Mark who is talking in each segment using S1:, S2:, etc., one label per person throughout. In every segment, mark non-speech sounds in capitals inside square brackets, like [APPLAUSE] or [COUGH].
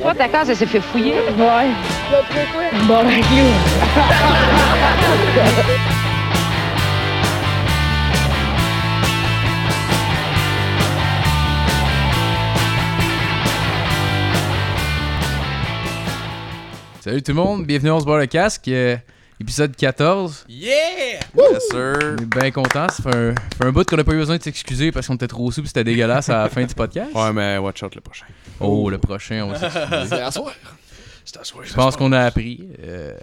S1: Toi, ta case, elle s'est fait fouiller.
S2: Ouais. Bon, ben, you.
S3: Salut tout le monde, bienvenue on se boit le casque, euh, épisode 14.
S4: Yeah!
S5: Yes, sir.
S3: On est bien content, ça fait un, fait un bout qu'on n'a pas eu besoin de s'excuser parce qu'on était trop souple, c'était dégueulasse à la fin du podcast.
S5: Ouais, mais watch out le prochain.
S3: Oh, le prochain, on va s'excuser.
S4: C'est à soir. C'est à soir.
S3: Je pense qu'on a appris. euh,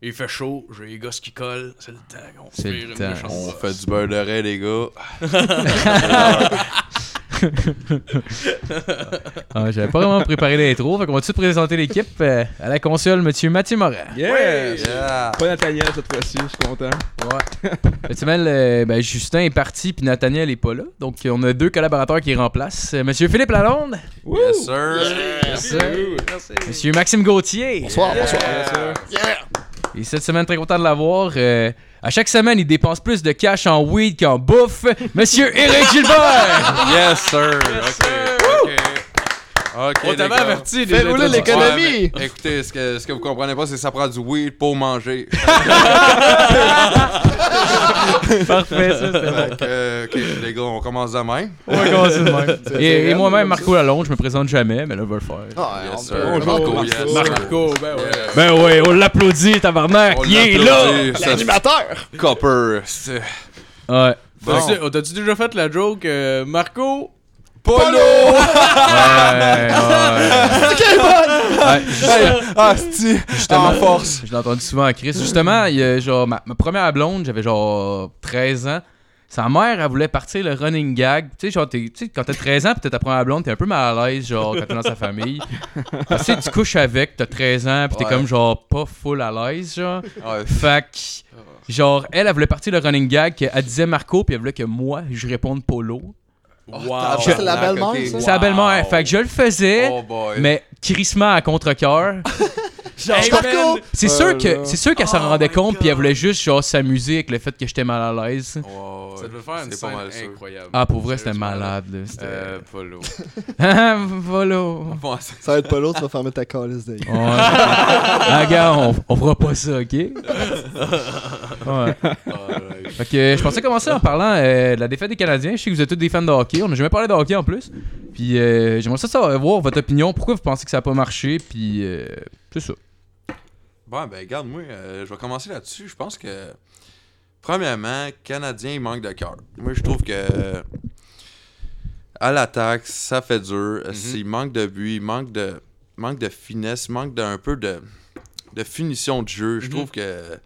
S4: Il fait chaud, j'ai les gosses qui collent. C'est le temps. On
S3: C'est le temps.
S5: On fait du beurre d'oreille, les gars.
S3: ah, J'avais [LAUGHS] pas vraiment préparé l'intro, fait qu'on va-tu présenter l'équipe euh, à la console, monsieur Mathieu Morin.
S2: Yeah!
S5: Yeah.
S2: Pas Nathaniel cette fois-ci, je suis content.
S3: Ouais. Cette semaine, euh, ben, Justin est parti puis Nathaniel est pas là. Donc, on a deux collaborateurs qui remplacent. Euh, Monsieur Philippe Lalonde.
S5: Yes, sir.
S3: Merci. Monsieur Maxime Gauthier.
S5: Bonsoir, bonsoir.
S3: Et cette semaine, très content de l'avoir. Euh, à chaque semaine, il dépense plus de cash en weed qu'en bouffe. Monsieur Eric
S5: [LAUGHS]
S3: Gilbert.
S5: Yes, sir. OK. OK.
S4: On
S5: les
S4: t'avait
S5: gars.
S4: averti
S2: Fais
S4: déjà.
S2: rouler
S4: toi,
S2: l'économie.
S4: tu vois.
S2: l'économie.
S5: Ouais, mais écoutez, ce que, ce que vous comprenez pas, c'est que ça prend du weed pour manger.
S3: Parfait, ça, c'est bon.
S5: Fait que, euh, OK, les gars, on commence demain.
S3: On va commencer de même. Et, et moi-même, Marco Lalonde, je me présente jamais, mais là, je vais le faire.
S5: Yes,
S4: Ah,
S5: sir.
S2: Bonjour,
S5: Marco, yes.
S2: Marco.
S4: Marco, ben ouais.
S5: Yeah.
S3: Ben ouais, on l'applaudit, tabarnak.
S5: On
S3: Il est là.
S5: l'applaudit, ça, c'est Copper. c'est-
S3: Ouais.
S5: Bon.
S4: T'as-tu- oh, T'as-tu déjà fait la joke euh, Marco?
S5: Polo!
S4: [LAUGHS]
S3: Ouais, ouais. Ouais, Justin-
S5: Ah, c'ti,
S3: Justement.
S5: en force.
S3: Je l'ai entendu souvent à Chris. Justement, il y a, genre, ma, ma première blonde, j'avais genre 13 ans. Sa mère, elle voulait partir le running gag. Tu sais, genre, t'es- tu sais, quand t'as 13 ans puis t'as ta première blonde, t'es un peu mal à l'aise, genre, quand t'es dans sa
S5: [LAUGHS]
S3: famille. Parce que tu sais, tu couches avec, t'as 13 ans puis t'es
S5: Ouais.
S3: comme, genre, pas full à l'aise, genre.
S5: Ouais,
S3: Fait que, genre, elle, elle voulait partir le running gag. qu'elle disait Marco puis elle voulait que moi, je réponde Polo.
S4: Wow.
S3: Je-
S6: C'est la belle-mère,
S5: ok.
S6: ça?
S3: C'est la belle-mère. Fait que je le faisais,
S5: Oh boy.
S3: mais crissement à contre-coeur.
S4: Hey, man.
S3: C'est
S2: Euh,
S3: sûr Ah, que
S2: là.
S3: c'est sûr qu'elle s'en
S4: Oh
S3: rendait
S4: my
S3: compte puis elle
S4: God.
S3: voulait juste genre s'amuser avec le fait que j'étais mal à l'aise.
S5: Ouais,
S4: Ça devait faire une
S5: c'est pas
S4: scène
S5: mal sûr.
S4: incroyable.
S3: Ah pour vrai c'était
S4: Sérieusement,
S3: malade. là, c'était-
S5: Euh, Polo.
S3: [LAUGHS] Ah, voilà.
S5: Bon, c'est-
S6: Ça va être pas l'autre, tu vas fermer ta calice de
S3: Ouais. ah gars, on, on fera pas ça, ok? Ouais.
S5: Ouais.
S3: Fait que je pensais commencer en parlant euh, de la défaite des Canadiens. Je sais que vous êtes tous des fans de hockey. On n'a jamais parlé de hockey en plus. Puis euh, j'aimerais ça savoir votre opinion. Pourquoi vous pensez que ça a pas marché? Puis euh, c'est ça.
S5: Bon, ben, regarde, moi, euh, je vais commencer là-dessus. Je pense que, premièrement, Canadien, il manque de cœur. Moi, je trouve que, euh, à l'attaque, ça fait dur. Euh,
S4: Mm-hmm.
S5: Il manque de but, il manque de, manque de finesse, il manque d'un peu de, de finition de jeu. Je trouve que. euh, on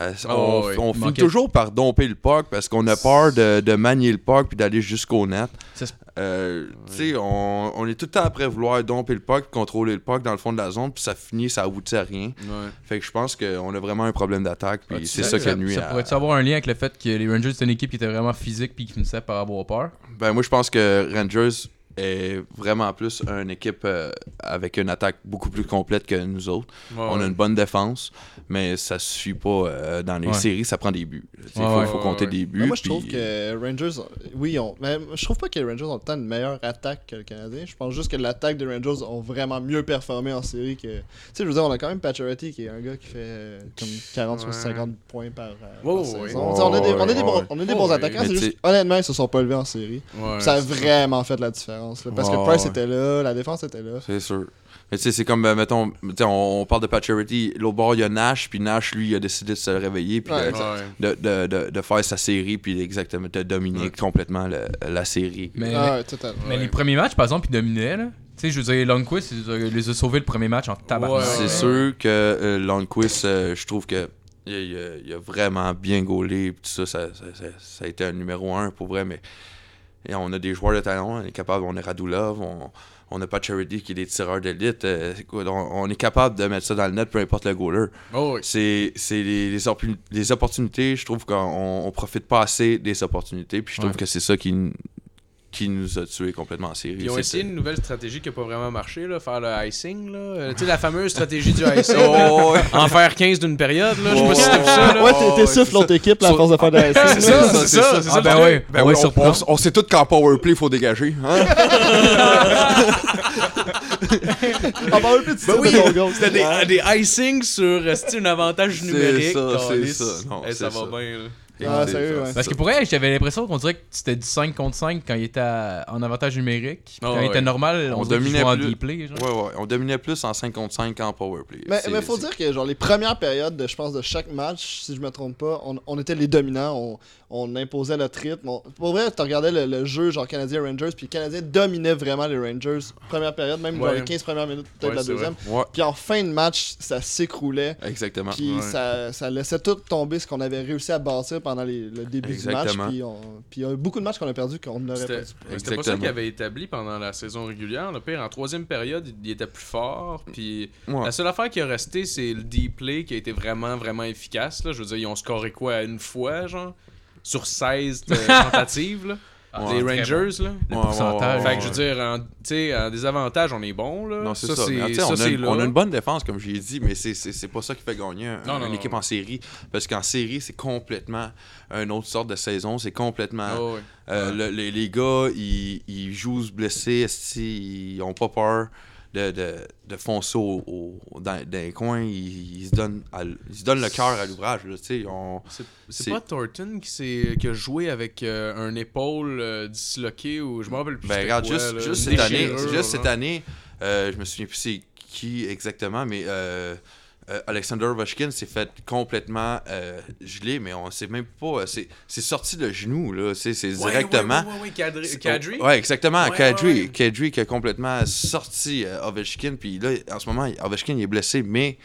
S4: Mm-hmm. Ah, ouais,
S5: on
S3: il
S5: finit
S3: manquait-
S5: toujours par domper le puck parce qu'on a peur de, de manier le puck puis d'aller jusqu'au net.
S3: Ça se-
S5: Euh, Tu sais, on, on est tout le temps après vouloir domper le puck, contrôler le puck dans le fond de la zone, puis ça finit, ça aboutit à rien.
S4: Ouais.
S5: Fait que je pense qu'on a vraiment un problème d'attaque, puis c'est ça qui a nuit
S3: Ah, Ça
S5: à-
S3: pourrait-tu avoir un lien avec le fait que les Rangers c'est une équipe qui était vraiment physique puis qui finissait par avoir peur?
S5: Ben moi, je pense que Rangers est vraiment plus une équipe euh, avec une attaque beaucoup plus complète que nous autres.
S3: Ah,
S5: On a une bonne défense, mais ça suffit pas euh, dans les
S3: Ouais.
S5: séries, ça prend des buts. Il faut,
S3: Ouais, ouais,
S5: faut
S4: ouais,
S5: compter
S4: ouais.
S5: des buts.
S6: Ben, Moi, je trouve
S5: puis-
S6: que Rangers, oui, ils ont- mais je trouve pas que les Rangers ont tant une meilleure attaque que le Canadien. Je pense juste que l'attaque des Rangers ont vraiment mieux performé en série que. Tu sais, je veux dire, on a quand même Pacioretty qui est un gars qui fait euh, comme 40 ou 50 points par, euh, par
S4: Ouais, ouais,
S6: saison.
S4: ouais.
S6: Tu sais, on a des, on a des
S5: Ouais,
S6: bons,
S5: ouais.
S6: on a des
S4: Ouais,
S6: bons
S4: ouais.
S6: attaquants.
S5: Mais
S6: C'est
S5: tu sais-
S6: juste, honnêtement, ils se sont pas levés en série.
S4: Ouais,
S6: ça a
S4: c'est-
S6: vraiment fait la différence. là, parce
S5: Ouais,
S6: que Price
S5: ouais.
S6: était là, la défense était là.
S5: C'est sûr. Mais tu sais, c'est comme, euh, mettons, tu sais, on, on parle de Pacioretty, l'autre bord, il y a Nash, puis Nash, lui, il a décidé de se réveiller, puis
S6: Ouais,
S5: de,
S4: Ouais.
S5: de- de- de- de faire sa série, puis exactement, de dominer complètement le- la série.
S3: Mais-
S6: Ah, ouais, totalement.
S3: Mais les premiers matchs, par exemple, ils dominaient. là. Tu sais, je veux dire, Lundqvist, ils euh, les a sauvés le premier match en tabarnak.
S4: Ouais,
S5: C'est
S4: ouais.
S5: sûr que euh, Lundqvist, euh, je trouve que il a, il a- il a vraiment bien gaulé. pis Tout ça ça, ça, ça- ça a été un numéro un pour vrai, mais et on a des joueurs de talent. On est capable, on est Radulov, on, on a pas Charity qui est des tireurs d'élite. euh, écoute, on, on est capable de mettre ça dans le net, peu importe le goaler.
S4: Oh, oui.
S5: C'est c'est les, les, oppu- les opportunités. Je trouve qu'on on, on profite pas assez des opportunités. Puis je trouve
S3: Ouais.
S5: que c'est ça qui, n- qui nous a tués complètement en série.
S4: Ils ont
S5: C'était-
S4: essayé une nouvelle stratégie qui n'a pas vraiment marché, là, faire le icing. Là. Euh, Tu sais, la fameuse
S5: [LAUGHS]
S4: stratégie du icing.
S6: [LAUGHS]
S5: Oh,
S4: en faire 15 d'une période, là. Je sais pas
S5: Oh.
S4: si t'as vu ça, là.
S6: Ouais, t'es- t'es souffle l'autre équipe, là, à force de faire de la
S4: C'est ça, c'est ça, c'est ça.
S3: Ah ben oui,
S5: Ben
S3: on va
S5: oui,
S3: les
S5: on,
S3: surprendre.
S6: Ah,
S5: on- on sait tous qu'en powerplay, il faut dégager. Hein?
S6: On parle plus de
S7: Ben
S6: titre
S7: oui,
S6: de ton goal.
S7: C'était des, des icings sur euh, c'est-tu un avantage
S5: C'est
S7: numérique.
S5: ça, c'est
S7: calice.
S5: ça. Non,
S7: Eh,
S5: c'est
S7: ça va
S5: ça.
S7: bien. là.
S6: Ah, sérieux, ouais.
S3: Parce que pour elle, j'avais l'impression qu'on dirait que c'était du 5 contre 5 quand il était à- en avantage numérique.
S5: Ah
S3: quand il
S5: ouais.
S3: était normal, on,
S5: On
S3: dirait qu'il
S5: dominait
S3: jouait en
S5: plus.
S3: deep play. genre.
S5: Ouais, ouais, on dominait plus en 5 contre 5 qu'en powerplay.
S6: Mais,
S5: C'est-
S6: mais faut
S5: c'est-
S6: dire que genre les premières périodes, de, je pense, de chaque match, si je me trompe pas, on, on était les dominants, on, on imposait notre rythme. on- pour vrai, tu regardais le, le jeu genre Canadien-Rangers, puis les Canadiens dominaient vraiment les Rangers. Première période, même dans
S7: Ouais.
S6: les 15 premières minutes, peut-être
S7: Ouais,
S6: la
S7: c'est vrai.
S6: deuxième.
S5: Ouais,
S6: Puis en fin de match, ça s'écroulait.
S5: exactement.
S6: Puis ça, ça laissait tout tomber ce qu'on avait réussi à bâtir pendant les- le début du
S5: Exactement.
S6: match. Puis on- puis il y a eu beaucoup de matchs qu'on a perdu qu'on aurait
S7: C'était
S6: perdu.
S7: c'était pas ça
S5: Exactement.
S7: qu'il avait établi pendant la saison régulière. Le pire, en troisième période, il- il était plus fort. Puis
S5: Mm. Ouais.
S7: la seule affaire qui a resté, c'est le deep play qui a été vraiment, vraiment efficace. Là. Je veux dire, ils ont scoré quoi une fois, genre Sur
S5: [LAUGHS]
S7: 16 de- tentatives, là.
S3: Ah,
S7: les
S3: très
S7: Rangers, là.
S5: Ouais, ouais,
S3: pourcentage.
S5: ouais,
S7: Fait
S5: ouais.
S7: que je veux dire, en, tu sais, en désavantage, on est bon, là.
S5: Non, c'est ça. mais, tu sais,
S7: ça,
S5: on, a
S7: c'est
S5: une,
S7: là.
S5: on a une bonne défense, comme j'ai dit, mais c'est- c'est c'est pas ça qui fait gagner un-
S7: Non, non,
S5: une
S7: non.
S5: équipe en série. Parce qu'en série, c'est complètement une autre sorte de saison. C'est complètement.
S7: Ah ouais.
S5: euh, le- les, les gars, ils, ils jouent blessés, esti, ils ont pas peur de, de, de foncer au, au- dans, dans les coins. Ils, ils se donnent, à l- ils se donnent le cœur à l'ouvrage. là, tu sais, on-
S7: C'est- C'est
S5: C'est-
S7: pas Thornton qui, s'est- qui a joué avec euh, un épaule euh, disloquée ou je me rappelle plus.
S5: Ben,
S7: c'était
S5: regarde,
S7: quoi,
S5: juste,
S7: là,
S5: juste
S7: une
S5: cette année,
S7: déchirure, hein?
S5: juste cette
S7: là.
S5: année euh, je me souviens plus c'est qui exactement, mais euh, euh, Alexander Ovechkin s'est fait complètement euh, gelé, mais on sait même pas. euh, C'est c'est sorti de genou, là. C'est c'est
S7: Ouais,
S5: directement.
S7: Ouais, ouais, ouais, ouais, Kadri.
S5: C'est-
S7: Kadri?
S5: Ouais, exactement.
S7: Ouais,
S5: Kadri.
S7: ouais, ouais.
S5: Kadri qui a complètement sorti euh, Ovechkin. Puis là, en ce moment, Ovechkin il est blessé, mais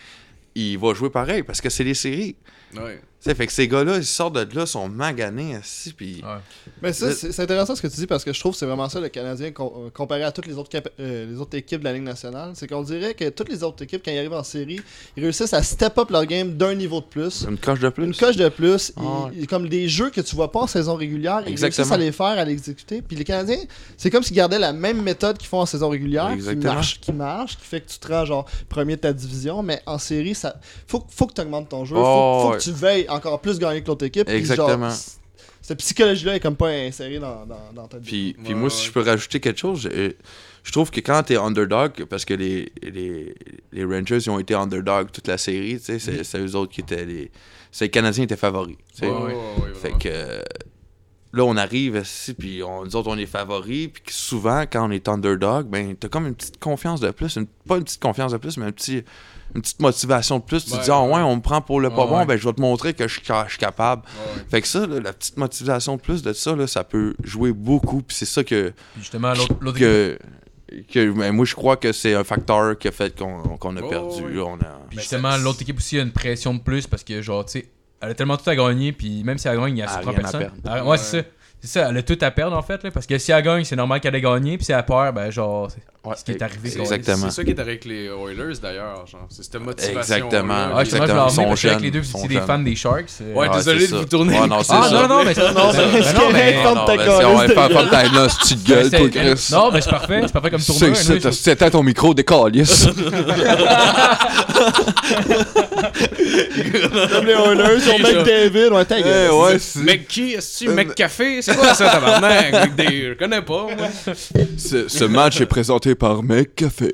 S5: il va jouer pareil parce que c'est les séries.
S7: Ouais.
S5: Tu sais, fait que ces gars-là, ils sortent de là, sont maganés. assis, Puis
S7: Ah.
S3: Ouais.
S6: Mais ça,
S5: Le-
S6: c'est c'est intéressant ce que tu dis parce que je trouve que c'est vraiment ça le Canadien com- euh, comparé à toutes les autres, cap- euh, les autres équipes de la Ligue nationale. C'est qu'on dirait que toutes les autres équipes, quand ils arrivent en série, ils réussissent à step up leur game d'un niveau de plus.
S5: une coche de plus.
S6: Une coche de plus,
S5: Ah
S6: ils-
S5: ouais.
S6: ils- comme des jeux que tu vois pas en saison régulière, ils
S5: Exactement.
S6: réussissent à les faire, à les exécuter. Puis les Canadiens, c'est comme s'ils gardaient la même méthode qu'ils font en saison régulière, qui
S5: Exactement.
S6: marche, qui marche, qui fait que tu te rends genre premier de ta division, mais en série, ça faut, faut que tu augmentes ton jeu,
S5: Oh,
S6: faut, faut
S5: ouais.
S6: que tu veilles encore plus gagner que l'autre équipe. puis genre,
S5: Exactement.
S6: cette psychologie-là est comme pas insérée dans, dans, dans ta vie.
S5: Puis, puis
S7: Ouais,
S5: moi,
S7: ouais.
S5: si je peux rajouter quelque chose, je, je trouve que quand t'es underdog, parce que les, les, les Rangers, ils ont été underdog toute la série, tu sais,
S7: Mm-hmm.
S5: c'est, c'est eux autres qui étaient les... C'est les Canadiens étaient favoris, tu sais.
S7: Ouais, ouais, ouais, ouais,
S5: Fait
S7: vraiment.
S5: que là, on arrive ici, puis on, nous autres, on est favoris, puis que souvent, quand on est underdog, ben, t'as comme une petite confiance de plus, une- pas une petite confiance de plus, mais un petit, une petite motivation de plus. Tu
S7: Ouais,
S5: te dis, ah
S7: ouais.
S5: ouais, on me prend pour le pas
S3: Ouais,
S5: bon,
S3: ouais.
S5: ben, je vais te montrer que je suis ca- je suis capable.
S7: Ouais, ouais.
S5: Fait que ça, là, la petite motivation de plus de ça, là, ça peut jouer beaucoup. Puis c'est ça que,
S3: Puis
S5: Ah,
S3: justement, l'autre l'autre équipe
S5: que, que- ben, moi, je crois que c'est un facteur qui a fait qu'on qu'on a
S7: Oh,
S5: perdu.
S7: oui.
S5: là, on a...
S3: Puis
S7: Ben,
S3: justement,
S7: ça-
S3: l'autre équipe aussi a une pression de plus parce que, genre, tu sais, elle a tellement tout à gagner, puis même si elle gagne, il y a
S5: Elle a
S3: 100
S5: rien à
S3: personnes.
S5: perdre.
S3: Ah, ouais,
S7: Ouais.
S3: c'est ça. C'est ça, elle a tout à perdre en fait, là, parce que si elle gagne, c'est normal qu'elle ait gagné, puis si elle perd, ben genre, c'est-
S5: Ouais,
S3: ce qui est arrivé.
S7: C'est-
S3: quoi.
S5: Exactement.
S7: C'est ça qui est avec les Oilers d'ailleurs, genre. C'est cette motivation.
S5: Exactement.
S3: Ah, justement, je vais
S5: Exactement,
S3: en
S5: ils sont
S3: revenir, parce que avec
S5: jeunes,
S3: les deux,
S5: ils
S3: vous
S5: sont
S3: étiez des
S5: jeunes.
S3: fans des Sharks. euh,
S7: Ouais,
S5: Ah,
S7: désolé
S5: c'est
S7: de vous
S5: ça.
S7: tourner.
S5: Ouais, non, c'est
S3: Ah
S5: ça.
S3: non, [LAUGHS] non, mais c'est
S6: Non, mais-
S5: [LAUGHS]
S3: ben, non, mais-
S6: Ferme ta
S5: ben,
S6: gueule,
S5: si on va
S6: c'est
S5: faire
S6: [LAUGHS] dégueu.
S5: fuck ta là, si tu te gueules, toi,
S3: c'était-
S5: Chris.
S3: Non, mais c'est parfait, c'est parfait comme tournoi.
S5: C'est-
S3: anyway,
S5: c'est-
S3: ça-
S5: C'était ton micro, décalisse. [LAUGHS]
S6: Comme les
S5: [LAUGHS]
S6: Oilers, ils ont
S7: ça.
S6: McDavid, ouais, ta gueule.
S5: Eh, ouais, [LAUGHS] c'est-
S7: Mec qui Est-ce que mec café C'est quoi ça, tabarnak Avec des- Je connais pas, moi.
S5: ce, ce match est présenté par Mec Café.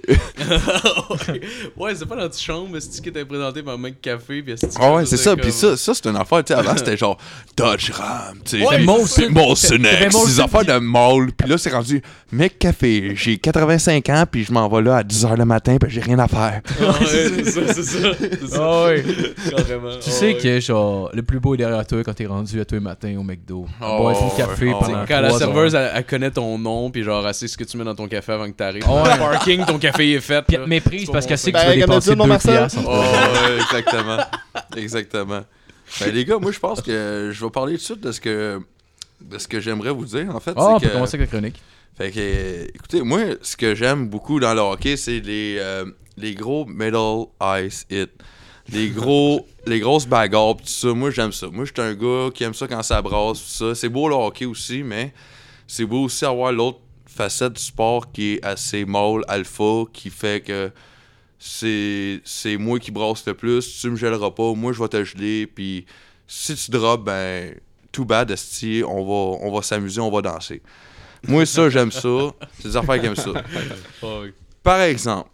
S7: [LAUGHS] ouais, c'est pas l'antichambre, c'est qui était présenté par mec café. Puis est-ce que
S5: Ah ouais, c'est ça.
S7: comme-
S5: Puis ça, ça c'est une affaire. Tu sais, avant, c'était genre Dodge Ram, tu sais.
S7: Ouais,
S5: Puis
S3: Molson.
S5: puis Molson
S3: C'était- c'était
S5: X,
S3: Molson,
S5: des affaires de mall. Puis là, c'est rendu Mec Café. J'ai 85 ans, puis je m'en vais là à 10h le matin, puis j'ai rien à faire.
S7: Ouais, c'est ça, c'est ça. C'est ça.
S3: Ah
S5: [LAUGHS]
S3: ouais.
S7: Carrément.
S3: Tu
S7: Ah
S3: sais
S7: ouais.
S3: que genre le plus beau est derrière toi quand t'es rendu à tous les matins au McDo.
S5: Oh,
S3: boire ton
S5: ouais.
S3: café
S5: Oh,
S3: pendant
S5: ouais.
S7: Quand la
S3: trois heures.
S7: serveuse, elle, elle connaît ton nom, puis genre, elle sait ce que tu mets dans ton café avant que t'arrives.
S3: Ouais.
S7: Dans le parking, ton café est fait.
S3: Puis
S7: là.
S3: elle te méprise
S7: C'est
S3: parce
S7: pas
S3: qu'elle
S7: mon
S3: sait que
S6: truc.
S3: tu vas
S6: Ben, comme
S3: dépenser
S6: dit mon
S3: 2
S6: Marcel.
S3: piastres.
S5: [LAUGHS] Oh, ouais, exactement. Exactement. Ben, les gars, moi, je pense que je vais parler tout de suite de ce que, de ce que j'aimerais vous dire, en fait.
S3: Ah, on
S5: c'est
S3: peut
S5: que-
S3: commencer avec la chronique.
S5: Fait que, euh, écoutez, moi, ce que j'aime beaucoup dans le hockey, c'est les, euh, les gros middle ice hit. Les gros, les grosses bagarres, pis tout ça. Moi, j'aime ça. Moi, je suis un gars qui aime ça quand ça brasse, pis ça. C'est beau le hockey aussi, mais c'est beau aussi avoir l'autre facette du sport qui est assez mâle, alpha, qui fait que c'est c'est moi qui brasse le plus, tu me gèleras pas, moi je vais te geler, puis si tu drops, ben, tout bad, esti, on va, on va s'amuser, on va danser. Moi, ça, j'aime ça. C'est des affaires qui aiment ça.
S7: truc.
S5: Par exemple,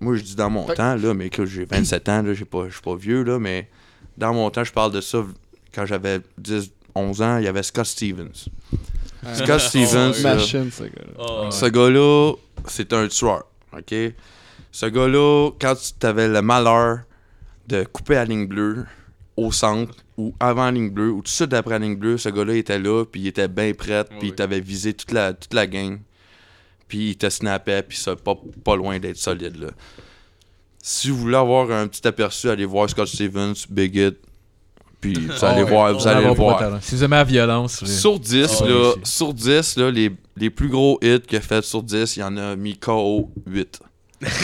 S5: moi je dis dans mon
S6: Fait-
S5: temps, là, mais que j'ai 27 ans, là, j'ai pas- je suis pas vieux, là, mais dans mon temps, je parle de ça quand j'avais 10, 11 ans, il y avait Scott Stevens. Scott Stevens, là,
S6: Machine, ce gars-là.
S4: Oh,
S5: ce gars-là, c'est un tueur, ok? Ce gars-là, quand tu avais le malheur de couper à ligne bleue, au centre, ou avant la ligne bleue, ou tout de suite après la ligne bleue, ce gars-là il était là, puis il était bien prêt, puis
S4: Oui.
S5: il t'avait visé toute la, toute la gang, puis il te snappait, puis ça, pas, pas loin d'être solide, là. Si vous voulez avoir un petit aperçu, allez voir Scott Stevens, Big It, puis vous
S4: Ah
S5: allez
S4: ouais,
S5: voir,
S4: on
S5: vous allez le voir.
S3: Si vous aimez la violence, oui.
S5: Sur 10,
S3: Ah,
S5: là,
S3: oui.
S5: sur 10 là, les, les plus gros hits qu'il a fait sur 10, il y en a mis KO
S3: [LAUGHS]
S5: 8.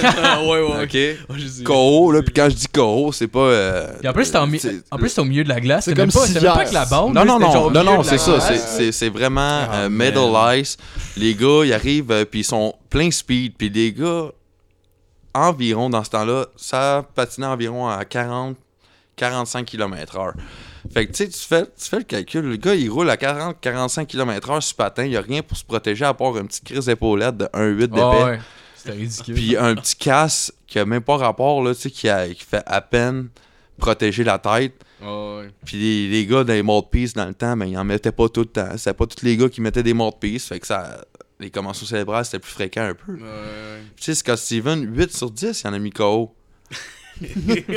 S4: Ah, ouais, ouais, ok.
S5: OK?
S4: Oh, je sais.
S5: KO, là, puis quand je dis KO, c'est pas... euh,
S3: Et en plus, c'est en, mi-
S5: c'est-
S3: en plus, c'est au milieu de la glace.
S6: C'est
S3: C'est même
S6: comme
S3: pas,
S6: si
S3: c'est même pas avec
S6: hier-
S3: la bande.
S5: Non,
S3: là,
S5: non,
S3: c'était genre
S5: non,
S3: au
S5: non,
S3: milieu
S5: non,
S3: de
S5: c'est
S3: la
S5: ça,
S3: glace.
S5: c'est- c'est c'est vraiment
S3: Ah,
S5: euh,
S3: man.
S5: middle ice. Les gars, ils arrivent, euh, puis ils sont plein speed, puis les gars, environ, dans ce temps-là, ça patinait environ à 40, 45 km h Fait que, tu sais, tu fais, tu fais le calcul, le gars, il roule à 40, 45 km h sur patin, il n'y a rien pour se protéger à part une petite crise d'épaulette de 1,8 d'épais.
S3: Ah ouais. C'était ridicule.
S5: Puis euh, un petit casse qui a même pas rapport, là, tu sais, qui, a- qui fait à peine protéger la tête.
S4: Ah, ouais.
S5: Puis les, les gars dans les mouthpieces dans le temps, mais ils en mettaient pas tout le temps. C'était pas tous les gars qui mettaient des mouthpieces. Fait que ça. Les commotions cérébrales, c'était plus fréquent un peu.
S4: Ouais, ouais.
S5: Tu sais, Scott Steven, 8 sur 10, il en a mis KO.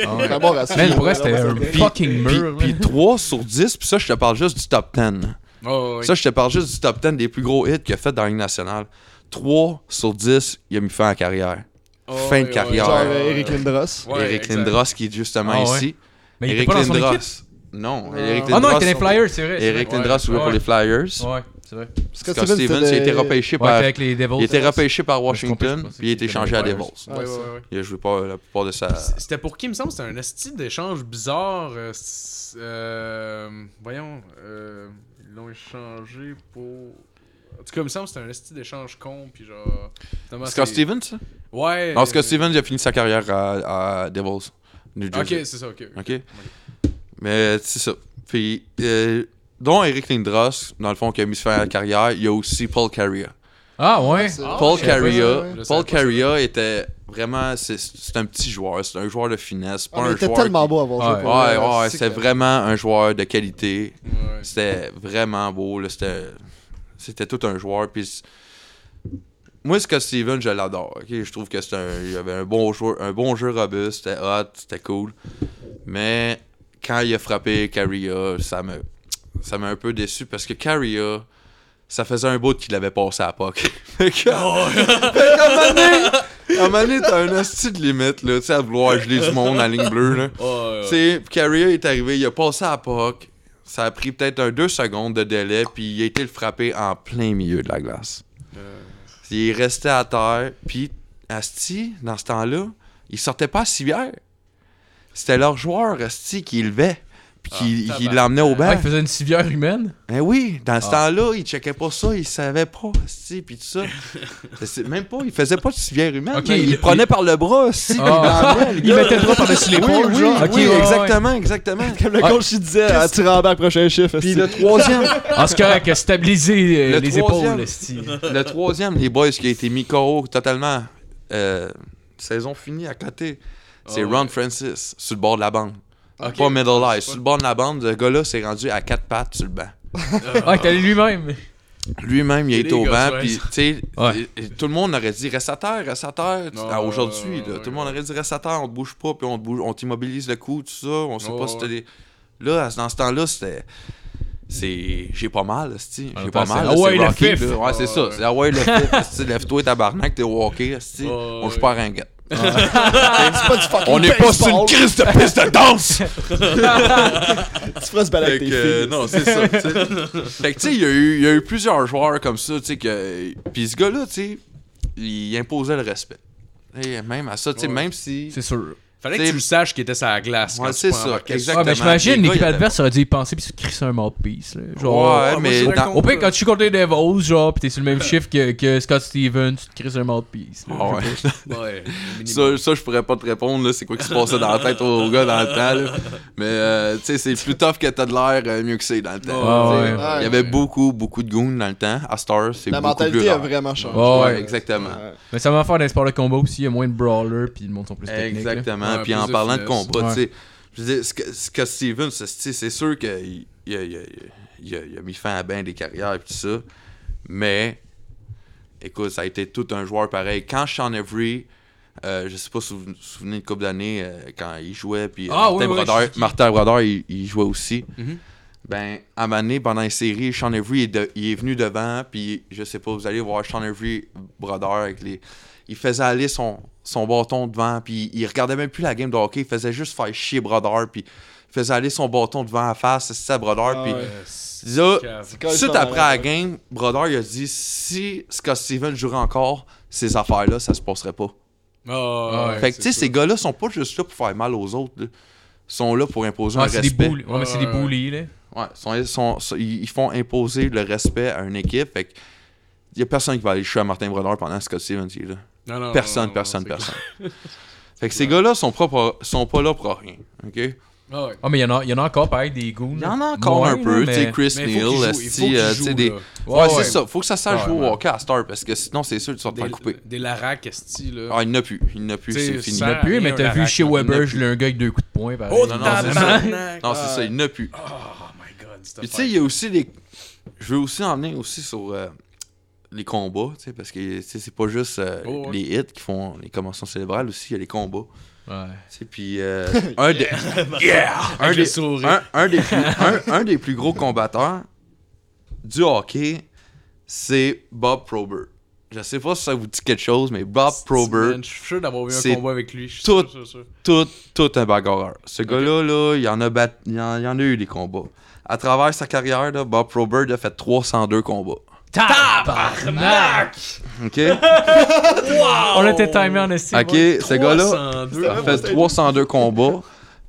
S3: Ah ouais.
S6: Très bon ratio.
S3: Man, pour vrai, c'était un fucking
S5: Puis,
S3: mur.
S5: puis
S3: man.
S5: 3 sur 10, puis ça, je te parle juste du top 10.
S4: Oh, ouais.
S5: Ça, je te parle juste du top 10 des plus gros hits qu'il a fait dans la Ligue nationale. 3 sur 10, il a mis fin à la carrière.
S4: Oh,
S5: fin de
S4: ouais,
S5: carrière.
S6: Genre
S4: ouais,
S6: euh,
S4: ouais,
S6: Eric
S4: ouais.
S6: Lindros.
S4: Ouais,
S5: Eric
S4: exact.
S5: Lindros, qui est justement
S3: Ah ouais.
S5: ici.
S3: Mais il était
S5: Eric
S3: pas dans son
S5: Lindros.
S3: équipe.
S5: Non,
S6: Ah.
S5: Eric
S3: Ah non, il était les
S5: Lindros-
S3: Flyers, c'est vrai. c'est
S5: Eric
S3: vrai.
S5: Lindros jouait pour
S3: Ouais.
S5: les Flyers.
S3: Ouais, c'est vrai.
S6: Scott
S5: Scott Stevens, il a
S6: c'était
S5: été
S6: le-
S5: repêché
S3: Ouais,
S5: par
S3: avec les Devils.
S5: Il était repêché par
S3: me suis trompé, je
S5: Washington,
S3: pensais
S5: puis il a été
S3: qu'il était
S5: échangé à
S3: dans les
S5: Devils.
S4: Ouais, ouais, ouais, ouais.
S5: Il a joué pas euh, la plupart de sa.
S4: C'est- C'était pour qui, il me semble? C'était un esti d'échange bizarre. euh, c'est- euh, voyons, euh, ils l'ont échangé pour... En tout cas, il me semble que c'était un esti d'échange con, puis genre... finalement,
S5: Scott
S4: c'est-
S5: Stevens ça?
S4: Ouais.
S5: Non, Scott
S4: euh,
S5: Stevens, il a fini sa carrière à, à Devils, New
S4: Ok,
S5: Jersey.
S4: c'est ça, ok.
S5: Ok. Mais c'est ça. Puis, euh, dont Eric Lindros, dans le fond, qui a mis fin à la carrière, il y a aussi Paul Carrier.
S3: Ah ouais.
S6: C'est-
S4: Ah,
S5: Paul
S4: je savais pas
S5: Carrier,
S6: ça, ouais.
S4: Je savais
S5: Paul
S4: pas ça.
S5: Carrier était vraiment. C'est c'est un petit joueur, c'est un joueur de finesse.
S6: Ah,
S5: Pas
S6: mais
S5: un
S6: il était
S5: joueur
S6: tellement
S5: qui-
S6: beau avant
S3: Ouais,
S6: jouer. pour
S5: Ouais,
S6: vrai,
S5: ouais,
S6: c'est
S5: c'était
S6: que-
S5: vraiment un joueur de qualité.
S4: Ouais.
S5: C'était vraiment beau. là, C'était, c'était tout un joueur. Puis c- moi, Scott Steven, je l'adore. ok? Je trouve que c'est un, il avait un bon jeu, un bon jeu robuste. C'était hot, c'était cool. Mais quand il a frappé Caria, ça me, ça m'a un peu déçu parce que Caria, ça faisait un bout qu'il avait passé à la POC. [LAUGHS] fait que, fait qu'à un moment donné- à un moment donné, t'as un hostie de limite, là, tu sais, à vouloir geler du monde en ligne bleue, là.
S4: Oh, ouais,
S5: Tu
S4: ouais.
S5: sais, puis Carrier est arrivé, il a passé à la POC. Ça a pris peut-être un 2 secondes de délai, puis il a été le frapper en plein milieu de la glace.
S4: Euh,
S5: Il est resté à terre, puis Asti, dans ce temps-là, il sortait pas à civière. C'était leur joueur, Asti, qui levait, puis
S4: Ah,
S5: qui, qui
S4: tabarnak.
S5: l'emmenait au
S3: Ah,
S5: banc.
S3: il faisait une civière humaine.
S5: Ben oui, dans ce
S3: Ah.
S5: temps-là, il checkait pas ça, il savait pas, Asti, puis
S3: [LAUGHS]
S5: tout ça. C'est- Même pas, il faisait pas de civière humaine.
S3: Ok,
S5: là. il,
S3: il-
S5: le prenait par le bras, Asti, puis
S3: [LAUGHS] Ah.
S5: il l'emmenait. le
S3: Il
S5: gars.
S3: mettait le bras par-dessus
S5: Oui,
S3: l'épaule,
S5: oui,
S3: genre.
S5: oui,
S3: Ok, ouais, ouais. [LAUGHS]
S5: exactement, exactement.
S6: Comme le
S3: Ah.
S6: coach, il disait, ah, tu rembarques prochain chiffre.
S5: Puis
S6: esti.
S5: le troisième,
S3: Ah, c'est correct, euh, stabiliser euh,
S5: Le
S3: les
S5: troisième.
S3: épaules, le style.
S5: le troisième, les boys qui a été mis KO totalement, euh, saison finie à côté, c'est
S3: Ah,
S4: Oh,
S5: Ron
S4: ouais.
S5: Francis sur le bord de la bande.
S4: Ok.
S5: Pas middle
S4: Ah,
S5: ice.
S4: c'est
S5: Sur le bord de la bande, le gars-là s'est rendu à quatre pattes sur le banc.
S4: Euh,
S5: [LAUGHS]
S3: Ah, il est allé lui-même.
S5: Lui-même, il
S4: Et
S5: a
S4: les
S5: été au
S4: gars,
S5: banc,
S4: ouais.
S5: puis tu sais,
S3: Ouais.
S5: et- et tout le monde aurait dit reste à terre, reste à terre.
S4: Non,
S5: Ah, Aujourd'hui,
S4: ouais,
S5: là,
S4: ouais,
S5: tout le
S4: ouais.
S5: monde aurait dit reste à terre, on te bouge pas, puis on te bouge, on t'immobilise le cou, tout ça. On sait
S4: Ouais,
S5: pas
S4: ouais,
S5: si t'as des. Là, à- dans ce temps-là, c'était. C'est. J'ai pas mal, esti.
S3: En
S5: J'ai
S3: même
S5: pas
S3: temps,
S5: mal.
S3: Ah, c'est
S5: là,
S3: Hawaii
S5: c'est
S3: le
S5: Rocky,
S3: fif.
S5: là. Ouais, c'est
S4: Ouais,
S5: ça.
S4: ouais.
S5: C'est Hawaii le fif. [LAUGHS] esti. Lève-toi, tabarnak, t'es walké, esti.
S4: Ouais,
S5: On joue
S4: ouais.
S5: pas à ringuette.
S6: C'est pas du fucking
S5: On n'est pas sur une
S6: baseball.
S5: crise de piste de danse!
S6: Tu feras se
S5: Fait
S6: balader avec tes
S5: que, euh,
S6: filles.
S5: non, c'est ça.
S4: [LAUGHS]
S5: tu sais. fait que, tu sais, il y, a eu- il y a eu plusieurs joueurs comme ça, tu sais, que. Puis ce gars-là, tu sais, il imposait le respect. Et même à ça, tu sais,
S4: Ouais.
S5: même si.
S3: C'est sûr.
S4: Fallait que
S5: T'sais,
S4: tu le saches qu'il était sur la glace.
S5: Ouais,
S4: quand tu
S5: c'est
S4: prends
S5: ça,
S4: l'embarcation.
S5: exact.
S3: Ouais, mais
S5: Exactement. Les
S3: j'imagine
S5: gars,
S3: l'équipe
S5: il y avait-
S3: adverse aurait dû y penser puis se crisser un mouthpiece. Là. Genre,
S5: Ouais,
S4: moi,
S5: mais
S4: je suis
S5: dans-
S4: d'accord.
S3: Au pire, quand tu suis contre les Devils, genre, pis t'es sur le même chiffre que, que Scott Stevens, tu te crises un mouthpiece. là.
S5: Ah ouais.
S4: Ouais, minimum.
S5: Ça, ça, je pourrais pas te répondre, là, c'est quoi qui se passait dans la tête au gars dans le temps. là. Mais euh, tu sais, c'est plus tough que t'as de l'air, euh, mieux que c'est dans le temps.
S3: Ah
S5: Tu sais,
S3: ouais.
S6: Ouais.
S5: Il y avait beaucoup, beaucoup de goons dans le temps. À Star, c'est
S6: La
S5: beaucoup plus
S6: mentalité a
S5: rare.
S6: vraiment changé.
S3: Ouais, ouais,
S5: exactement.
S6: Ouais.
S3: Mais ça va faire des sports de combat aussi, il y a moins de brawlers, puis le monde sont plus techniques.
S5: Exactement.
S4: là. Ouais,
S5: Puis en
S4: plus de
S5: parlant de
S4: finesse.
S5: combat,
S3: Ouais.
S5: tu sais, je veux dire, Sc- Scott Stevens, c'est- tu sais, c'est sûr qu'il il a, il a- il a- il a mis fin à bien des carrières et tout ça. Mais, écoute, ça a été tout un joueur pareil. Quand Sean Avery, euh, je sais pas si vous vous souvenez une couple d'années, euh, quand il jouait, puis euh,
S3: Ah,
S5: Martin,
S3: oui, oui,
S5: Brodeur,
S3: je sais qui. Mm-hmm.
S5: Martin Brodeur, il, il jouait aussi.
S4: Mhm.
S5: Ben, à un moment donné, pendant les séries, Sean Avery, est de- il est venu devant, puis je sais pas, vous allez voir Sean Avery, Brodeur, avec les, il faisait aller son, son bâton devant, puis il regardait même plus la game de hockey, il faisait juste faire chier Brodeur, puis il faisait aller son bâton devant à face, c'est à Brodeur,
S6: Ah
S5: puis ah,
S6: ouais.
S4: Euh, c'est
S5: là,
S4: cave.
S6: C'est quand ils
S5: suite
S6: sont
S5: après la
S6: malades.
S5: game, Brodeur, il a dit, si Scott Stevens jouerait encore, ces affaires-là, ça se passerait pas.
S4: Ah, ouais,
S5: fait que, tu sais,
S4: c'est
S5: ces gars-là sont pas juste là pour faire mal aux autres, là. Ils sont là pour imposer
S3: Ah,
S5: un
S3: c'est des
S5: respect.
S3: bullies. Ouais, mais c'est des
S4: Ouais, ouais.
S3: bullies, là.
S5: Ouais, sont- sont- sont- ils ils font imposer le respect à une équipe. Fait il y a personne qui va aller le chier à Martin Brodeur pendant Scott Stevens. il est là.
S4: ça. Non, non, non,
S5: Personne,
S4: non,
S5: personne,
S4: Ah, c'est
S5: personne. [LAUGHS] fait que ces gars-là sont, pas pour- sont pas là pour rien. OK?
S4: clair. Ah ouais.
S3: Ah, mais il y, en a- il y en a encore, pareil, des goons.
S5: Il y
S3: là.
S5: en a encore
S3: Moins,
S5: un peu.
S3: là,
S5: tu sais,
S3: mais-
S5: Chris
S4: Mais il faut
S5: Neal,
S4: qu'il joue, il faut
S5: esti,
S4: qu'il
S5: euh, tu sais,
S4: joue,
S5: des.
S4: là.
S5: Ouais,
S3: Ouais,
S5: c'est
S3: ouais.
S5: ça. Faut que ça sache
S3: Ouais,
S5: jouer
S3: ouais.
S5: au hockey à Star parce que sinon, c'est sûr, tu vas te
S4: Des,
S5: faire couper.
S4: des Larac, esti, là.
S5: Ah, il n'y en a plus. Il n'y en a plus.
S4: Tu sais,
S5: C'est fini.
S4: ça-
S3: Il y en a plus, mais
S4: Un
S3: t'as vu
S4: Larac,
S3: chez
S4: il y
S5: en a
S3: Weber, je
S5: plus.
S3: l'ai un gars avec deux coups de poing. pareil.
S4: Oh,
S5: non, non, c'est ça.
S4: tabarnak!
S5: Non, c'est ça. Il n'y en a plus.
S4: Oh my god,
S5: Puis tu sais, il y a aussi les. Je veux aussi en venir aussi sur euh, les combats, tu sais, parce que tu sais, c'est pas juste euh,
S4: Oh, ouais.
S5: les hits qui font les commotions cérébrales aussi, il y a les combats.
S3: Ouais.
S5: Tu sais, puis
S4: [LAUGHS]
S5: euh, un, des, Yeah! un,
S4: Avec le
S5: des,
S4: sourire.
S5: un, un des
S4: [LAUGHS]
S5: plus, un, un des plus gros combatteurs du hockey, c'est Bob Probert. Je sais pas si ça vous dit quelque chose, mais Bob Probert,
S4: Man, Je suis sûr d'avoir eu
S5: c'est
S4: un combat avec lui. Je suis
S5: tout-
S4: sûr, sûr, sûr.
S5: tout, tout un bagarreur. Ce gars-là, là, il, en a bat- il, en- il en a eu des combats. À travers sa carrière, là, Bob Probert a fait 302 combats.
S3: Tabarnak!
S5: OK?
S4: Ah,
S3: On était timé en estime.
S5: OK, ce gars-là
S4: 302.
S5: a fait 302 combats.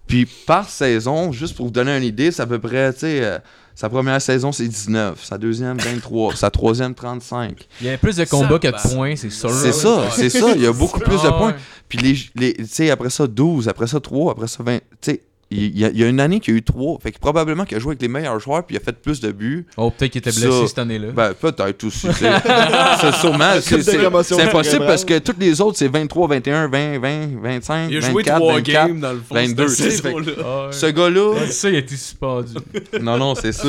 S5: Puis par saison, juste pour vous donner une idée, c'est à peu près, tu sais, euh, sa première saison, c'est 19. Sa deuxième, 23. sa troisième, 35.
S3: Il y a plus de combats que
S4: Tabarnak.
S3: de points, c'est sûr.
S5: C'est
S4: ouais,
S5: ça,
S4: ouais.
S5: c'est ça. Il y a beaucoup plus de
S3: Ah,
S5: points.
S3: ouais.
S5: Puis, les, les- tu sais, après ça, 12. Après ça, 3. Après ça, 20. Tu sais, il y, a- il y a une année qu'il y a eu 3. Fait que probablement qu'il a joué avec les meilleurs joueurs, puis il a fait plus de buts.
S3: Oh, peut-être qu'il était
S5: Ça.
S3: blessé cette année-là.
S5: Ben, peut-être aussi. tu sais.
S6: [LAUGHS]
S5: Ça, sûrement. C'est
S6: de
S5: c'est-
S6: commotion
S5: c'est impossible
S6: cérébrale.
S5: parce que toutes les autres, c'est 23, 21, 20, 20, 25.
S4: Il a joué
S5: 24,
S4: 3
S5: 24.
S4: games dans le fond.
S5: 22,
S4: cette
S5: tu sais,
S4: saison-là.
S3: Ah, ouais.
S5: Ben, Ce gars-là.
S3: Ouais, Ça, il a été
S5: [LAUGHS]
S3: suspendu.
S5: non, non, c'est
S6: [LAUGHS]
S5: ça.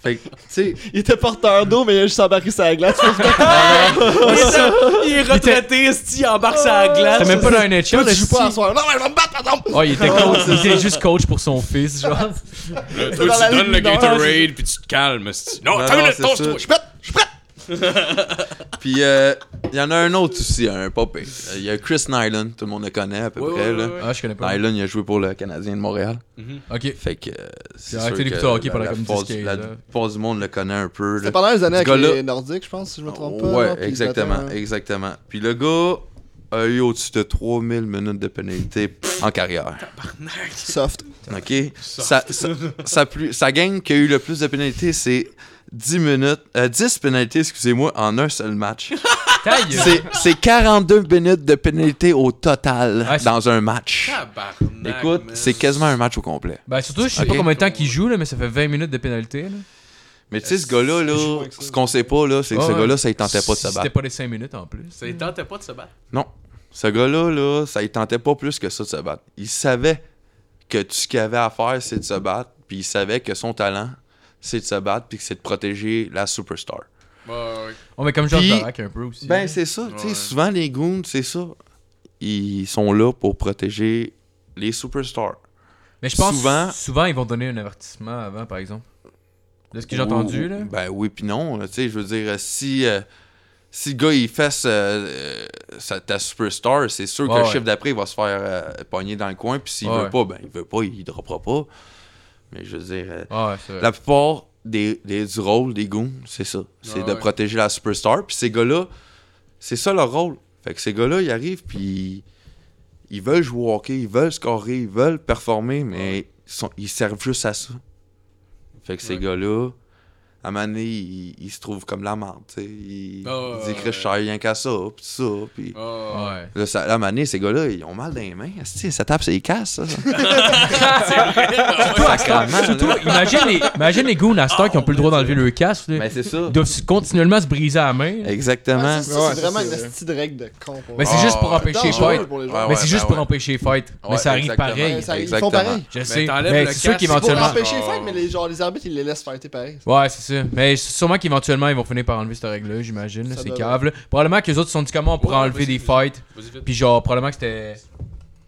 S5: Fait que, tu sais.
S6: Il était porteur d'eau, mais il a juste embarqué sur la glace.
S4: Il est retraité, esti, il embarque sur la glace.
S3: T'as même pas dans un NHL,
S6: tu joues pas à
S3: esti.
S6: soir. Non, mais je vais me battre, pardon!
S3: Oh, il
S5: Ah,
S3: était coach. Il était juste coach pour son fils, genre.
S4: Là,
S6: dans
S4: Toi,
S6: la
S4: tu donnes
S6: ligue
S4: le
S6: mineure.
S4: Gatorade, puis tu te calmes, esti. Non,
S5: Non,
S4: t'as
S5: non,
S4: une
S5: c'est
S4: toast,
S5: ça.
S4: toi.
S6: Je suis prêt!
S5: [LAUGHS] Puis, euh, il y en a un autre aussi, un popé. Il y a Chris Nyland, tout le monde le connaît à peu
S4: Ouais,
S5: près.
S4: ouais,
S5: là.
S4: ouais, ouais.
S3: Ah, je connais pas.
S5: Nyland, il a joué pour le Canadien de Montréal.
S3: Ok.
S5: Fait que. euh, c'est
S3: J'ai arrêté
S5: sûr
S3: d'écouter
S5: que
S3: le hockey
S5: la-
S3: pendant
S5: la
S3: comme
S5: force-
S3: 10-15,
S5: La
S3: là.
S5: force du monde le connaît un peu. là.
S6: C'était pendant les années
S5: Ce
S6: avec
S5: gars-là-
S6: les Nordiques, je pense, si je me trompe pas.
S5: Ah, Ouais,
S6: non, puis ils se battaient,
S5: exactement,
S6: hein.
S5: exactement. Puis le gars a eu au-dessus de 3000 minutes de pénalité en carrière.
S6: Soft.
S5: OK? Sa, sa, sa plus, sa gang qui a eu le plus de pénalités, c'est 10 minutes, euh, 10 pénalités, excusez-moi, en un
S3: [LAUGHS]
S5: seul match.
S3: Ta gueule.
S5: C'est- C'est 42 minutes de pénalité au total
S3: Ouais, c'est-
S5: dans un match.
S4: Tabarnak,
S5: Écoute,
S4: man.
S5: c'est quasiment un match au complet.
S3: Ben, surtout, je sais
S5: Ok.
S3: pas combien de temps qu'il joue, là, mais ça fait 20 minutes de pénalité. Là.
S5: Mais tu sais, ce gars-là, là,
S6: joue avec ça.
S5: ce qu'on sait pas, là, c'est que ce
S3: Ah, Ouais, ouais.
S5: gars-là, ça il tentait pas de se
S3: Si
S5: battre.
S3: C'était pas les 5 minutes en plus.
S4: Ça, il tentait pas de se battre.
S5: Non. Ce gars-là, là, ça il tentait pas plus que ça de se battre. Il savait que tout ce qu'il avait à faire, c'est de se battre. Puis il savait que son talent, c'est de se battre. Puis que c'est de protéger la superstar.
S4: Bah, ouais.
S3: Oh, mais comme Jean
S5: Puis-
S3: Tarak un peu aussi.
S5: Ben, c'est ça. Tu sais,
S4: Ouais.
S5: souvent, les goons, c'est ça. Ils sont là pour protéger les superstars.
S3: mais je pense
S5: souvent-
S3: souvent... souvent, ils vont donner un avertissement avant, par exemple. De ce que j'ai
S5: Oui,
S3: entendu,
S5: oui.
S3: là.
S5: Ben oui, puis non. là, Tu sais, je veux dire, si, euh, si le gars, il fesse euh, euh, sa- ta superstar, c'est sûr que
S3: Ouais,
S5: le
S3: ouais.
S5: chiffre d'après, il va se faire euh, pogner dans le coin. Puis s'il
S3: Ouais,
S5: veut pas, ben il veut pas, il droppera pas. Mais je veux dire, euh,
S3: Ah, ouais, c'est vrai.
S5: la plupart des, des- du rôle des goons, c'est ça. C'est
S4: Ouais,
S5: de
S4: ouais.
S5: protéger la superstar. Puis ces gars-là, c'est ça leur rôle. Fait que ces gars-là, ils arrivent, puis Ils veulent jouer au hockey, ils veulent scorer, ils veulent performer, mais ils, sont- ils servent juste à ça. Fait que ces
S4: Ouais.
S5: gars-là, à un moment donné, ils, ils se trouvent comme la merde, tu sais. Ils,
S4: Ah,
S5: ils disent
S4: ouais.
S5: que je suis rien qu'à ça, pis ça, pis...
S4: Ah,
S3: Ouais.
S5: Là, ça, là, à un moment donné, ces gars-là, ils ont mal dans les mains. asti, ça tape, c'est casse,
S4: [LAUGHS]
S5: ça. [LAUGHS]
S3: Surtout, à cette heure-
S5: Sacrement,
S3: surtout,
S5: là.
S3: imagine les, imagine les goons à cette heure qui ont plus le droit d'enlever le casque. là.
S5: Mais Ben, c'est ça.
S3: Ils doivent se- continuellement se briser la main. là.
S5: Exactement.
S6: Ah, c'est-
S2: Ouais,
S6: c'est vraiment
S2: ça,
S6: une
S2: c'est-
S6: esti de règle de con. pour
S3: Mais
S6: vrai.
S3: c'est juste pour
S5: Ah,
S3: empêcher les
S6: dangereux
S3: fights.
S6: pour les
S5: Ah,
S6: gens.
S3: mais
S5: ouais,
S3: c'est juste
S5: ben
S3: pour
S5: ouais.
S3: empêcher les fights. mais
S5: Ouais,
S3: ça arrive
S5: exactement.
S6: Ouais,
S3: pareil.
S6: ça- ils font
S5: Exactement.
S6: pareil.
S3: Je
S4: Mais
S3: sais.
S4: t'enlèves
S3: Mais
S4: le
S3: c'est sûr
S4: casque,
S6: Pour
S3: qu'éventuellement.
S6: empêcher les
S4: Oh.
S6: fights, mais les, genre, les arbitres, ils les laissent fighter pareil.
S3: Ouais, c'est ça. Mais sûrement qu'éventuellement, ils vont finir par enlever cette règle-là, j'imagine. là,
S6: Ça
S3: C'est
S6: doit
S3: cave. là. Probablement que les autres se sont dit comment on pourrait
S4: Ouais,
S3: enlever des
S4: vas-y, vas-y.
S3: fights.
S4: Vas-y, vite.
S3: Puis genre, probablement que c'était.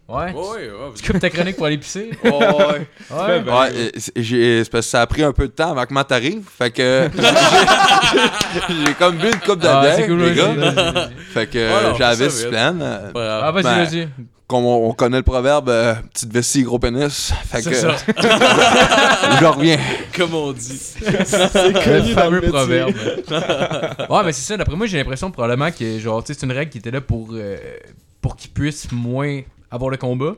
S3: Ouais.
S4: Ouais, ouais, ouais, vas-y.
S3: Tu coupes ta chronique pour aller pisser.
S5: Ouais,
S3: Ouais.
S5: Ouais, euh, c'est- j'ai- c'est parce que ça a pris un peu de temps avant que moi t'arrives. Fait que [LAUGHS] j'ai j'ai comme bu une coupe de
S3: Ah,
S5: bière,
S3: c'est cool,
S5: les
S3: ouais,
S5: gars.
S3: vas-y, vas-y, vas-y.
S5: Fait que
S4: Ouais, non,
S5: j'avais
S4: ça,
S5: six
S4: mais-
S5: plans. euh,
S4: Pas grave.
S3: Ah, vas-y,
S5: Ben,
S3: vas-y.
S5: comme on, on connaît le proverbe, euh, petite vessie, gros pénis. Fait que
S4: C'est ça,
S5: je reviens.
S4: comme on dit.
S3: [LAUGHS] Le
S6: connu dans le
S3: fameux
S6: métier.
S3: proverbe. [LAUGHS] ouais, mais c'est ça. D'après moi, j'ai l'impression probablement que genre, tu sais, c'est une règle qui était là pour, euh, pour qu'ils puissent moins avoir le combat.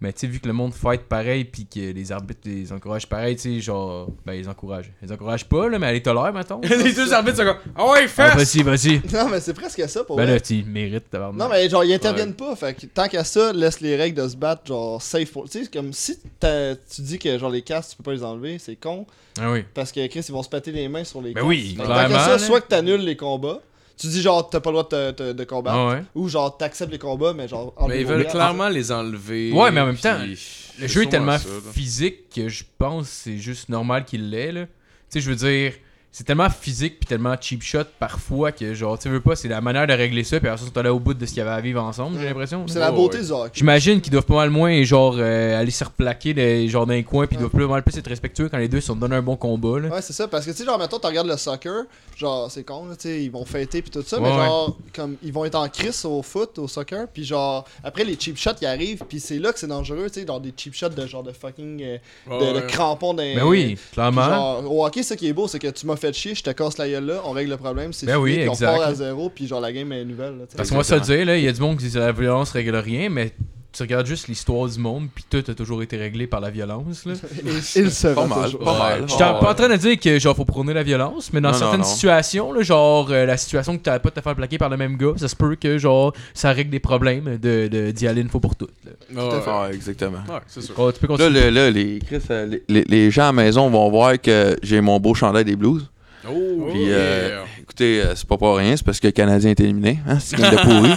S3: Mais tu sais, vu que le monde fight pareil, puis que les arbitres les encouragent pareil, tu sais, genre, ben ils encouragent. Ils encouragent pas, là, mais elle les tolère, mettons.
S4: [LAUGHS] Les deux arbitres sont comme Ah ouais,
S3: Ah,
S4: fais
S3: vas-y, vas-y.
S6: Non, mais c'est presque ça pour
S3: Ben
S6: vrai.
S3: là, tu mérites, tabarnak.
S6: Non, mais genre, ils interviennent pas. Fait que tant qu'à ça, laisse les règles de se battre, genre, safe pour. Tu sais, c'est comme si t'as- tu dis que, genre, les casques, tu peux pas les enlever, c'est con.
S3: Ah oui.
S6: Parce que Chris, ils vont se péter les mains sur les
S3: Ben
S6: casques.
S3: oui,
S6: Fait que Tant
S3: clairement,
S6: qu'à
S3: là.
S6: ça, soit que t'annules les combats, tu dis, genre, t'as pas le droit de, te- te- de combattre.
S3: Ah ouais.
S6: Ou genre, t'acceptes les combats, mais genre, enlève
S4: Mais ils
S6: vos
S4: veulent
S6: gants.
S4: clairement les enlever.
S3: Ouais, mais en même
S4: puis-
S3: temps, Le
S4: c'est
S3: jeu est
S4: sûrement
S3: tellement
S4: ça, là.
S3: physique que je pense que c'est juste normal qu'il l'ait. là. Tu sais, je veux dire, c'est tellement physique puis tellement cheap shot parfois que, genre, tu veux pas, c'est la manière de régler ça. Puis après ça, on est allé au bout de ce qu'il y avait à vivre ensemble, j'ai l'impression.
S6: C'est
S3: là.
S6: la
S4: Oh,
S6: beauté
S4: ouais.
S6: du hockey.
S3: J'imagine qu'ils doivent pas mal moins, genre, euh, aller se replaquer des- genre, dans les coins. Puis ils doivent pas mal plus être respectueux quand les deux se sont donnés un bon combat. Là.
S6: Ouais, c'est ça, parce que tu sais, genre, mettons, tu regardes le soccer, genre, c'est con, là, tu sais, ils vont fêter puis tout ça, mais
S3: Ouais, ouais.
S6: genre, comme, ils vont être en crise au foot, au soccer, puis genre, après, les cheap shots, ils arrivent, puis c'est là que c'est dangereux, tu sais, genre, des cheap shots de genre de fucking. euh, de,
S4: Ouais,
S6: de
S4: ouais.
S6: crampons d'un.
S3: Ben oui, clairement.
S6: Genre, au hockey, ce qui est beau, c'est que tu m'as fait chier, je te casse la gueule là, on règle le problème, c'est
S3: Ben
S6: fini,
S3: oui,
S6: puis on
S3: exact.
S6: part à zéro, puis genre, la game est nouvelle, là, tu sais.
S3: Parce qu'on va se le dire, là, il y a du monde qui dit que la violence règle rien, mais tu regardes juste l'histoire du monde, puis tout a toujours été réglé par la violence. Là.
S6: [LAUGHS] Et- Il se
S5: Pas
S6: fait
S5: mal,
S6: toujours.
S5: pas
S4: Ouais.
S5: mal.
S3: Je suis pas en
S5: Ouais.
S3: train de dire que genre faut prôner la violence, mais dans
S5: euh, Non,
S3: certaines
S5: non, non.
S3: situations, là, genre euh, la situation que t'as pas de te faire plaquer par le même gars, ça se peut que genre ça règle des problèmes de, de d'y aller une fois pour toutes. là.
S4: Ouais, ouais.
S5: Ouais, exactement.
S4: Ouais, c'est sûr.
S3: Oh, tu peux
S5: Là,
S3: continuer.
S5: le- là, les, Chris, euh, les, les- les gens à la maison vont voir que j'ai mon beau chandail des Blues.
S4: Oh,
S5: Puis, euh,
S4: yeah.
S5: écoutez, euh, c'est pas pour rien, c'est parce que le Canadien est éliminé. Hein, c'est une game de pourri.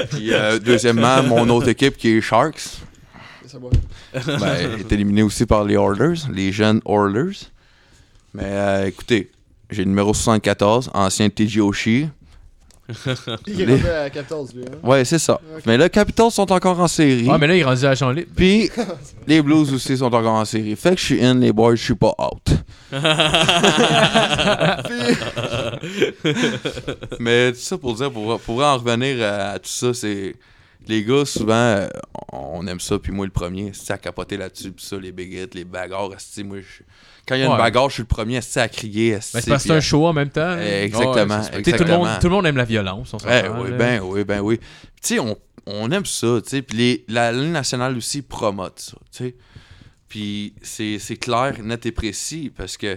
S4: [LAUGHS]
S5: Puis, euh, deuxièmement, mon autre équipe qui est Sharks
S6: C'est bon.
S4: [LAUGHS]
S5: ben, est éliminée aussi par les Oilers, les jeunes Oilers. Mais euh, écoutez, j'ai le numéro 74, ancien TG Oshie.
S6: Il est rendu à 14, lui. hein.
S5: Ouais, c'est ça.
S6: Ok.
S5: Mais là, Capitals sont encore en série.
S3: Ah mais là il est rendu à champ libre.
S5: Puis les Blues aussi sont encore en série. Fait que je suis in, les boys, je suis pas out. [LAUGHS] Mais tout ça pour dire, pour, pour en revenir à, à tout ça, c'est. Les gars, souvent, euh, on aime ça, puis moi le premier, c'est à capoter là-dessus, puis ça, les béguettes, les bagarres, esti, moi, je- quand il y a une
S3: Ouais.
S5: bagarre, je suis le premier, esti, à crier, esti,
S3: Mais Ben, c'est parce que c'est un
S5: puis-
S3: show en même temps. là.
S5: Eh, Exactement,
S4: Ouais, ça se peut.
S3: Tu sais, tout le
S5: exactement.
S3: monde tout le monde aime la violence, on s'entend.
S5: Eh, oui,
S3: là.
S5: ben oui, ben oui. Tu sais, on, on aime ça, tu sais. Puis les- la ligne nationale aussi promote ça, tu sais. Puis c'est c'est clair, net et précis, parce que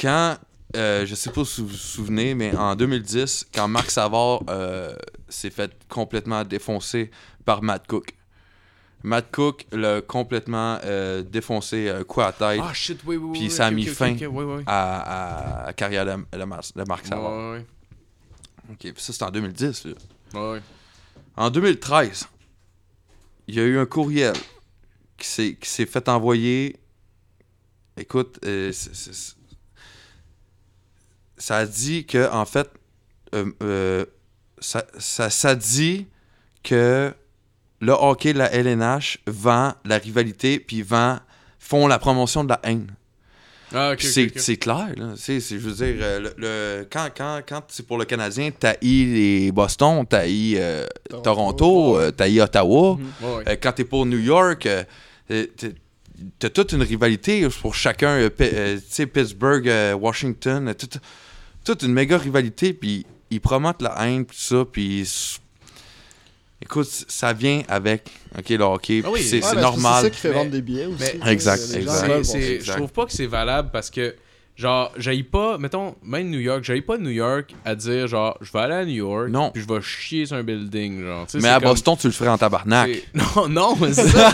S5: quand, euh, je sais pas si vous vous souvenez, mais en 2010, quand Marc Savard euh, s'est fait complètement défoncer par Matt Cook. Matt Cook l'a complètement euh, défoncé, euh, coup à la tête,
S4: Ah shit, oui, oui, oui.
S5: Puis
S4: oui,
S5: ça a
S4: ok,
S5: mis
S4: ok,
S5: fin
S4: ok, ouais, ouais.
S5: à, à la carrière de, de Mar- de Marc Savard.
S4: Ouais, ouais.
S5: OK, puis ça, c'est en 2010, là.
S4: Ouais, ouais.
S5: En 2013, il y a eu un courriel qui s'est, qui s'est fait envoyer. Écoute, euh, c'est- c'est- c'est- ça a dit que, en fait, euh, euh, ça, ça, ça dit que le hockey de la LNH vend la rivalité, puis vend, font la promotion de la haine.
S4: Ah, ok, ok,
S5: Puis c'est,
S4: ok.
S5: c'est clair, là. C'est, c'est- je veux dire, euh, le, le- quand, quand, quand c'est pour le Canadien, t'as les Boston, t'as euh,
S6: Toronto.
S5: Toronto, euh, t'as eu Ottawa.
S4: Ouais, ouais.
S5: Euh, quand t'es pour New York, euh, euh, t'es- t'as toute une rivalité pour chacun. euh, Pi- euh, tu sais, Pittsburgh, euh, Washington, euh, toute, toute une méga rivalité. Puis ils promotent la haine, puis tout ça. Puis s- Écoute, ça vient avec ok le hockey,
S4: Ah
S5: puis
S4: oui.
S5: c'est c'est
S4: Ouais,
S6: mais C'est
S5: normal.
S6: ça qui fait
S4: Mais-
S6: vendre des billets aussi.
S4: mais-
S6: tu sais,
S5: Exact,
S6: les gens
S5: exact.
S6: veulent voir
S4: C'est-
S6: ça.
S4: c'est- Je trouve pas que c'est valable parce que, genre, j'aille pas, mettons, même New York, j'aille pas de New York à dire, genre, je vais aller à New York,
S5: Non.
S4: puis je vais chier sur un building, genre. Tu sais,
S5: mais
S4: c'est
S5: à
S4: comme-
S5: Boston, tu le ferais en tabarnak.
S4: c'est- [LAUGHS] Non, non, mais c'est ça.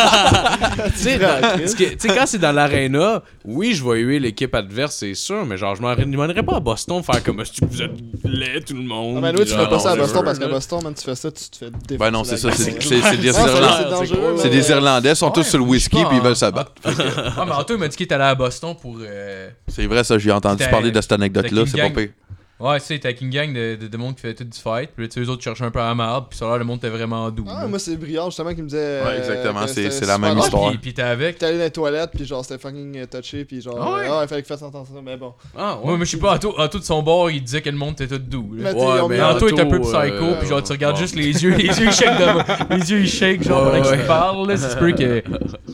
S4: tu
S6: [LAUGHS]
S4: sais, dans- parce que, tu sais, quand c'est dans l'aréna, oui, je vais huer l'équipe adverse, c'est sûr, mais genre, je m'en demanderais pas à Boston faire comme si vous êtes laid, tout le monde.
S6: Ah, mais oui, tu
S4: genre,
S6: fais pas ça à
S4: whatever,
S6: Boston parce qu'à
S4: là.
S6: Boston, man, tu fais ça, tu te fais défoncer.
S5: Ben non, c'est
S6: la
S5: ça,
S6: gueule.
S5: c'est c'est- c'est des
S6: [LAUGHS] Ouais, c'est-
S5: Irlandais.
S6: c'est dangereux.
S4: gros.
S5: C'est des Irlandais, sont tous
S3: Ouais,
S5: sur le whisky
S3: franchement,
S5: puis ils
S3: hein.
S5: veulent se battre.
S3: Ah, mais Antoine m'a dit qu'il était allé à Boston pour. euh,
S6: Ah.
S5: C'est vrai, ça, j'ai entendu
S3: C'était-
S5: parler de cette anecdote-là,
S3: c'était
S5: c'est pas
S3: King Gang.
S5: pire.
S3: Ouais, tu sais, t'as King Gang de, de, de monde qui fait tout du fight. Puis là, tu sais, eux autres cherchaient un peu à la marde. Puis ça a l'air, le monde était vraiment doux.
S6: Ah,
S3: là.
S6: moi, c'est Briard justement qui me disait.
S5: Ouais,
S6: euh,
S5: exactement,
S6: que
S5: c'est-
S6: c'était
S5: c'est la
S6: super
S5: même
S3: Ah,
S6: drôle.
S5: histoire.
S3: puis- puis t'es avec.
S6: J'étais allé dans les toilettes, puis genre, c'était fucking euh, touché, puis genre,
S3: Ah ouais?
S6: euh, ah, il fallait qu'il fasse attention, mais bon.
S4: Ah,
S7: [LAUGHS]
S4: ouais.
S3: Moi, mais je sais pas, Anto, Anto de son bord, il disait que le monde était tout doux. là.
S6: Mais t'sais,
S4: Ouais,
S6: on-
S4: mais
S3: Mais Anto est un peu
S4: Anto,
S3: psycho,
S4: euh,
S3: puis genre tu regardes
S4: bon.
S3: juste les yeux, les yeux ils shake de... les yeux ils shake genre
S4: Ouais,
S3: pendant que
S4: ouais.
S3: tu parles là, ça se peut que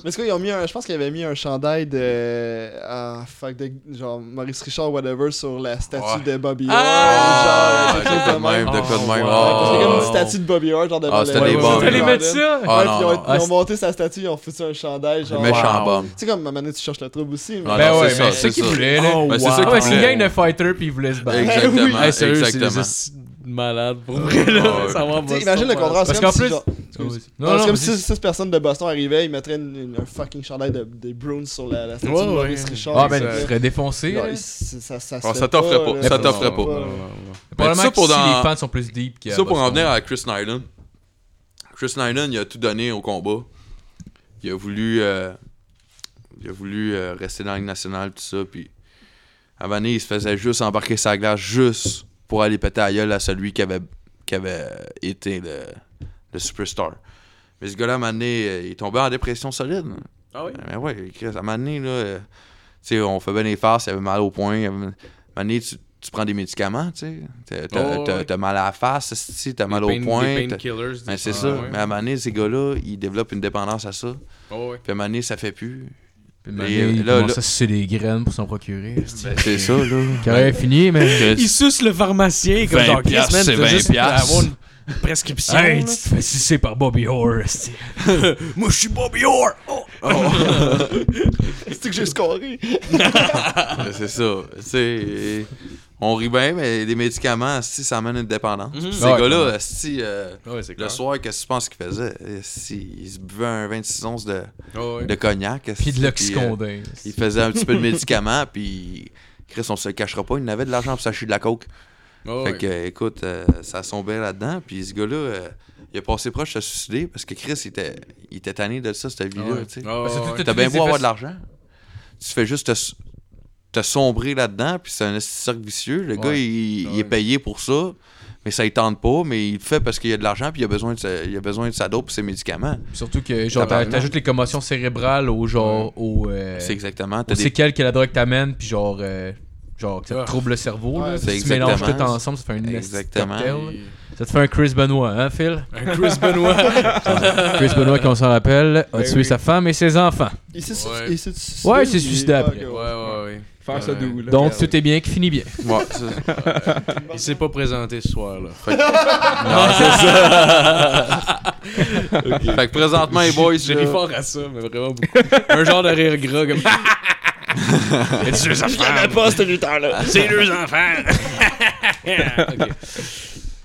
S6: Mais c'est quoi, ils ont mis un. Je pense qu'ils avaient mis un chandail de. Ah, fuck, de. Genre, Maurice Richard, whatever, sur la statue de Bobby Hart.
S5: Ah,
S6: genre,
S5: de
S6: quelque chose
S5: quoi de même, de
S3: même.
S5: quoi de même.
S3: Oh,
S6: Ouais, parce que c'est comme une
S5: Ah,
S6: statue de Bobby Hart, genre de.
S5: Ah, c'était
S3: ouais,
S5: des
S3: ouais,
S5: bombes.
S3: ouais. T'allais mettre ça.
S5: Ah,
S6: Ouais, puis ils
S5: non, non.
S6: ont- ils ont,
S3: Ah, c'est-
S6: monté sa statue, ils ont foutu un chandail, genre.
S5: Méchant
S4: Wow.
S5: bombe.
S6: Tu sais, comme à un moment donné, tu cherches le trouble aussi. Mais...
S5: Ah,
S3: ben
S5: non,
S3: ouais,
S5: c'est
S3: mais c'est
S5: ça, c'est
S3: ça qu'il
S5: ça.
S3: voulait là.
S4: Oh,
S5: Ben, c'est ça
S3: Ah
S5: qu'il
S3: ouais, c'est une
S5: voulait.
S3: gang de fighters puis ils voulaient se battre.
S5: Exactement,
S4: Hey, sérieux, c'est des
S5: exactement.
S4: hosties de malades, pour vrai, là.
S5: Ouais.
S4: Ça va en
S6: Tu
S4: Boston,
S6: sais, imagine le
S4: Ah, ouais.
S6: contraire.
S3: Parce
S6: c'est comme
S3: qu'en
S6: si,
S3: plus-
S6: genre- excuse.
S3: Non,
S6: Non,
S3: non,
S6: c'est comme
S3: vas-y.
S6: si six personnes de Boston arrivaient, ils mettraient une- une- un fucking chandail de, des Bruins sur la, la statue
S4: Ouais,
S6: de Maurice
S4: ouais.
S6: Richard.
S3: Ah ben
S6: Ils
S3: tu
S6: seraient-
S3: serais défoncé.
S6: Non,
S3: là.
S6: ils- c'est- ça, ça, se
S5: Ah,
S6: fait
S5: ça t'offrait pas,
S6: là.
S5: ça
S4: Non,
S5: t'offrait pas.
S4: non, non,
S6: Ouais.
S4: non, non.
S3: Probablement
S5: ça,
S3: que
S5: pour
S3: si
S5: dans-
S3: les fans sont plus deep qu'à
S5: Ça, pour en
S3: Boston.
S5: venir à Chris Nyland, Chris Nyland, il a tout donné au combat. Il a voulu, euh, il a voulu euh, rester dans la Ligue nationale, tout ça. Puis, à un moment donné, il se faisait juste embarquer sa glace juste pour aller péter à gueule à celui qui avait, qui avait été le, le superstar. Mais ce gars-là, à un moment donné, euh, il est tombé en dépression solide.
S4: Ah oui?
S5: Mais ouais, Chris, à un moment donné, là, euh, tu sais, on fait bien les farces, il avait mal au poing. il avait- À un moment donné, tu, tu prends des médicaments, tu sais. T'as- T'as
S4: Oh,
S5: t'as-
S4: ouais.
S5: t'as mal à la face, si, t'as mal
S4: Des
S5: au
S4: pain- des
S5: poing. t'as-
S4: painkillers,
S5: Mais
S4: des-
S5: c'est
S4: ah,
S5: ça.
S4: ouais.
S5: Mais à un moment donné, ces gars-là, ils développent une dépendance à ça.
S4: Oh, ouais.
S5: Puis à un moment donné, ça fait plus.
S3: Puis le
S5: Et,
S3: moment donné,
S5: euh, là,
S3: il commence
S5: là-
S3: à sucer des graines pour s'en procurer. esti.
S5: C'est ça, là.
S3: Qui aurait fini mais
S5: Que-
S4: Il suce le pharmacien comme
S5: 20
S4: genre Chris,
S5: piastres,
S4: man,
S5: c'est
S4: t'as
S5: 20
S4: juste
S5: piastres.
S4: avoir une prescription.
S3: Hey,
S4: là.
S3: tu te fais sucer par Bobby Orr. esti.
S4: [LAUGHS] Moi, je suis Bobby Orr. Oh.
S6: C'est que j'ai scoré.
S5: [LAUGHS] Mais c'est ça. Tu sais, et- on rit bien, mais les médicaments, si, ça amène une dépendance.
S4: Mhm.
S5: Puis
S3: Ouais,
S5: ces
S3: clairement.
S5: gars-là, si, euh,
S7: ah,
S4: Ouais, c'est
S5: le soir, qu'est-ce que tu penses qu'ils faisaient? Eh, Si, ils se buvaient un 26 onces de,
S7: Ah,
S4: Oh, ouais.
S5: de cognac. esti,
S3: Puis de
S5: euh,
S3: l'oxycondin.
S5: Il faisait un petit peu de médicaments, puis Chris, on se le cachera pas, il n'avait de l'argent pour s'acheter de la coke.
S4: Oh,
S5: Fait
S4: ouais.
S5: que, euh, écoute, euh, ça sombait là-dedans, puis ce gars-là, euh, il a passé proche de se suicider parce que Chris, il était, il était tanné de ça, cette
S4: Ah,
S5: vie-là,
S4: ouais.
S5: tu sais.
S4: Ah,
S3: Parce que
S4: ouais.
S3: tout-
S5: T'as bien
S3: les
S5: beau avoir
S3: effets-
S5: de l'argent, tu fais juste te, s- te sombrer là-dedans, puis c'est un esti de cercle vicieux. Le
S3: Ouais.
S5: gars, il, il
S4: Ouais.
S5: est payé pour ça, mais ça il tente pas, mais il le fait parce qu'il a de l'argent, puis il a besoin de, sa- il a besoin de sa dope et ses médicaments.
S3: Surtout que genre t'a-
S5: Tabarnak.
S3: t'ajoutes les commotions cérébrales au genre au euh,
S5: C'est exactement.
S3: aux
S5: t'as des-
S3: séquelles que la drogue t'amène puis genre euh, genre que ça
S4: Ah.
S3: te trouble le cerveau
S6: Ouais,
S3: là.
S5: c'est
S3: tu mélanges
S5: exactement.
S3: tout ensemble ça fait un
S5: Exactement.
S3: exactement.
S4: Et-
S3: ça te fait un Chris Benoit hein Phil
S4: Un Chris
S7: [LAUGHS]
S4: Benoit.
S3: Chris Benoit qu'on s'en rappelle a
S2: Ben
S3: tué
S2: oui.
S3: sa femme et ses enfants
S6: Il s'est su-
S4: Ouais.
S6: il s'est suicidé.
S3: Ouais, il s'est
S6: ou
S3: suicidé
S6: est-
S3: après.
S6: Ah,
S4: ouais,
S6: ok,
S4: ouais, ouais.
S2: Faire ça
S4: Ouais.
S2: doux, là.
S3: donc tout est bien qui finit bien
S5: Ouais, [LAUGHS] c'est-
S4: Il s'est pas présenté ce soir-là.
S5: fait que présentement, les boys,
S4: Je
S5: là,
S4: ris fort à ça, mais vraiment beaucoup. Un genre de rire gras comme. Mais [LAUGHS] c'est deux enfants.
S6: pas ce lutteur-là.
S4: C'est deux enfants. [LAUGHS]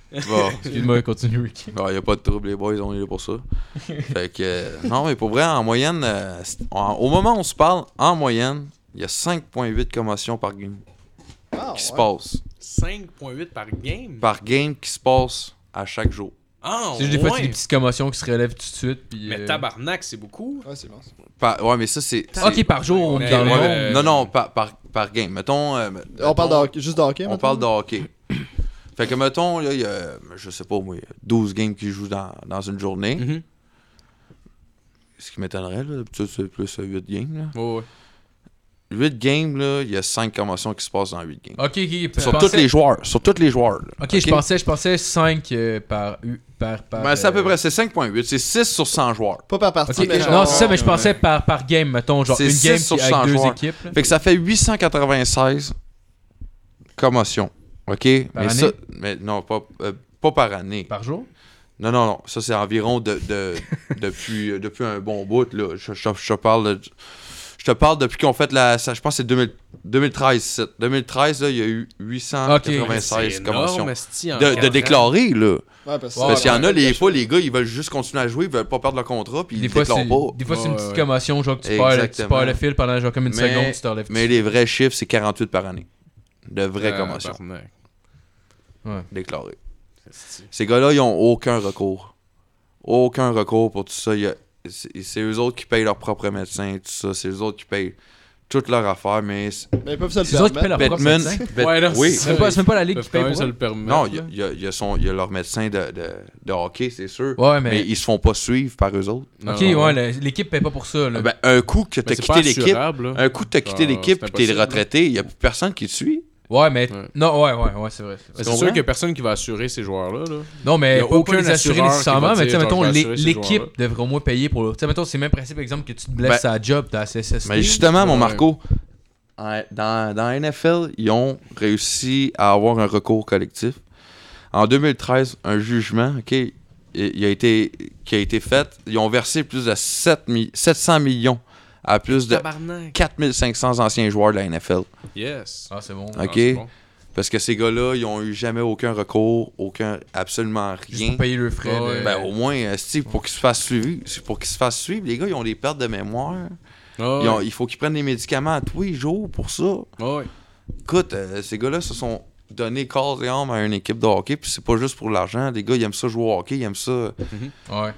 S4: Ok.
S5: bon.
S3: excuse-moi continue Ricky
S5: Il n'y a pas de trouble, les boys, on est là pour ça.
S3: [LAUGHS]
S5: fait que, euh, non, mais pour vrai, en moyenne, euh, c'est- en- au moment où on se parle, en moyenne, il y a 5,8 commotions par game
S6: Ah,
S5: qui se
S6: ouais.
S5: passent.
S4: 5.8 par game.
S5: Par game qui se passe à chaque jour.
S4: Ah,
S3: c'est juste des fois
S4: ouais.
S3: c'est des petites commotions qui se relèvent tout de suite puis
S4: Mais
S3: euh,
S4: tabarnak, c'est beaucoup.
S6: Ouais, c'est bon. ça.
S5: Par- ouais, mais ça, c'est. c'est-
S3: Ah, ok par jour on
S4: Mais
S3: est dans le
S5: ouais,
S3: monde
S5: mais- Non, non, par, par, par game. Mettons. euh, mettons-
S6: On parle de hockey- juste de hockey,
S5: On
S6: mettons.
S5: parle de hockey. fait que, mettons, là, il y a, je sais pas, moi, il y a 12 games qui jouent dans, dans une journée.
S4: Mhm.
S5: Ce qui m'étonnerait, là, d'habitude, c'est plus 8 games. Là.
S4: Ouais, ouais.
S5: 8 games, là, il y a 5 commotions qui se passent dans 8 games.
S3: ok ok Ah, je
S5: Sur
S3: pensais-
S5: tous les joueurs. Sur tous les joueurs. là.
S3: Ok, je pensais, je pensais 5 par, U- par, par.
S5: Ben, c'est à peu
S3: euh,
S5: près, c'est 5.8. C'est 6 sur 100 joueurs.
S6: Pas par partie,
S3: ok,
S6: mais genre.
S3: non, c'est ça, mais je pensais par, par game, mettons, genre
S5: C'est
S3: une
S5: six
S3: game
S5: sur
S3: qui, avec
S5: 100
S3: deux
S5: joueurs.
S3: équipes. là.
S5: Fait que ça fait 896 commotions. OK? mais
S3: année?
S5: ça. Mais non, pas, euh, pas par année.
S3: Par jour
S5: Non, non, non. Ça, c'est environ de,
S3: [LAUGHS]
S5: de- depuis, euh, depuis un bon bout. Là. Je, je- je parle de- je te parle depuis qu'on fait la. ça, Je pense que c'est 2000 2013. c'est- 2013, là, il y a eu 896
S4: C'est
S5: commotions.
S4: énorme, esti, en
S5: De,
S4: quatre
S5: de
S4: ans.
S5: déclarer, là.
S6: Ouais, parce que
S3: Ouais,
S5: Parce qu'il y en a,
S6: ouais,
S5: les
S6: ouais.
S5: fois, les gars, ils veulent juste continuer à jouer, ils veulent pas perdre leur contrat, puis ils
S3: Des fois, c'est
S5: déclarent pas.
S3: des fois, c'est une
S4: Ouais,
S3: petite
S4: ouais.
S3: commotion, genre que tu perds, tu
S5: Exactement.
S3: perds le fil pendant genre comme une
S5: Mais-
S3: seconde, tu te relèves.
S5: Mais les vrais chiffres, c'est 48 par année. De vraies
S4: Ah,
S5: commotions
S4: tabarnak.
S5: déclarées.
S4: Esti.
S5: Ces gars-là, ils ont aucun recours. Aucun recours pour tout ça. Il y a- C'est c'est eux autres qui payent leur propre médecin, tout ça. C'est eux autres qui payent toute leur affaire, mais. c'est-
S6: Mais ils peuvent se le
S3: C'est eux autres qui paient
S6: permettre.
S3: leur propre
S5: Batman.
S3: médecin.
S5: Bat-
S4: Ouais, non,
S5: oui.
S3: C'est même pas- c'est même pas la ligue qui
S4: Peuvent
S3: paye
S4: quand même
S3: pour
S4: se
S3: ça.
S4: le permettre.
S5: Non, il y a, il y a- il y a son- il y a leur médecin de, de, de hockey, c'est sûr.
S3: Ouais,
S5: mais...
S3: mais.
S5: ils se font pas suivre par eux autres.
S4: Non,
S3: ok,
S4: non,
S3: ouais,
S4: non.
S3: le- l'équipe paye pas pour ça. Là.
S5: Ben, un coup que
S4: Mais
S5: t'as
S4: c'est pas
S5: quitté l'équipe,
S4: assurable, là.
S5: un coup que t'as quitté
S4: Ah,
S5: l'équipe,
S4: c'est
S5: puis t'es
S4: impossible,
S5: retraité, il y a plus personne qui te suit.
S3: ouais, mais.
S4: Ouais.
S3: Non, ouais, ouais, ouais, c'est vrai. c'est vrai.
S4: C'est
S5: comprends?
S4: sûr qu'il y a personne qui va assurer ces joueurs-là. là.
S3: Non, mais
S4: Y a
S3: pas,
S4: aucun
S3: pas les assurer
S4: assureur
S3: nécessairement,
S4: qui va
S3: mais tu sais,
S4: dire,
S3: mettons,
S4: genre, je vais
S3: l'é-
S4: assurer ces
S3: l'équipe
S4: joueurs-là.
S3: devrait au moins payer pour. Tu sais, mettons, c'est le même principe, exemple, que tu te blesses
S5: Ben-
S3: à la job, t'as la CSST.
S5: Mais justement, mon
S4: Ouais.
S5: Marco, en- euh, dans, dans la NFL, ils ont réussi à avoir un recours collectif. En 2013, un jugement ok, il- il a été, qui a été fait, ils ont versé plus de 7 mi- 700 millions à plus de
S4: Tabarnak.
S5: 4500 anciens joueurs de la NFL.
S4: Yes.
S3: Ah, c'est bon.
S5: Ok.
S4: Ah, c'est bon.
S5: Parce que ces gars-là, ils ont eu jamais aucun recours, aucun, absolument
S3: Juste
S5: rien.
S3: pour payer le frais.
S4: Ouais.
S3: de-
S5: Ben, au moins, euh, si, pour qu'ils se fassent suivre, pour qu'ils se fassent suivre, les gars, ils ont des pertes de mémoire.
S4: Ah,
S5: Ils ont-
S4: ouais.
S5: il faut qu'ils prennent des médicaments à tous les jours pour ça.
S4: Ah, ouais.
S5: Écoute, euh, ces gars-là se sont donné corps et âme à une équipe de hockey, puis c'est pas juste pour l'argent. Les gars, ils aiment ça jouer au hockey, ils aiment ça.
S3: Ouais.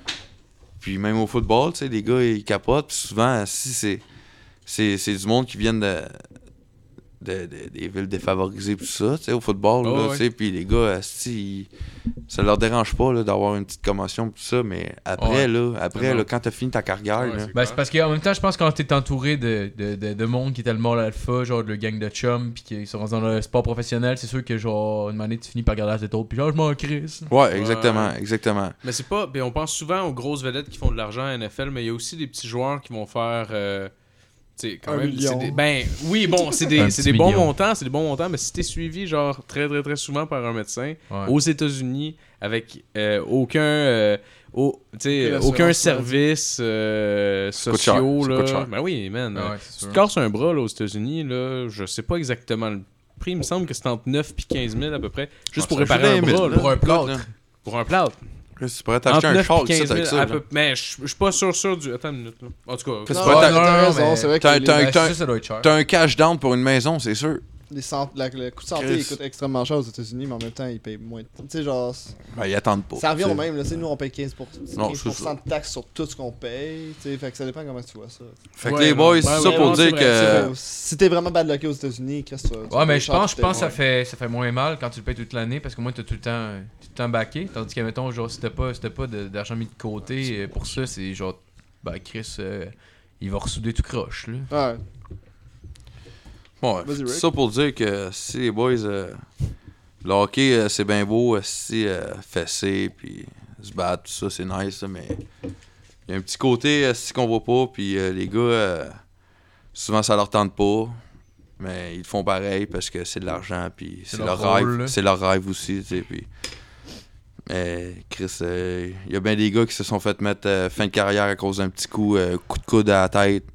S5: Puis même au football, tu sais, les gars, ils capotent. Puis souvent, si c'est, c'est, c'est du monde qui vient de, de- de- des villes défavorisées, puis tout ça, tu sais, au football,
S4: Ah
S5: là,
S4: ouais.
S5: tu sais. Puis les gars, si, ils- ça leur dérange pas là, d'avoir une petite commotion, puis tout ça, mais après,
S3: Ouais.
S5: là, après,
S4: Non.
S5: là, quand t'as fini ta carrière,
S4: Ouais,
S5: là,
S4: c'est
S3: Ben, c'est parce qu'en même temps, je pense que quand t'es entouré de, de, de, de monde qui est tellement l'alpha, genre le gang de chums, pis qui sont rendus dans le sport professionnel, c'est sûr que genre, une année, tu finis par garder la tête haute, pis genre, je m'en crisse.
S5: ouais, exactement, exactement.
S4: Mais c'est pas. ben, on pense souvent aux grosses vedettes qui font de l'argent à NFL, mais il y a aussi des petits joueurs qui vont faire. euh, tu sais, quand
S6: Un
S4: même,
S6: million.
S4: c'est des- ben oui, bon, c'est
S3: Un
S4: des, c'est
S3: petit
S4: des bons
S3: million.
S4: montants, c'est des bons montants, mais si t'es suivi genre très très très souvent par un médecin
S3: Ouais.
S4: aux États-Unis avec euh, aucun, euh, au- tu sais,
S6: Aucune assurance
S4: aucun
S6: maladie.
S4: service euh,
S5: coûte cher,
S4: sociaux
S5: ça
S4: là.
S5: coûte cher.
S4: Ben oui, man.
S3: Ah ouais,
S4: Si
S3: c'est
S4: tu
S3: sûr.
S4: te casses un bras là, aux États-Unis, là, je sais pas exactement le prix. Il me semble que c'est entre 9 et 15 000 à peu près, juste pour
S5: Ouais, ça
S4: réparer un
S5: joue des
S4: bras,
S5: mille,
S4: là.
S5: là.
S3: Pour un plâtre.
S5: Écoute,
S4: pour un plâtre.
S5: là, Tu pourrais
S4: Entre
S5: t'acheter un
S4: 9
S5: char
S4: et
S5: ici
S4: 15 000
S5: avec ça.
S4: à
S5: là.
S4: peu- Mais je je suis pas sûr sûr du. Attends une minute. Là. En tout cas,
S5: Parce
S6: Non,
S5: que
S6: ouais,
S5: t'as-
S6: t'as
S3: non,
S6: raison,
S3: mais-
S6: c'est vrai que
S5: t'as-
S6: les-
S5: t'as-
S3: Ben, c'est sûr, ça doit être cher.
S5: T'as un cash down pour une maison, c'est sûr.
S6: les centres- la- le coût de santé
S5: Chris.
S6: il coûte extrêmement cher aux États-Unis, mais en même temps, ils payent moins. de- Tu sais, genre, c-
S5: Ben, ils attendent pas.
S6: ça revient
S5: tu sais.
S6: au même. Là, Tu sais, nous, on paye 15%,
S5: Non,
S6: 15
S5: c'est ça.
S6: de taxes sur tout ce qu'on paye. tu sais, Fait que ça dépend comment tu vois ça.
S5: Fait que
S4: Ouais,
S5: les
S4: non.
S5: boys,
S4: Ouais,
S5: Ah c'est ça
S4: ouais,
S5: pour
S4: non, c'est
S5: dire
S4: vrai, c'est
S5: que.
S4: vrai.
S6: Euh, Si t'es vraiment bad lucké aux États-Unis, qu'est-ce que tu tu
S3: Ouais, mais
S6: payes
S3: je
S6: cher,
S3: pense,
S6: tu
S3: je pense que ça
S6: payes
S3: fait, ça fait moins mal quand tu le payes toute l'année parce qu'au moins t'as tout le temps, tout le temps backé. Tandis que, mettons, genre, si t'as pas, si t'as pas de- d'argent mis de côté euh, pour ça, c'est genre, ben Chris, euh, il va ressouder tout croche, là.
S6: moins. Ouais.
S5: Ouais,
S6: Vas-y,
S5: c'est
S6: Rick.
S5: ça pour dire que si les boys. euh, le hockey, euh, c'est bien beau, euh, si euh, fesser, puis se battre, tout ça, c'est nice, là, mais. Il y a un petit côté, euh, si qu'on voit pas, puis euh, les gars, euh, souvent ça leur tente pas. Mais ils le font pareil parce que c'est de l'argent, puis c'est
S3: leur
S5: leur,
S3: rôle,
S5: rêve.
S3: là.
S5: C'est leur rêve aussi, tu sais, puis. Mais Chris, euh, il y a bien des gars qui se sont fait mettre euh, fin de carrière à cause d'un petit coup, euh, coup de coude à la tête,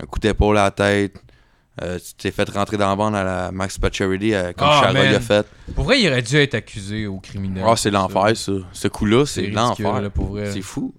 S5: un coup d'épaule à la tête. Euh, tu t'es fait rentrer dans la bande à la Max Pacioretty euh, comme
S3: Ah,
S5: Charles
S3: man.
S5: l'a fait.
S3: Pour vrai, il aurait dû être accusé au criminel.
S5: Ah, c'est l'enfer, ça. Ce coup-là,
S3: C'est
S5: c'est
S3: ridicule, là, Euh,
S5: l'enfer.
S3: pour vrai.
S5: C'est fou.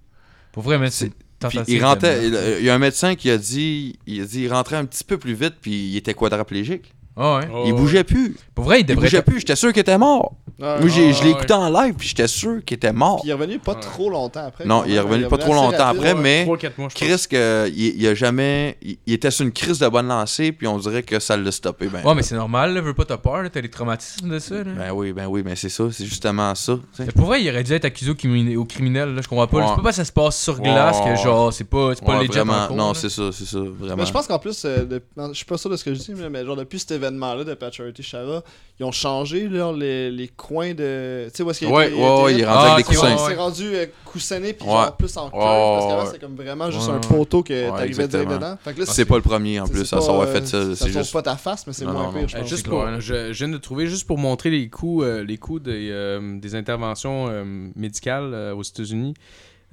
S3: Pour vrai, mais c'est
S5: Puis
S3: tentative
S5: il
S3: de
S5: rentrait,
S3: meurtre.
S5: il, il y a un médecin qui a dit, il a dit, il rentrait un petit peu plus vite, puis il était quadraplégique.
S3: Ah ouais.
S4: Oh,
S5: il bougeait plus.
S3: Pour vrai, il
S5: Il
S3: devrait Ah,
S5: bougeait plus. J'étais sûr qu'il était mort.
S6: Ouais.
S5: Moi, j'ai- je l'ai
S4: ouais.
S5: écouté en live, puis j'étais sûr qu'il était mort.
S6: Puis il est revenu pas
S4: Ouais.
S6: trop longtemps après.
S5: Non,
S6: quand
S5: il est
S6: même.
S5: revenu pas trop
S6: assez
S5: longtemps
S6: rapide.
S5: après, mais-
S4: 3-4 mois, je pense.
S5: Chris, que, il, il a jamais. Il, il était sur une crise de bonne lancée, puis on dirait que ça l'a stoppé. Ben,
S3: Ouais, mais c'est normal, là, veux pas t'as peur, là, t'as des traumatismes de ça. Là.
S5: ben oui, ben oui, mais c'est ça, c'est justement ça. tu sais.
S3: Mais pour vrai, il aurait dû être accusé au, crimin- au criminel, là, je comprends pas. là.
S5: Ouais.
S3: C'est pas parce que ça se passe sur
S5: Ouais,
S3: glace
S5: ouais.
S3: que genre, c'est pas, c'est pas
S5: Ouais,
S3: legit en
S5: vraiment,
S3: cours,
S5: non,
S3: là.
S5: c'est ça, c'est ça, vraiment.
S6: Mais je pense qu'en plus, euh, de- non, je suis pas sûr de ce que je dis, mais mais genre depuis cet événement-là de Patcherity Chara, ils ont changé là, les, les coins de. Tu sais, où est-ce qu'il y a
S5: Ouais,
S6: été-
S5: ouais, ouais,
S6: été-
S5: il est rendu
S3: Ah,
S5: avec des
S3: c'est
S5: coussins.
S3: bon,
S6: C'est rendu euh, coussinné puis
S5: Ouais.
S6: genre plus en curve
S5: Ouais, ouais,
S6: parce qu'avant
S5: ouais.
S6: c'est comme vraiment juste
S3: Ouais,
S6: un
S3: ouais.
S6: poteau que
S5: Ouais,
S6: t'arrivais direct
S5: exactement. Ah,
S6: dedans. Fait que là,
S5: C'est pas le premier en
S6: c'est-
S5: plus
S6: c'est
S5: à
S6: pas,
S5: s'avoir
S6: euh,
S5: fait ça.
S6: Ça
S5: C'est
S6: sauve
S5: juste.
S6: pas ta face, mais c'est
S5: Non,
S6: moins
S5: non, non.
S6: pire, je
S7: Euh,
S6: pense.
S7: juste
S3: c'est
S7: pour,
S3: clair.
S7: je, je viens de trouver juste pour montrer les coûts, euh, les coûts des, euh, des interventions euh, médicales euh, aux États-Unis.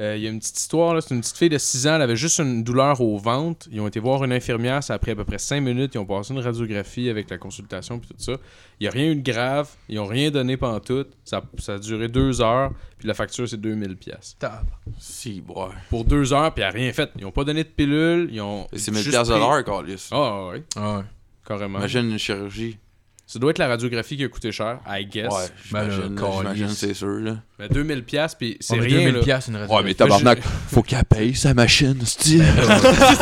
S7: Euh, Il y a une petite histoire, là, c'est une petite fille de 6 ans, elle avait juste une douleur au ventre. Ils ont été voir une infirmière, ça a pris à peu près 5 minutes, ils ont passé une radiographie avec la consultation puis tout ça. Il n'y a rien eu de grave, ils ont rien donné pendant tout. Ça, ça a duré 2 heures, puis la facture c'est 2000 pièces.
S5: Si, boy.
S7: Pour 2 heures, puis elle a rien fait. Ils n'ont pas donné de pilule, ils ont
S5: Et C'est 1000
S7: juste
S5: piastres de
S7: pris-
S5: l'heure, Carlis.
S7: Ah ouais,
S3: Ah ouais.
S7: carrément.
S5: Imagine une chirurgie.
S7: Ça doit être la radiographie qui a coûté cher, I guess.
S5: Ouais,
S3: Ben, le
S5: j'imagine, là,
S3: Carlis.
S5: j'imagine, c'est sûr. Là.
S7: Mais 2000 pièces puis c'est
S3: On met
S7: rien
S3: 2000
S7: là.
S3: piastres une radio.
S5: Ouais, mais tabarnak, faut qu'elle paye sa machine, style.
S7: c'est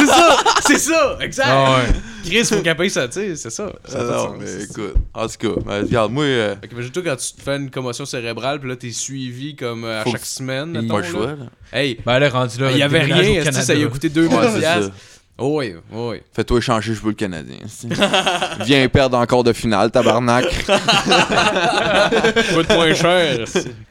S7: ça, c'est ça, exact.
S3: Ah ouais.
S7: Chris faut qu'elle paye ça, tu sais, c'est ça. ça a pas de
S5: non,
S7: sens.
S5: mais écoute. En tout cas, ben, regarde, moi, euh,
S7: Fait que imagine-toi quand tu te fais une commotion cérébrale puis là t'es suivi comme euh, à
S5: Faut
S7: chaque
S5: que-
S7: semaine.
S3: Pas
S7: mettons,
S5: pas le
S7: là.
S5: choix. Là.
S7: Hey,
S3: Ben là, rendu là.
S7: il y avait
S3: déménage au
S7: rien, est-ce que
S3: Canada.
S7: ça y a coûté 2000
S5: Ouais, c'est
S7: piastres?
S5: ça.
S7: Oh oui, oh oui.
S5: Fais-toi échanger, je veux le Canadien. esti. Viens perdre encore de finale, tabarnak.
S7: Coûte moins cher.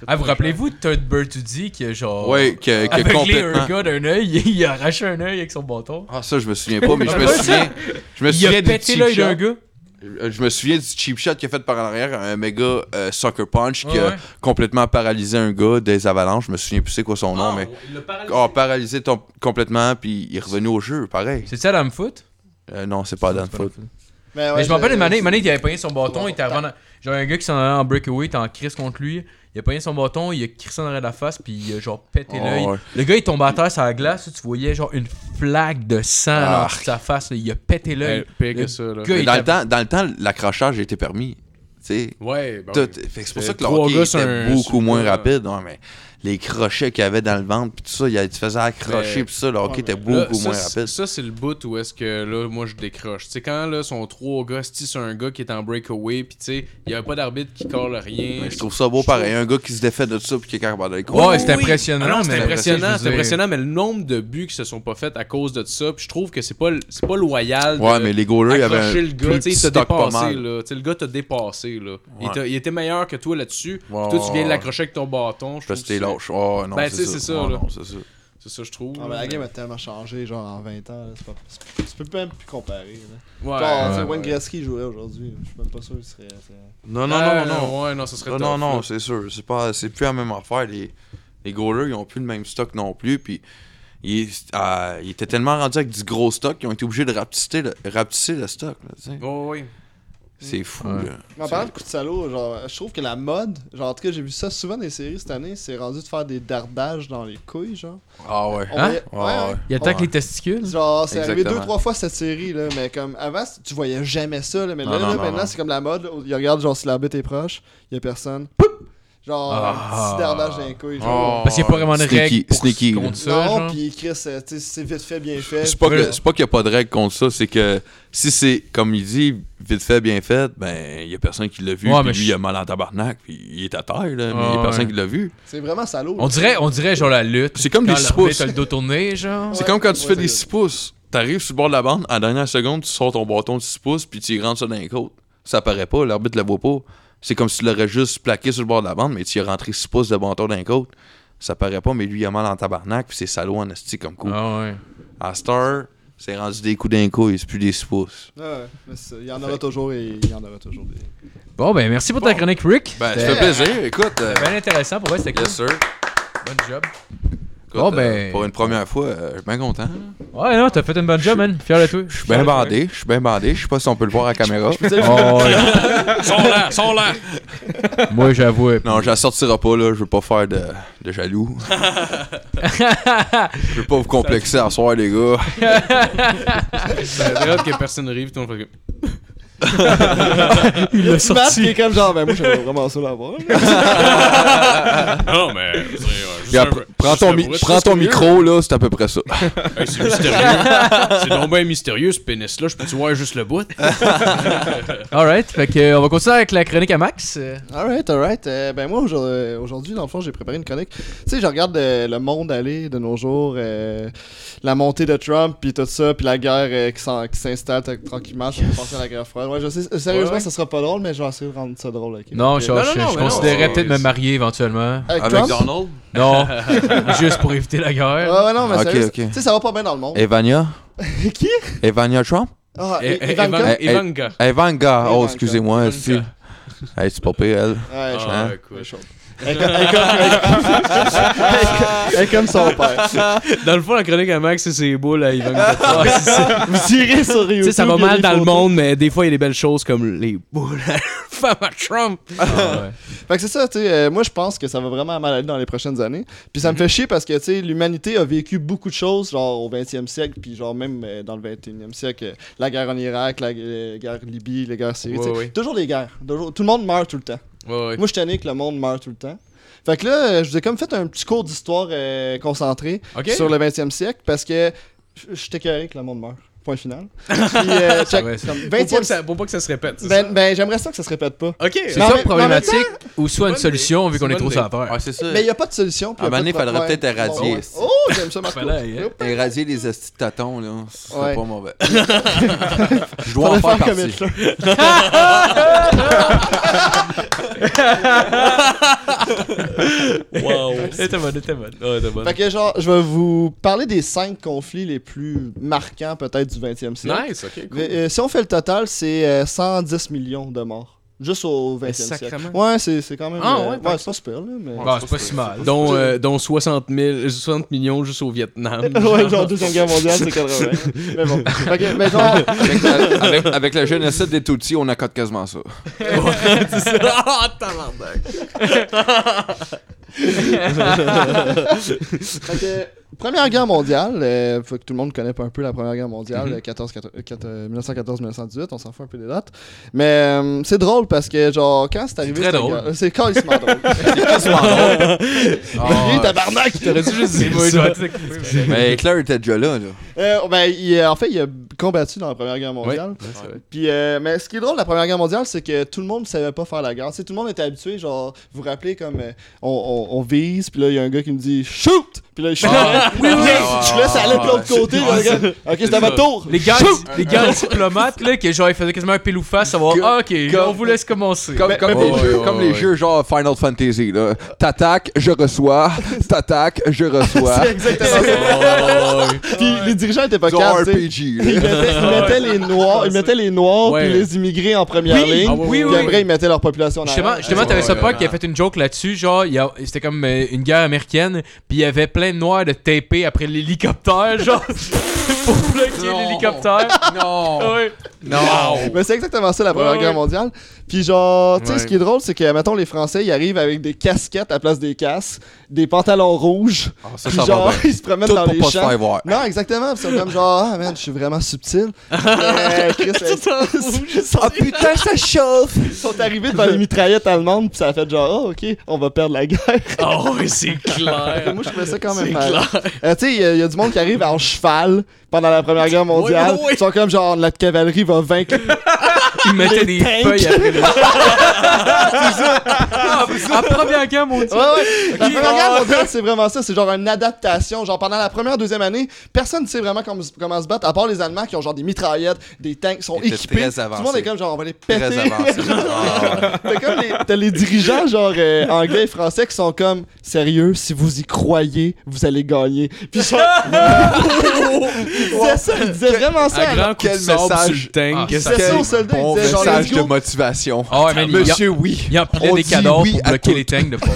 S3: Ah, vous rappelez-vous de Third Bird to D qui est genre.
S5: Ouais, que, que
S3: Aveuglé un
S5: complètement.
S3: gars d'un œil, [LAUGHS] il a arraché un œil avec son bâton.
S5: Ah, ça, je me souviens pas, mais je me souviens. Je me
S3: Il
S5: souviens
S3: a
S5: du
S3: pété
S5: cheap
S3: l'œil
S5: shot.
S3: d'un gars.
S5: Euh, Je me souviens du cheap shot qu'il a fait par en arrière, un méga euh, sucker punch qui
S3: Ouais,
S5: a
S3: ouais.
S5: complètement paralysé un gars des avalanches. Je me souviens plus c'est quoi son nom, mais. Ah, paralysé ton- complètement, puis il est revenu au jeu, pareil.
S3: C'est ça, Adam Foot?
S5: Euh, non, c'est pas Adam Foot. Ah
S3: Mais je me rappelle une année,
S6: manière
S3: une année, il avait pogné son bâton, il était avant. dans- Genre, un gars qui s'en allait en breakaway, il était en crise contre lui. Il a pogné son bâton, il a crissé en arrière de la face, puis il a genre pété
S5: Oh,
S3: l'œil.
S5: ouais.
S3: Le gars, il tombe à terre sur la glace, tu voyais genre une flaque de sang là, en
S5: Ah.
S3: dessous de sa face, là. il a pété l'œil.
S7: pire que
S3: le
S7: ça
S3: gars,
S7: là.
S5: Mais
S3: il
S5: dans, le
S3: était-
S5: temps, dans le temps, l'accrochage était permis. Tu sais,
S7: Ouais, ben
S5: Tout-
S7: oui.
S5: fait que c'est pour
S7: C'était
S5: ça que le
S7: trois
S5: hockey
S7: gars
S5: était
S7: sur un- sur
S5: beaucoup
S7: le
S5: moins
S7: terrain.
S5: rapide. Ouais, mais les crochets qu'il y avait dans le ventre, puis tout ça, il y a- tu faisais accrocher,
S7: Mais-
S5: puis ça, le hockey
S6: Ouais,
S5: était
S6: mais
S7: Là,
S5: beaucoup
S7: ça,
S5: moins
S7: c'est-
S5: rapide.
S7: Ça, c'est le bout où est-ce que là, moi, je décroche. Tu sais, quand là, sont trois gars, si c'est un gars qui est en breakaway, puis tu sais, il n'y a pas d'arbitre qui colle rien.
S5: Mais je trouve ça beau
S7: je
S5: pareil. Un gars qui se défait de ça, puis qui est capable d'aller
S3: Ouais,
S5: courir.
S3: ouais, c'était impressionnant.
S7: Ah non, c'est
S3: mais-
S7: impressionnant,
S3: je
S7: c'est
S3: veux dire-
S7: impressionnant, mais le nombre de buts qui se sont pas faits à cause de ça, puis je trouve que c'est pas, le- c'est pas loyal.
S5: Ouais,
S7: de
S5: mais les goalers, il y avait un
S7: accrocher le
S5: plus
S7: gars, tu
S5: petit
S7: sais, il t'a
S5: stock pas
S7: dépassé,
S5: mal.
S7: là. Tu sais, le gars t'a dépassé, là. Il,
S5: Ouais.
S7: t'a- il était meilleur que toi là-dessus, puis
S5: Ouais,
S7: toi, tu viens
S5: ouais.
S7: l'accrocher avec ton bâton.
S5: Parce
S7: Je trouve
S5: que t'es
S7: que c'est-
S5: lâche. Oh, non,
S7: Ben, tu
S5: c'est
S7: sais, c'est ça,
S5: Ouais,
S7: là.
S5: non, c'est ça.
S7: C'est ça, je trouve.
S6: Ah, mais la game a tellement changé, genre en 20 ans. là, c'est pas- c'est- Tu peux même plus comparer. Là.
S7: Ouais,
S6: Genre, tu sais,
S7: ouais,
S6: Wayne
S7: ouais.
S6: Gretzky jouerait aujourd'hui. là, Je suis même pas sûr qu'il serait. serait-
S5: Non, non, non, non.
S7: Ah, Ouais, non, ça serait
S5: Non,
S7: tough,
S5: non, non,
S7: là.
S5: c'est sûr. C'est pas, c'est plus la même affaire. Les, les goalers, ils ont plus le même stock non plus. Puis ils, euh, ils étaient tellement rendus avec du gros stock qu'ils ont été obligés de rapetisser le, rapetisser le stock. là, tu sais.
S7: Ouais, ouais.
S5: C'est fou.
S3: Ouais.
S5: Là.
S6: Mais en parlant de coup de salaud, genre, je trouve que la mode, genre, en tout cas, j'ai vu ça souvent dans les séries cette année, c'est rendu de faire des dardages dans les couilles, genre.
S5: Ah ouais.
S6: On
S3: Hein?
S6: voyait-
S5: Ouais,
S6: ouais,
S5: ouais.
S6: ouais.
S3: Il attaque
S5: Ouais.
S3: les testicules.
S6: Genre, c'est arrivé
S5: Exactement.
S6: deux, trois fois cette série, là, mais comme avant, c- tu voyais jamais ça, là, mais là,
S5: Non, non,
S6: là,
S5: non,
S6: maintenant,
S5: non.
S6: c'est comme la mode, là, où il regarde, genre, si l'arbitre est proche, il y a personne, Poup! genre,
S3: Ah.
S6: un petit dardage dans les couilles,
S5: Oh.
S6: genre.
S3: Parce qu'il n'y a pas vraiment de
S5: Ah, Sneaky,
S3: règles pour-
S5: sneaky, là.
S3: contre ça.
S6: non,
S3: genre.
S6: puis Chris, euh, tu sais, c'est vite fait, bien fait. euh,
S5: C'est pas, que- c'est pas qu'il n'y a pas de règle contre ça, c'est que si c'est, comme il dit, vite fait, bien fait, ben, il n'y a personne qui l'a vu,
S3: Ouais,
S5: puis
S3: mais
S5: lui,
S3: je-
S5: il a mal en tabarnak, puis il est à terre, là, mais il
S3: Ah
S5: n'y a personne
S3: ouais.
S5: qui l'a vu.
S6: C'est vraiment salaud.
S3: On
S6: là.
S3: dirait, on dirait genre la lutte.
S5: C'est comme
S3: Quand
S5: des six
S3: l'arbitre
S5: pouces.
S3: a le dos tourné, genre.
S5: C'est
S6: Ouais,
S5: comme quand tu
S6: ouais,
S5: fais
S6: c'est
S5: des
S6: vrai.
S5: 6 pouces. T'arrives sur le bord de la bande, à la dernière seconde, tu sors ton bâton de 6 pouces, puis tu y rentres ça dans les côtes. Ça paraît pas, l'arbitre le voit pas. C'est comme si tu l'aurais juste plaqué sur le bord de la bande, mais tu y as rentré 6 pouces de bâton dans les côtes. Ça paraît pas, mais lui, il a mal en tabarnak, puis c'est salaud en esti comme coup.
S3: Ah ouais.
S5: À Star, c'est rendu des coups d'un coup, c'est plus des 6 pouces.
S6: Ouais, ouais, mais c'est ça, il y en aura toujours et il y en aura toujours des.
S3: Bon, ben merci pour ta chronique, Rick.
S5: Ben, ça
S3: C'était
S5: fait plaisir, écoute. euh,
S3: bien intéressant. Pour vrai, c'était cool.
S5: yes, sir.
S3: Bonne job.
S5: Écoute,
S3: Bon,
S5: euh,
S3: ben-
S5: pour une première fois, euh, je suis bien content.
S3: Ouais, non, t'as fait une bonne job, man. Fier de toi.
S5: Je suis bien bandé, je suis bien bandé. Je sais pas si on peut le voir à la caméra.
S3: [LAUGHS] Oh, ouais.
S7: Sont là, sont là.
S3: Moi, j'avoue.
S5: Non, je la sortirai pas, là. Je veux pas faire de, de [LAUGHS] jaloux. je veux pas vous complexer à soir, les gars.
S7: C'est vrai que personne arrive, tout le monde fait comme-
S3: il l'a
S6: Matt qui
S3: sorti.
S6: est comme genre, ben moi
S3: [LAUGHS]
S6: j'avais vraiment ça l'avoir. là.
S4: Ah
S7: Non, mais. c'est, euh, juste
S5: Puis
S7: un-
S5: après,
S7: juste
S5: prends ton,
S7: un
S5: mi-
S7: bruit.
S5: prends ton micro, là. C'est à peu près ça.
S7: Hey, c'est mystérieux. c'est donc bien mystérieux ce pénis-là. Je peux-tu voir juste le bout?
S3: Alright, fait que, euh, on va continuer avec la chronique à Max. Euh,
S6: Alright, alright. Euh, ben moi aujourd'hui, aujourd'hui, dans le fond, j'ai préparé une chronique. Tu sais, je regarde euh, le monde aller de nos jours, euh, la montée de Trump, puis tout ça, puis la guerre euh, qui, s'en- qui s'installe tra- tranquillement, puis on pense à la guerre froide. ouais, je sais. Sérieusement,
S4: Ouais, ouais.
S6: ça sera pas drôle, mais je vais essayer de rendre ça drôle. ok?
S3: Euh, Non,
S6: Ok.
S3: je,
S4: Non, non,
S3: je-
S4: non,
S3: je
S4: mais
S3: considérais
S5: non,
S3: peut-être me
S5: c'est-
S3: marier éventuellement.
S6: Avec
S5: Avec
S6: Trump?
S5: Donald
S3: [LAUGHS] Non, juste pour éviter la
S6: Ouais,
S4: Ah.
S3: guerre.
S6: ouais, non, mais
S5: Ok,
S6: sérieux,
S5: ok.
S6: Tu sais, ça va pas bien dans le monde.
S5: Evania
S6: [LAUGHS] Qui
S5: Evania Trump
S6: Ah,
S4: Eh, eh,
S6: Ivanka?
S4: Ivan-
S5: Eh, eh.
S4: Ivanka.
S5: Evanga Oh,
S6: Ivanka.
S5: excusez-moi, si.
S4: Ivanka.
S5: Hey, c'est pas pire, elle.
S6: Ouais, je
S4: Ah,
S5: Hein?
S4: écoute.
S6: Elle est comme- elle est comme- elle est comme son père.
S4: Dans le fond, la chronique à Max, c'est ses boules
S3: [LAUGHS]
S4: à Ivanka.
S3: Ah,
S4: [LAUGHS]
S6: Vous irez sur YouTube.
S4: Tu sais, ça va
S6: il y a
S4: mal
S6: des
S4: dans le
S6: photos.
S4: monde, mais des fois, il y a des belles choses comme les boules
S7: [LAUGHS]
S4: à femme à Trump.
S3: Ah, ouais.
S6: Fait que c'est ça, tu sais, euh, moi je pense que ça va vraiment mal aller dans les prochaines années. Puis ça me
S4: Mhm.
S6: fait chier parce que, tu sais, l'humanité a vécu beaucoup de choses, genre au 20e siècle, puis genre même euh, dans le 21e siècle, euh, la guerre en Irak, la euh, guerre en Libye, la guerre en Syrie, tu sais.
S4: Ouais, ouais.
S6: Toujours des guerres. Toujours- tout le monde meurt tout le temps.
S4: Ouais, ouais.
S6: Moi, je suis tanné que le monde meurt tout le temps. Fait que là, euh, je vous ai comme fait un petit cours d'histoire euh, concentré
S3: Ok.
S6: sur le 20e siècle parce que je suis écœuré que le monde meurt. Point
S4: [LAUGHS]
S6: final. Puis, euh, check,
S3: vrai, ça.
S6: comme
S4: Pour pas,
S6: 20e
S4: que ça, pour pas que ça se répète. c'est
S6: Ben, ben, j'aimerais ça que ça se répète pas.
S4: ça? Ok.
S3: C'est
S6: Non,
S3: soit
S6: mais-
S3: une problématique ou soit une
S4: bonne
S3: solution
S4: idée.
S3: vu qu'on est
S4: C'est
S3: trop
S4: bonne
S3: sur la terre.
S5: Ouais, c'est ça.
S6: Mais il n'y a pas de solution. puis y a
S5: Euh, À un
S6: pas
S5: moment donné,
S6: de
S5: faudrait
S6: problème.
S5: peut-être éradier,
S6: Ouais.
S5: c'est-
S6: Oh, j'aime ça, Marco.
S3: Fallait, hein.
S5: Éradier les estis de tatons, là. C'est
S6: Ouais.
S5: pas
S6: [LAUGHS]
S5: mauvais. Je dois
S6: Faudrait
S5: en faire
S6: faire comme
S5: partie.
S6: Hitler.
S4: Wow.
S3: [LAUGHS]
S4: T'es bonne, t'es bonne. Ouais, t'es bonne.
S6: Fait que genre, je vais vous parler des cinq conflits les plus marquants peut-être du 20e siècle.
S4: Nice, ok, cool.
S6: Mais, euh, si on fait le total, c'est euh, 110 millions de morts. Juste au 20e siècle.
S4: sacrément.
S6: Ouais, c'est c'est quand même. euh,
S4: Ah, ouais,
S6: ouais, c'est pas super, là. Mais...
S3: Bon, c'est pas si mal. Donc,
S4: Dont, euh, dont 60, 000 60 millions juste au [LAUGHS] Vietnam.
S6: ouais, genre, Deuxième Guerre mondiale, c'est 80. [LAUGHS] mais bon. Fait que, mais
S5: [LAUGHS]
S6: genre,
S5: Avec, la- avec- avec le génocide des Tutsis, on accorde quasiment ça.
S4: Ah, tabarnak.
S6: Fait que, Première Guerre mondiale, euh, faut que tout le monde connaît un peu la Première Guerre mondiale, euh, 14, quatre- euh, quatre- euh, 1914-1918, on s'en fout un peu des dates. Mais euh, c'est drôle parce que, genre, quand c'est arrivé.
S3: très
S6: cette
S3: drôle.
S6: guerre- euh, C'est carrément drôle.
S3: Ah,
S6: [LAUGHS] Lui, tabarnac!
S3: T'aurais dû juste dire
S4: C'est
S3: ça.
S5: Mais Hitler était déjà là, là.
S6: Euh, ben, il, euh, en fait, il a combattu dans la Première Guerre mondiale. Puis, euh, mais ce qui est drôle de la Première Guerre mondiale, c'est que tout le monde ne savait pas faire la guerre. Tu sais, tout le monde était habitué, genre, vous vous rappelez, comme euh, on, on- on vise, puis là, il y a un gars qui me dit shoot! Puis là, il shoot.
S3: Ah,
S6: [LAUGHS] oui, oui! Je laisse aller de l'autre côté, là, le gars. Ok, c'est à ma tour!
S3: Les gars, les gars diplomates, là, que genre, ils faisaient quasiment un pile ou face, savoir,
S5: Comme-
S3: ah, ok,
S5: comme-
S3: on vous laisse commencer.
S5: Comme, comme
S4: mais-
S5: des
S4: Ouais,
S5: jeux,
S4: ouais,
S5: comme
S4: ouais.
S5: les jeux genre Final Fantasy, là. T'attaques, je reçois. T'attaques, je reçois. [LAUGHS]
S6: C'est [LAUGHS] exactement
S3: [LAUGHS]
S6: ça. Puis les dirigeants étaient pas
S5: Du
S6: calmes. tu sais.
S5: RPG,
S6: Ils
S5: là.
S6: mettaient, ils mettaient les noirs, ils mettaient les noirs
S4: Ouais.
S6: puis les immigrés en première
S3: Oui,
S6: ligne.
S3: ah ouais,
S6: puis
S3: ouais, ouais.
S6: après ils mettaient leur population
S3: [LAUGHS]
S6: en
S3: Justement,
S6: arrière.
S3: justement t'avais
S4: ouais,
S3: ce
S4: ouais,
S3: pote qui a
S4: ouais.
S3: fait une joke là-dessus, genre, il y a- c'était comme euh, une guerre américaine, puis il y avait plein de noirs de tapés après l'hélicoptère, genre, [LAUGHS] pour bloquer
S5: Non.
S3: l'hélicoptère.
S5: Non!
S3: Ouais.
S5: Non!
S6: [LAUGHS] Mais c'est exactement ça la Première
S3: Ouais,
S6: Guerre
S3: ouais.
S6: mondiale. Puis genre, tu sais,
S4: Ouais.
S6: ce qui est drôle, c'est que, mettons, les Français, ils arrivent avec des casquettes à place des casses, des pantalons rouges,
S5: Ah, ça,
S6: puis
S5: ça
S6: genre,
S5: va bien.
S6: ils se promènent
S5: Tout
S6: dans
S5: pour
S6: les
S5: pas se
S6: champs.
S5: faire voir.
S6: Non, exactement, pis c'est comme genre, ah man, je suis
S5: [LAUGHS]
S6: vraiment subtil. Euh, Chris, [LAUGHS]
S5: Ah putain, ça chauffe!
S6: ils sont arrivés
S5: [LAUGHS]
S6: devant les mitraillettes allemandes, puis ça a fait genre, oh ok, on va perdre la guerre.
S4: [LAUGHS] Oh, oui, c'est
S6: Et
S5: Euh,
S4: clair.
S6: moi, je trouvais ça quand
S4: C'est
S6: même mal. Euh, tu sais, il y, a- il y a du monde qui arrive en cheval pendant la Première Guerre mondiale.
S4: Ouais, ouais, ouais.
S6: Ils sont comme genre, notre cavalerie va vaincre.
S3: Ils mettaient des
S6: tanks.
S3: feuilles après
S4: [LAUGHS]
S3: les. C'est ça! En Ah, première guerre mondiale.
S6: ouais, ouais. La Première Guerre mondiale, c'est vraiment ça. C'est genre une adaptation. Genre, pendant la première, deuxième année, personne ne sait vraiment comment, comment se battre, à part les Allemands qui ont genre des mitraillettes, des tanks, qui sont
S5: Ils étaient très
S6: équipés. Tout le monde
S5: avancés.
S6: est comme genre, on va les
S5: [LAUGHS]
S6: péter.
S3: [LAUGHS]
S5: Très avancé. Ah, ouais.
S6: [LAUGHS] T'as comme les, t'as les dirigeants, genre euh, anglais et français, qui sont comme sérieux, si vous y croyez, vous allez gagner.
S5: [LAUGHS]
S6: Puis genre. ils disaient ça, ils disaient vraiment ça.
S4: Un grand coup de
S5: Quel
S4: sable sur
S5: message. Ah,
S4: le tank.
S6: Ils disaient ça aux soldats,
S5: Bon
S6: ils disaient genre,
S5: message
S6: let's
S5: de
S6: go.
S5: motivation.
S3: Ah ouais, mais il y a-
S5: Monsieur, oui.
S3: il empilait
S5: On
S3: des
S5: dit
S3: cadavres
S5: oui
S3: pour
S5: à
S3: bloquer
S5: tout.
S3: les
S5: [LAUGHS]
S3: tanks de pas.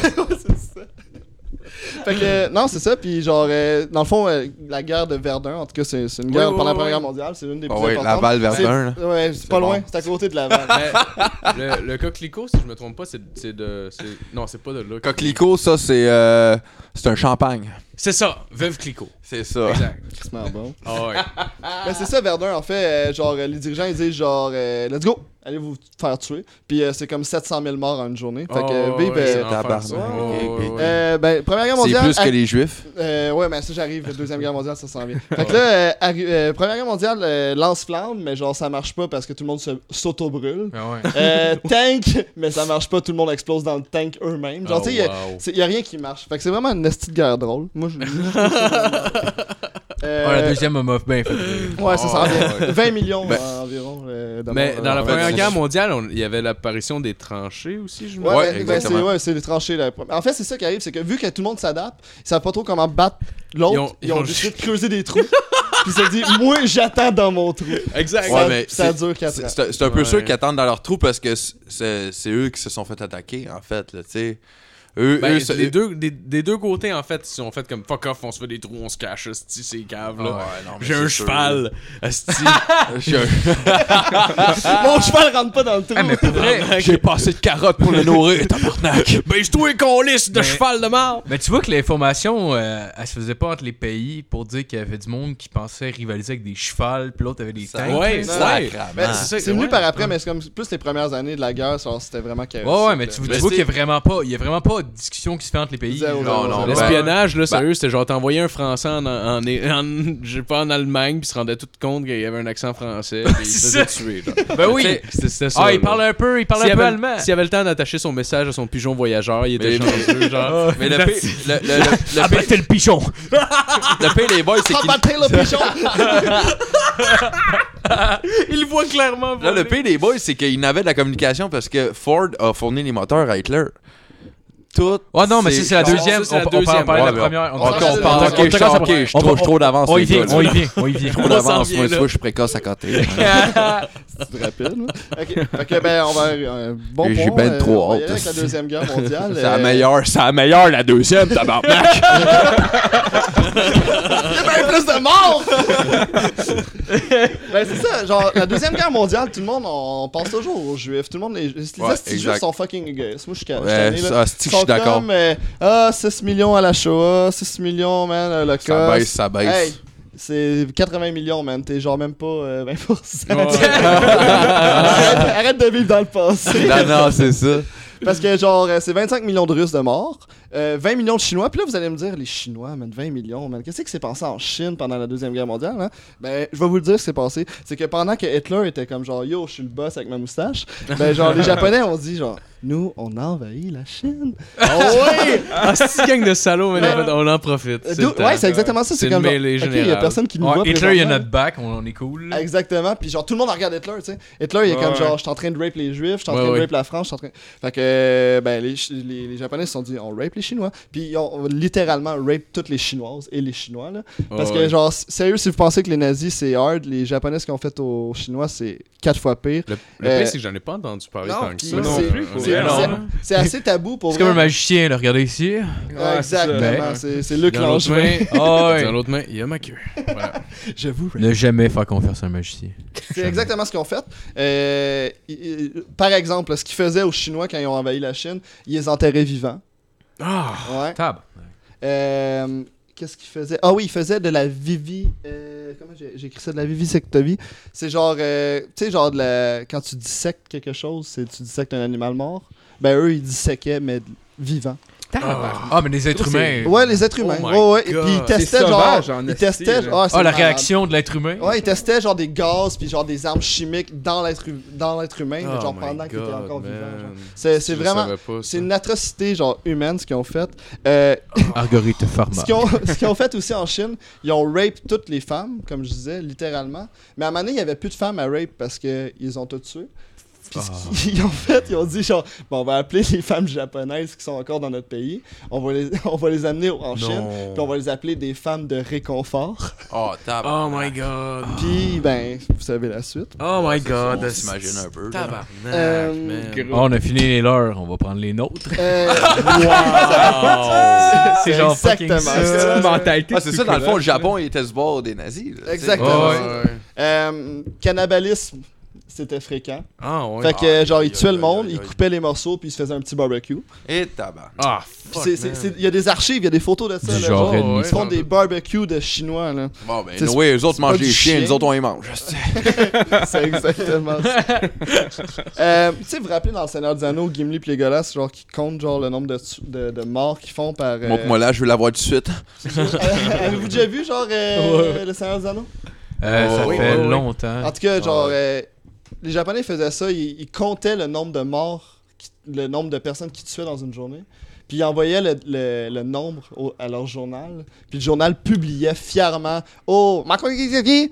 S6: Fait que, euh, non, c'est ça. Puis genre, euh, dans le fond, euh, la guerre de Verdun, en tout cas, c'est c'est une guerre
S4: Ouais, ouais,
S6: pendant la
S4: ouais.
S6: Première Guerre mondiale, c'est une des
S5: Ah
S6: plus
S5: ouais,
S6: importantes.
S5: Laval-Verdun,
S6: C'est- Ouais, c'est pas
S5: bon.
S6: loin, c'est à côté de Laval.
S4: [LAUGHS] Mais le, le coquelicot, si je me trompe pas, c'est c'est de. c'est- Non, c'est pas de là.
S5: Coquelicot, ça, c'est euh, c'est un champagne.
S4: C'est ça, Veuve Clicot.
S5: C'est ça.
S4: Exact.
S6: C'est vraiment bon.
S4: Ah ouais.
S6: Mais c'est ça, Verdun, en fait, euh, genre, euh, les dirigeants, ils disent genre, euh, let's go, allez vous faire tuer. Puis euh, c'est comme 700 000 morts en une journée. Fait que,
S4: Oh,
S6: vive.
S4: ouais,
S6: euh,
S4: c'est un enfer, ça.
S5: tabarnak.
S4: Ouais,
S5: Ok,
S4: ouais,
S3: Oh,
S5: ok.
S4: ouais.
S6: euh, ben, Première Guerre
S5: C'est
S6: mondiale.
S5: plus que
S6: à-
S5: les juifs.
S6: Euh, ouais, mais ça, j'arrive. Deuxième guerre mondiale, ça s'en vient. Fait que là, euh, arri- euh, première guerre mondiale, euh, lance-flamme, mais genre, ça marche pas parce que tout le monde se- s'auto-brûle.
S3: Ah ouais.
S6: Euh, tank, mais ça marche pas, tout le monde explose dans le tank eux-mêmes. Genre,
S4: Oh,
S6: tu sais, y a-
S4: wow.
S6: c'est- y a rien qui marche. Fait que c'est vraiment une petite guerre drôle. Moi, je. moi, je trouve ça vraiment drôle.
S3: Ah, la
S6: Euh,
S3: deuxième ben, m'a bien fait. rire.
S6: [LAUGHS] Ouais, ça s'en
S5: Oh,
S6: vient.
S5: ouais.
S6: 20 millions.
S5: Ben,
S6: en environ. euh, d'abord,
S4: Mais
S6: euh,
S4: dans la
S6: en
S4: Première
S6: fait,
S4: Guerre mondiale, on- il y avait l'apparition des tranchées aussi, je me
S5: Ouais,
S6: Ouais, ben, ben,
S5: exactement.
S6: c'est ouais, c'est les tranchées. là. En fait, c'est ça qui arrive, c'est que vu que tout le monde s'adapte, ils savent pas trop comment battre l'autre,
S4: Ils
S6: ils
S4: ont-
S6: ont,
S4: ils ont
S6: décidé de creuser des trous. puis ils se disent, moi j'attends dans mon trou.
S4: Exact.
S6: ça,
S5: mais
S6: ça
S5: c'est-
S6: dure 4
S5: C'est
S6: ans.
S5: c'est- c'est un peu
S4: Ouais.
S5: sûr qu'ils attendent dans leur trou parce que c'est- c'est c'est eux qui se sont fait attaquer, en fait, là, tu sais. Eux,
S4: Ben,
S5: eux, ça-
S4: les deux, des, des deux côtés, en fait, ils sont fait comme fuck off, on se fait des trous, on se cache, esti, ces caves
S5: Ouais,
S4: là.
S5: non, mais
S4: J'ai un
S5: c'est sûr.
S4: cheval, esti.
S5: J'ai un-
S6: Mon cheval rentre pas dans le trou.
S3: Ah, mais pour vrai,
S5: J'ai pas assez de carottes pour le
S4: [LAUGHS]
S5: nourrir, tabarnak.
S4: ben, je toi qu'on lisse de
S3: Mais-
S4: cheval de mort.
S3: Mais tu vois que l'information, euh, elle se faisait pas entre les pays pour dire qu'il y avait du monde qui pensait rivaliser avec des chevals, puis l'autre avait des
S5: Ça-
S3: tanks.
S5: Non,
S4: Ouais, ouais.
S5: sacrément.
S6: Ben,
S4: c'est ça,
S6: c'est venu
S4: ouais.
S6: par après, mais c'est comme plus les premières années de la guerre, ça, c'était vraiment chaotique.
S3: Ouais, ouais, mais tu, tu
S5: Mais
S3: vois
S5: c'est-
S3: qu'il y a vraiment pas, il y a vraiment pas de discussion qui se fait entre les pays. genre,
S6: Zéro,
S5: zéro,
S3: non,
S5: zéro.
S3: non,
S4: L'espionnage, là, sérieux, c'était genre t'envoyais un Français en, en, en- en- je sais pas, en Allemagne, puis se rendait tout compte qu'il y avait un accent français, [LAUGHS] puis il se
S3: C'est
S4: faisait tuer. genre.
S3: ben- Ben oui.
S4: C'était- C'était ça.
S3: Ah, il
S4: là.
S3: parle un peu, il parle
S4: S'il
S3: un peu
S4: avait-
S3: allemand.
S4: S'il avait le temps d'attacher son message à son pigeon voyageur, il
S5: Mais-
S4: était chanceux,
S6: Ah,
S4: genre.
S5: Mais le pire, le, le, le- le pire-
S3: Abattez le pigeon.
S5: le pire des boys, c'est
S6: Ah,
S5: qu'ils
S6: battez le pigeon!
S4: il voit clairement.
S5: Là, le pire des boys, c'est qu'il n'avait de la communication parce que Ford a fourni les moteurs à Hitler. Tout.
S3: Oh non, mais ça, c'est la
S5: Ah,
S3: deuxième.
S4: ça, c'est
S3: On,
S4: la
S3: on, parle- on parlait de la
S5: Ouais,
S3: première.
S5: mais
S3: On,
S5: Ok, on
S6: on-
S5: parle.
S6: on-
S5: Ok, je suis-
S3: on-
S5: ok, je suis trop- je suis trop d'avance.
S3: on y
S5: les
S3: vient,
S5: gars.
S3: on y vient, on y vient.
S5: trop
S4: On
S5: d'avance.
S4: s'en
S5: Moi,
S4: vient,
S5: tu vois, je suis précoce à côté.
S6: C'est rapide, hein? Ok, fait que, ben, on va. Un bon
S5: Et
S6: point.
S5: j'ai ben
S6: euh,
S5: trop
S6: on va y
S5: hâte.
S6: aller avec la Deuxième Guerre mondiale.
S5: [LAUGHS] C'est la
S6: euh,
S5: meilleure, c'est la meilleure, la deuxième, tabarnak.
S6: Il y a bien plus de morts! ben, c'est ça, genre, la Deuxième Guerre mondiale, tout le monde, on pense toujours aux Juifs. Tout le monde, les, les
S5: Ouais,
S6: hosties de
S5: exact.
S6: Juifs sont fucking égoïstes. Moi, je suis ca- je suis
S5: Ouais,
S6: tanné, là.
S5: ça, c'est-tu que je suis
S6: Sont
S5: d'accord.
S6: comme, euh, ah, 6 millions à la Shoah, 6 millions, man, à l'Holocauste.
S5: Ça baisse, ça baisse.
S6: Hey, c'est 80 millions, man. T'es genre même pas euh, 20%. [LAUGHS] arrête, arrête de vivre dans le passé.
S5: Non, non, c'est ça.
S6: Parce que, genre, euh, c'est 25 millions de Russes de morts, euh, 20 millions de Chinois. Puis là, vous allez me dire, les Chinois, man, 20 millions, man. Qu'est-ce qui s'est passé en Chine pendant la Deuxième Guerre mondiale, hein? Ben, je vais vous le dire ce qui s'est passé. C'est que pendant que Hitler était comme genre, yo, je suis le boss avec ma moustache, ben, genre,
S4: [LAUGHS]
S6: les Japonais ont dit, genre, nous, on a envahi la Chine.
S4: Oh oui! Ah, si gang de salauds, mais en fait, on en profite.
S6: Euh,
S4: C'est
S6: d'où-
S4: le temps.
S6: ouais, c'est exactement ça.
S4: C'est
S6: C'est comme
S4: une
S6: genre,
S4: mêlée
S6: ok, il y a
S4: générale.
S6: personne qui nous
S3: Ouais,
S6: voit.
S3: Hitler, il y a
S6: présentement.
S3: notre back, on, on est cool.
S6: Ah, Exactement, puis genre tout le monde regarde Hitler, tu sais. Hitler, il est comme
S4: Ouais.
S6: genre, je suis en train de rape les Juifs, je suis en
S4: Ouais,
S6: train
S4: ouais.
S6: de rape la France, je suis en train. Fait que, euh, ben, les, Chi- les, les Japonais se sont dit, on rape les Chinois, puis ils ont littéralement rape toutes les Chinoises et les Chinois, là. Parce
S4: Oh,
S6: que,
S4: ouais.
S6: genre, s- sérieux, si vous pensez que les nazis c'est hard, les Japonais, ce qu'ils ont fait aux Chinois, c'est quatre fois pire.
S4: Le, le
S6: Euh,
S4: pire, c'est que j'en ai pas entendu
S7: Ah
S4: parler
S6: non,
S4: tant que
S6: puis
S4: ça.
S6: c'est-
S4: Euh,
S6: c'est-
S4: on
S6: c'est-
S4: est-
S6: c'est-
S4: non.
S6: C'est assez tabou pour.
S3: C'est comme un
S6: vrai.
S3: magicien, là, regardez
S5: [LAUGHS]
S3: ici.
S2: Ouais, c'est ça.
S6: Exactement,
S3: Ben,
S6: c'est c'est Luc
S4: Dans l'autre
S6: Langevin.
S4: main,
S3: Ah ouais.
S4: dans l'autre main, il y a ma queue. Voilà.
S6: Je vous rape.
S3: Ne jamais faire confiance à un magicien.
S6: C'est exactement ce qu'ils ont fait. Euh, i- i- par exemple, ce qu'ils faisaient aux Chinois quand ils ont envahi la Chine, ils les enterraient vivants.
S4: Ah!
S6: Ouais.
S3: Tab.
S6: Euh, Qu'est-ce qu'il faisait Ah oui, il faisait de la vivi. euh, comment j'ai j'ai écrit ça De la vivisectomie. C'est genre. euh, tu sais, genre de la, quand tu dissectes quelque chose, c'est tu dissectes un animal mort. Ben eux, ils disséquaient, mais vivant.
S3: Ah, mais les êtres humains.
S6: Ouais, les
S2: Oh
S6: êtres humains.
S4: my
S6: ouais, ouais. Et
S4: God.
S6: puis ils
S4: C'est
S6: testaient genre.
S2: sauvage en
S6: Ils
S2: esti, là.
S6: testaient. genre, ah, c'est
S3: Ah, la
S6: malade.
S3: réaction de l'être humain. [LAUGHS]
S6: Ouais, ils testaient genre des gaz puis genre des armes chimiques dans l'être hu- dans l'être humain, mais
S4: Oh
S6: genre
S4: my
S6: pendant qu'il était
S4: God,
S6: encore
S4: man.
S6: vivant. genre. C'est c'est
S4: Je
S6: vraiment.
S4: savais pas ça.
S6: C'est une atrocité genre humaine ce qu'ils ont fait. Euh,
S3: Argorite
S4: Oh
S3: Pharma.
S6: ce qu'ils ont, [LAUGHS] ce qu'ils ont fait aussi en Chine, ils ont rape toutes les femmes, comme je disais, littéralement. Mais à un moment donné, il n'y avait plus de femmes à rape parce qu'ils ont toutes tuées. Puis ce
S4: Ah.
S6: qu'ils [LAUGHS] ont fait, ils ont dit genre, bon, on va appeler les femmes japonaises qui sont encore dans notre pays, on va les, [LAUGHS] on va les amener en Chine, puis on va les appeler des femmes de réconfort.
S5: Oh, tabarnak.
S4: Oh
S6: Ah.
S4: my god.
S6: Puis, ben, vous savez la suite.
S4: Oh my god.
S5: On s'imagine un peu. là.
S4: Tabarnak,
S6: Euh,
S4: man.
S3: Ah, on a fini les leurs, on va prendre les
S6: [LAUGHS]
S3: nôtres.
S6: Euh,
S3: C'est genre fucking
S6: exactement
S3: ça.
S6: ça.
S2: une mentalité.
S5: Ah, c'est ça, dans le fond, le Japon, il était du bord des nazis. là, tu sais.
S6: Exactement.
S4: Ah,
S3: Ouais,
S6: ça. Euh, cannibalisme, c'était fréquent.
S4: Ah ouais.
S6: Fait que, genre, ils
S5: aïe,
S6: tuaient
S5: aïe,
S6: le monde,
S5: aïe,
S6: ils
S5: aïe.
S6: coupaient les morceaux, puis ils se faisaient un petit barbecue.
S5: Et tabarnak.
S4: Ah,
S6: Puis
S4: fuck,
S6: c'est- c'est-
S4: man.
S6: c'est- Il y a des archives, il y a des photos de ça.
S3: Du
S6: là,
S3: genre
S6: genre,
S3: ennemi.
S6: ils
S4: Ouais,
S6: font
S4: dans
S6: des
S4: le-
S6: barbecues de chinois. là. [LAUGHS]
S5: Bon, ben,
S6: C'est-
S5: Noé, eux autres
S6: c'est pas
S5: mangent
S6: du
S5: des chiens,
S6: chien.
S5: nous autres, on les mange.
S6: C'est exactement ça. Euh, tu sais, vous vous rappelez dans Le Seigneur des Anneaux, Gimli et Legolas, genre, qui comptent genre, le nombre de, tu- de, de morts qu'ils font par. euh,
S5: Montre-moi là, je veux la voir tout de suite.
S6: Avez-vous déjà vu, genre, euh, Le Seigneur des Anneaux
S3: Euh, ça
S5: Oh,
S3: fait
S4: oui, oui.
S6: En
S3: longtemps.
S6: tout cas, genre, euh, les Japonais faisaient ça, ils, ils comptaient le nombre de morts, qui- le nombre de personnes qu'ils tuaient dans une journée. Puis ils envoyaient le, le- le nombre au- à leur journal. Puis le journal publiait fièrement Oh, Macron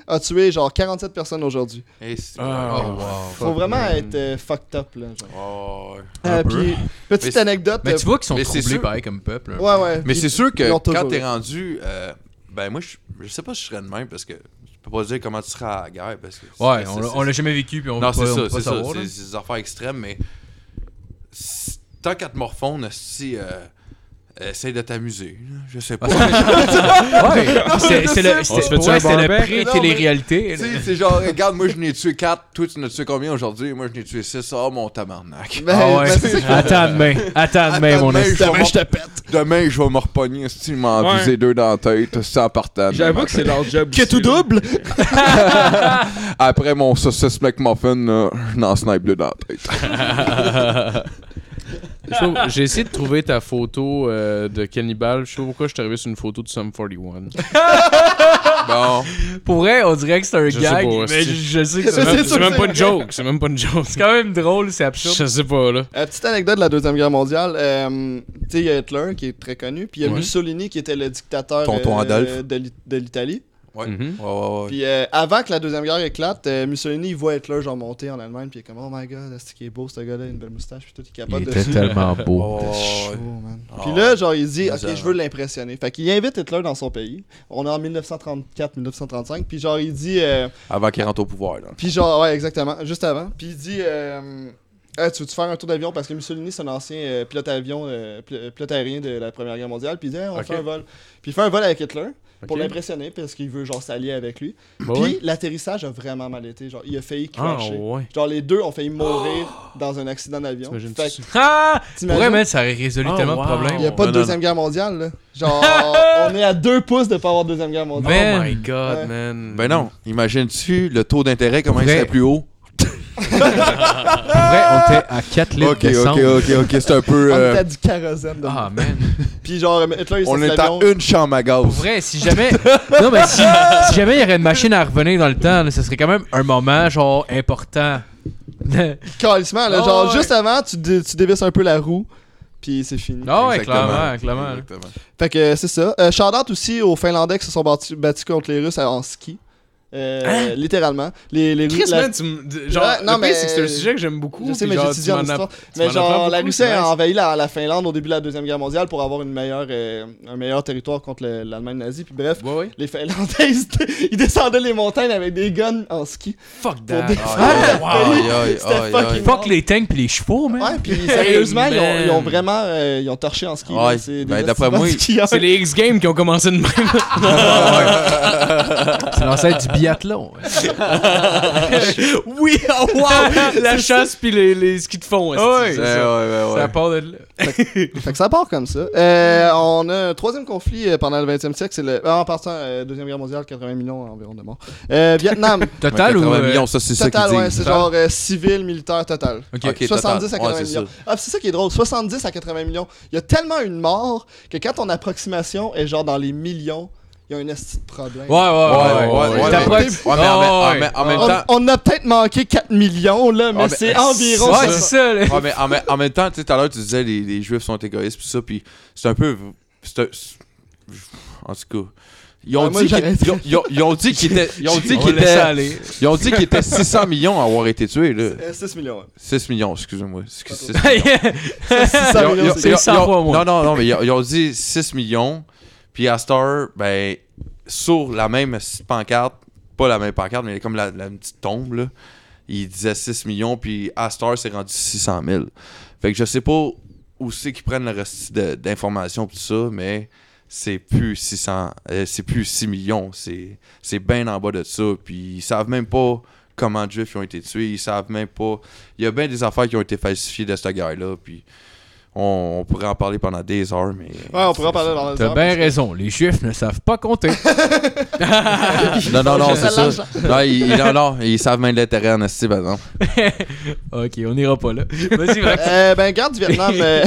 S6: a tué genre 47 personnes aujourd'hui.
S5: Hey, c'est-
S4: Ah,
S3: Oh, wow.
S6: Faut vraiment être euh, fucked up, là. genre.
S5: Oh, ouais.
S6: Euh,
S5: peu.
S6: puis, petite
S5: Mais c'est-
S6: anecdote.
S3: Mais
S6: euh,
S3: tu vois qu'ils sont
S5: Mais c'est
S3: troublés
S5: sûr.
S3: pareil comme peuple. hein.
S6: Ouais, ouais.
S5: Mais
S6: Puis
S5: c'est sûr
S6: ils
S5: que
S6: l'ont toujours
S5: quand t'es
S6: eu.
S5: rendu. euh, ben, moi, je, je sais pas si je serais de même parce que tu peux pas dire comment tu seras à la guerre. Parce que
S3: Ouais,
S5: c'est-
S3: on
S5: c'est-
S3: l'a-
S5: c'est-
S3: on l'a jamais vécu, puis on
S5: Non,
S3: veut
S5: c'est
S3: pas, on
S5: ça,
S3: veut pas
S5: c'est ça.
S3: savoir. là.
S5: C'est c'est des affaires extrêmes, mais c'est- tant qu'à te morfondre, si. Euh, Essaye de t'amuser. là, Je sais pas.
S3: Ouais, c'est- c'est le-
S1: On se
S3: c'est-
S1: fait
S3: pour vrai,
S1: tuer un
S3: c'était le
S6: hein.
S1: barbecue?
S3: pré-télé-réalité.
S5: Tu
S3: là.
S5: sais, c'est genre, regarde, moi je n'ai tué 4, toi tu n'as tué combien aujourd'hui? Moi je n'ai tué 6, oh mon tabarnak.
S6: Ben,
S3: Ah ouais.
S6: ben, [LAUGHS] c'est-
S1: Attends demain. Attends demain, mon
S5: Attends demain,
S1: esti.
S5: vais
S6: Demain,
S5: m'en-
S6: je te pète.
S5: Demain, je vais me repogner si tu m'en
S1: Ouais.
S5: viser deux dans la tête, sans partant.
S2: J'avoue que c'est leur job.
S6: Que
S2: aussi,
S6: tout
S2: là.
S6: double.
S5: Après mon saucisse McMuffin, là, je n'en snipe deux dans la tête.
S4: Je sais pas, J'ai essayé de trouver ta photo euh, de cannibale. Je sais pas pourquoi je suis arrivé sur une photo de Sum 41.
S5: Bon.
S3: Pour vrai, on dirait que c'est un
S4: Je sais
S3: gag,
S4: pas,
S3: mais
S4: c'est-
S3: je je sais que
S6: Ça,
S4: C'est
S3: c'est
S6: [LAUGHS] sûr
S4: même,
S6: que
S4: c'est même
S6: c'est
S4: pas
S6: vrai.
S4: une joke. C'est même pas une joke.
S3: c'est quand même drôle, c'est absurde.
S4: [LAUGHS] Je sais pas, là.
S6: Euh, petite anecdote de la Deuxième Guerre mondiale. euh, tu sais, il y a Hitler qui est très connu, puis il y a
S4: Ouais.
S6: Mussolini qui était le dictateur
S5: Tonton
S6: euh,
S5: Adolphe.
S6: de l'I- de l'Italie.
S5: Ouais.
S4: Mhm.
S5: Ouais, ouais, ouais.
S6: Puis euh, avant que la Deuxième Guerre éclate, euh, Mussolini il voit Hitler genre monter en Allemagne, puis il est comme Oh my god, c'est qui est beau ce gars-là, il a une belle moustache, puis tout, il capote dessus.
S1: tellement beau.
S5: Oh,
S6: C'était
S5: ouais,
S6: chaud,
S5: ouais.
S6: man.
S5: Ah
S6: Puis là, genre, il dit,
S5: Mais ça,
S6: ok, je veux l'impressionner. Fait qu'il invite Hitler dans son pays. On est en 1934-1935. Puis genre, il dit, euh,
S5: Avant qu'il rentre au pouvoir, là.
S6: puis genre, ouais, exactement, juste avant. Puis il dit, euh, Ah, tu veux-tu faire un tour d'avion? Parce que Mussolini, c'est un ancien euh, pilote avion, euh, pil- pilote aérien de la Première Guerre mondiale. Puis il dit, Ah, on
S4: Ok.
S6: fait un vol. Puis il fait un vol avec Hitler. Pour
S4: Ok.
S6: l'impressionner, parce qu'il veut genre s'allier avec lui.
S4: Bah
S6: Puis
S4: ouais.
S6: l'atterrissage a vraiment mal été. Genre, il a failli
S4: Ah
S6: crasher.
S4: ouais.
S6: Genre, les deux ont failli mourir dans un accident d'avion.
S4: T'imagines
S6: Fait
S4: ça?
S3: Ah!
S6: que
S3: Pour
S6: t'imagines-
S3: vrai, man, ça aurait résolu
S1: Oh,
S3: tellement
S1: wow.
S3: de problèmes.
S6: il n'y a
S1: Non,
S6: pas
S5: non,
S6: de Deuxième Guerre mondiale, là. Genre, on est à deux pouces de pas avoir de Deuxième Guerre mondiale.
S4: Oh
S3: Man.
S4: my god,
S6: Ouais.
S4: man.
S5: Ben non. Imagines-tu le taux d'intérêt, comment il
S1: Vrai.
S5: serait plus haut?
S1: vrai, on était à 4 litres
S5: Ok,
S1: de
S5: ok,
S1: sang.
S5: ok, ok. C'est un peu.
S6: [LAUGHS] On
S5: euh,
S6: était à du kérosène. de
S3: Ah,
S6: nous.
S3: man.
S6: Puis genre, Hitler, il
S5: on
S6: sortit
S5: est à
S6: l'avion.
S5: une chambre à
S3: Pour
S5: gaz.
S3: vrai,
S6: [LAUGHS]
S3: si jamais. Non, mais si, si jamais il y aurait une machine à revenir dans le temps, là, ce serait quand même un moment, genre, important.
S6: Calissement,
S4: Oh,
S6: là.
S3: Ah
S6: genre,
S3: ouais.
S6: juste avant, tu, dé- tu dévisses un peu la roue. Puis c'est fini.
S3: Non, Ah ouais,
S5: Exactement.
S3: clairement, clairement.
S5: Exactement.
S6: Fait que euh, c'est ça. Euh, shout-out aussi aux Finlandais qui se sont battus, battus contre les Russes en ski. Euh, Littéralement. Les, les
S4: Hein? Chris,
S6: la-
S4: man, tu me. Genre,
S6: Ouais, non,
S4: le pire,
S6: mais-
S4: c'est que c'est un sujet que j'aime beaucoup.
S6: Je sais,
S4: puis
S6: mais
S4: genre,
S6: j'étudie
S4: tu
S6: en
S4: m'en
S6: histoire.
S4: app- tu
S6: Mais
S4: m'en apprends
S6: genre, la
S4: beaucoup,
S6: Russie
S4: c'est
S6: a
S4: nice.
S6: envahi la, la Finlande au début de la Deuxième Guerre mondiale pour avoir une meilleure, euh, un meilleur territoire contre le- l'Allemagne nazie. Puis bref,
S4: Ouais, ouais.
S6: les Finlandais, [LAUGHS] ils, ils descendaient les montagnes avec des guns en ski.
S3: Fuck
S4: Ah,
S6: that.
S3: that. Ah,
S5: Aïe, aïe, aïe,
S6: C'était
S5: aïe,
S6: fucking-
S5: aïe.
S3: Fuck les tanks pis les chevaux, man.
S6: Ouais, puis sérieusement, ils, ont,
S3: man.
S6: ils ont vraiment euh, ils ont torché en ski. là.
S5: Ouais.
S6: C'est des
S5: Ben, d'après
S6: estivants
S5: moi,
S6: skieurs.
S4: C'est les X-Games qui ont commencé de même.
S3: C'est l'ancêtre du biathlon. ouais.
S4: [LAUGHS] oui, oh, wow! La chasse puis les, les skis de fond. est-ce que
S3: Ouais.
S4: c'est
S5: Ouais,
S4: ça?
S5: ouais, ouais, ouais.
S3: Ça part de là.
S6: Fait que ça part comme ça. Euh, on a un troisième conflit euh, pendant le 20e siècle. C'est le. ah, en partant, euh, Deuxième Guerre mondiale, 80 millions environ de morts. Euh, Vietnam,
S3: Total ou.
S5: 80
S3: euh,
S5: millions, ça, [LAUGHS] c'est ça qu'ils
S6: total, ouais,
S5: disent.
S6: c'est genre euh, civil, militaire, total.
S3: Ok.
S5: Ok,
S6: 70 à
S5: total. Ouais,
S6: 80
S5: c'est ça.
S6: millions. Ah, c'est ça qui est drôle. 70 à 80 millions. Il y a tellement une mort que quand ton approximation est genre dans les millions, il y a un esti de problème.
S3: Ouais, ouais, ouais.
S5: Ouais, ouais, ouais,
S3: T'approches-
S5: Ouais, mais en même- en
S3: Ouais,
S5: même- en même
S6: On,
S5: temps,
S6: on a peut-être manqué 4 millions, là, mais
S5: Ah, mais-
S6: c'est environ
S3: Ouais,
S6: ça.
S3: c'est ça, là.
S5: Ouais, Ah, mais en, même- en même temps, tu sais, tout à l'heure, tu disais les, les Juifs sont égoïstes, pis ça, pis c'est un peu. c'est un- c'est- En tout cas. Ils ont,
S6: Ah, moi,
S5: dit qu'ils,
S6: j'arrête.
S5: ils, ont, ils ont- ils ont dit qu'ils étaient, ils ont dit
S3: On
S5: qu'ils
S3: laisse
S5: étaient,
S3: aller.
S5: ils ont dit qu'ils étaient 600 millions à avoir été tués, là.
S6: Euh, 6 millions, ouais.
S5: 6 millions, excusez-moi. Excuse-
S6: [LAUGHS]
S5: six-
S6: Ça, 600
S5: ils ont- ils
S6: millions,
S5: ont-
S6: c'est
S5: ils ont-
S3: cent
S5: ils ont-
S3: fois moins.
S5: Non, non, non, mais ils ont, ils ont dit 6 millions, puis à Star, ben, sur la même pancarte, pas la même pancarte, mais comme la, la petite tombe, là, il disait 6 millions, puis Astor s'est rendu 600 000. Fait que je sais pas où c'est qu'ils prennent le reste de- d'informations pis tout ça, mais c'est plus 600, euh, c'est plus 6 millions, c'est c'est bien en bas de ça, puis ils savent même pas comment de juifs ils ont été tués, ils savent même pas. Il y a bien des affaires qui ont été falsifiées de ce gars-là, puis on, on pourrait en parler pendant des heures, mais.
S6: Ouais, on pourrait en parler dans
S3: T'as bien raison, les juifs ne savent pas compter.
S5: [LAUGHS] Non, non, non, c'est
S6: Ça
S5: ça. Non, ils, ils- non, non, ils savent même l'intérêt en esti, par exemple.
S3: ok, on n'ira pas là. Vas-y, Max.
S6: Euh, ben, garde du Vietnam. euh,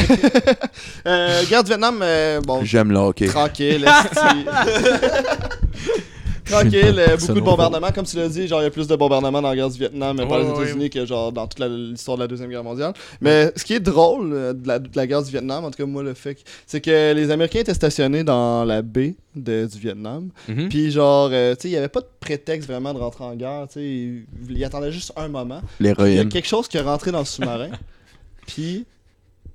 S6: [LAUGHS] euh, garde du Vietnam, euh, bon,
S5: J'aime le hockey.
S6: tranquille. esti.
S4: [LAUGHS] Je suis une
S6: tranquille,
S4: bonne
S6: euh, beaucoup
S4: personne
S6: de
S4: au
S6: bombardements. Comme tu l'as dit, genre, il y a plus de bombardements dans la guerre du Vietnam, mais pas
S7: Ouais,
S6: aux
S7: ouais.
S6: États-Unis, que genre dans toute la- l'histoire de la Deuxième Guerre mondiale. Mais ce qui est drôle euh, de la, de la guerre du Vietnam, en tout cas, moi, le fait, que- c'est que les Américains étaient stationnés dans la baie de- du Vietnam.
S7: Mm-hmm.
S3: Mhm.
S6: Puis, genre, euh, tu sais, il n'y avait pas de prétexte vraiment de rentrer en guerre. Tu sais, ils ils attendaient juste un moment. Puis, Il y a
S5: L'héroïne.
S6: quelque chose qui est rentré dans le sous-marin. [LAUGHS] Puis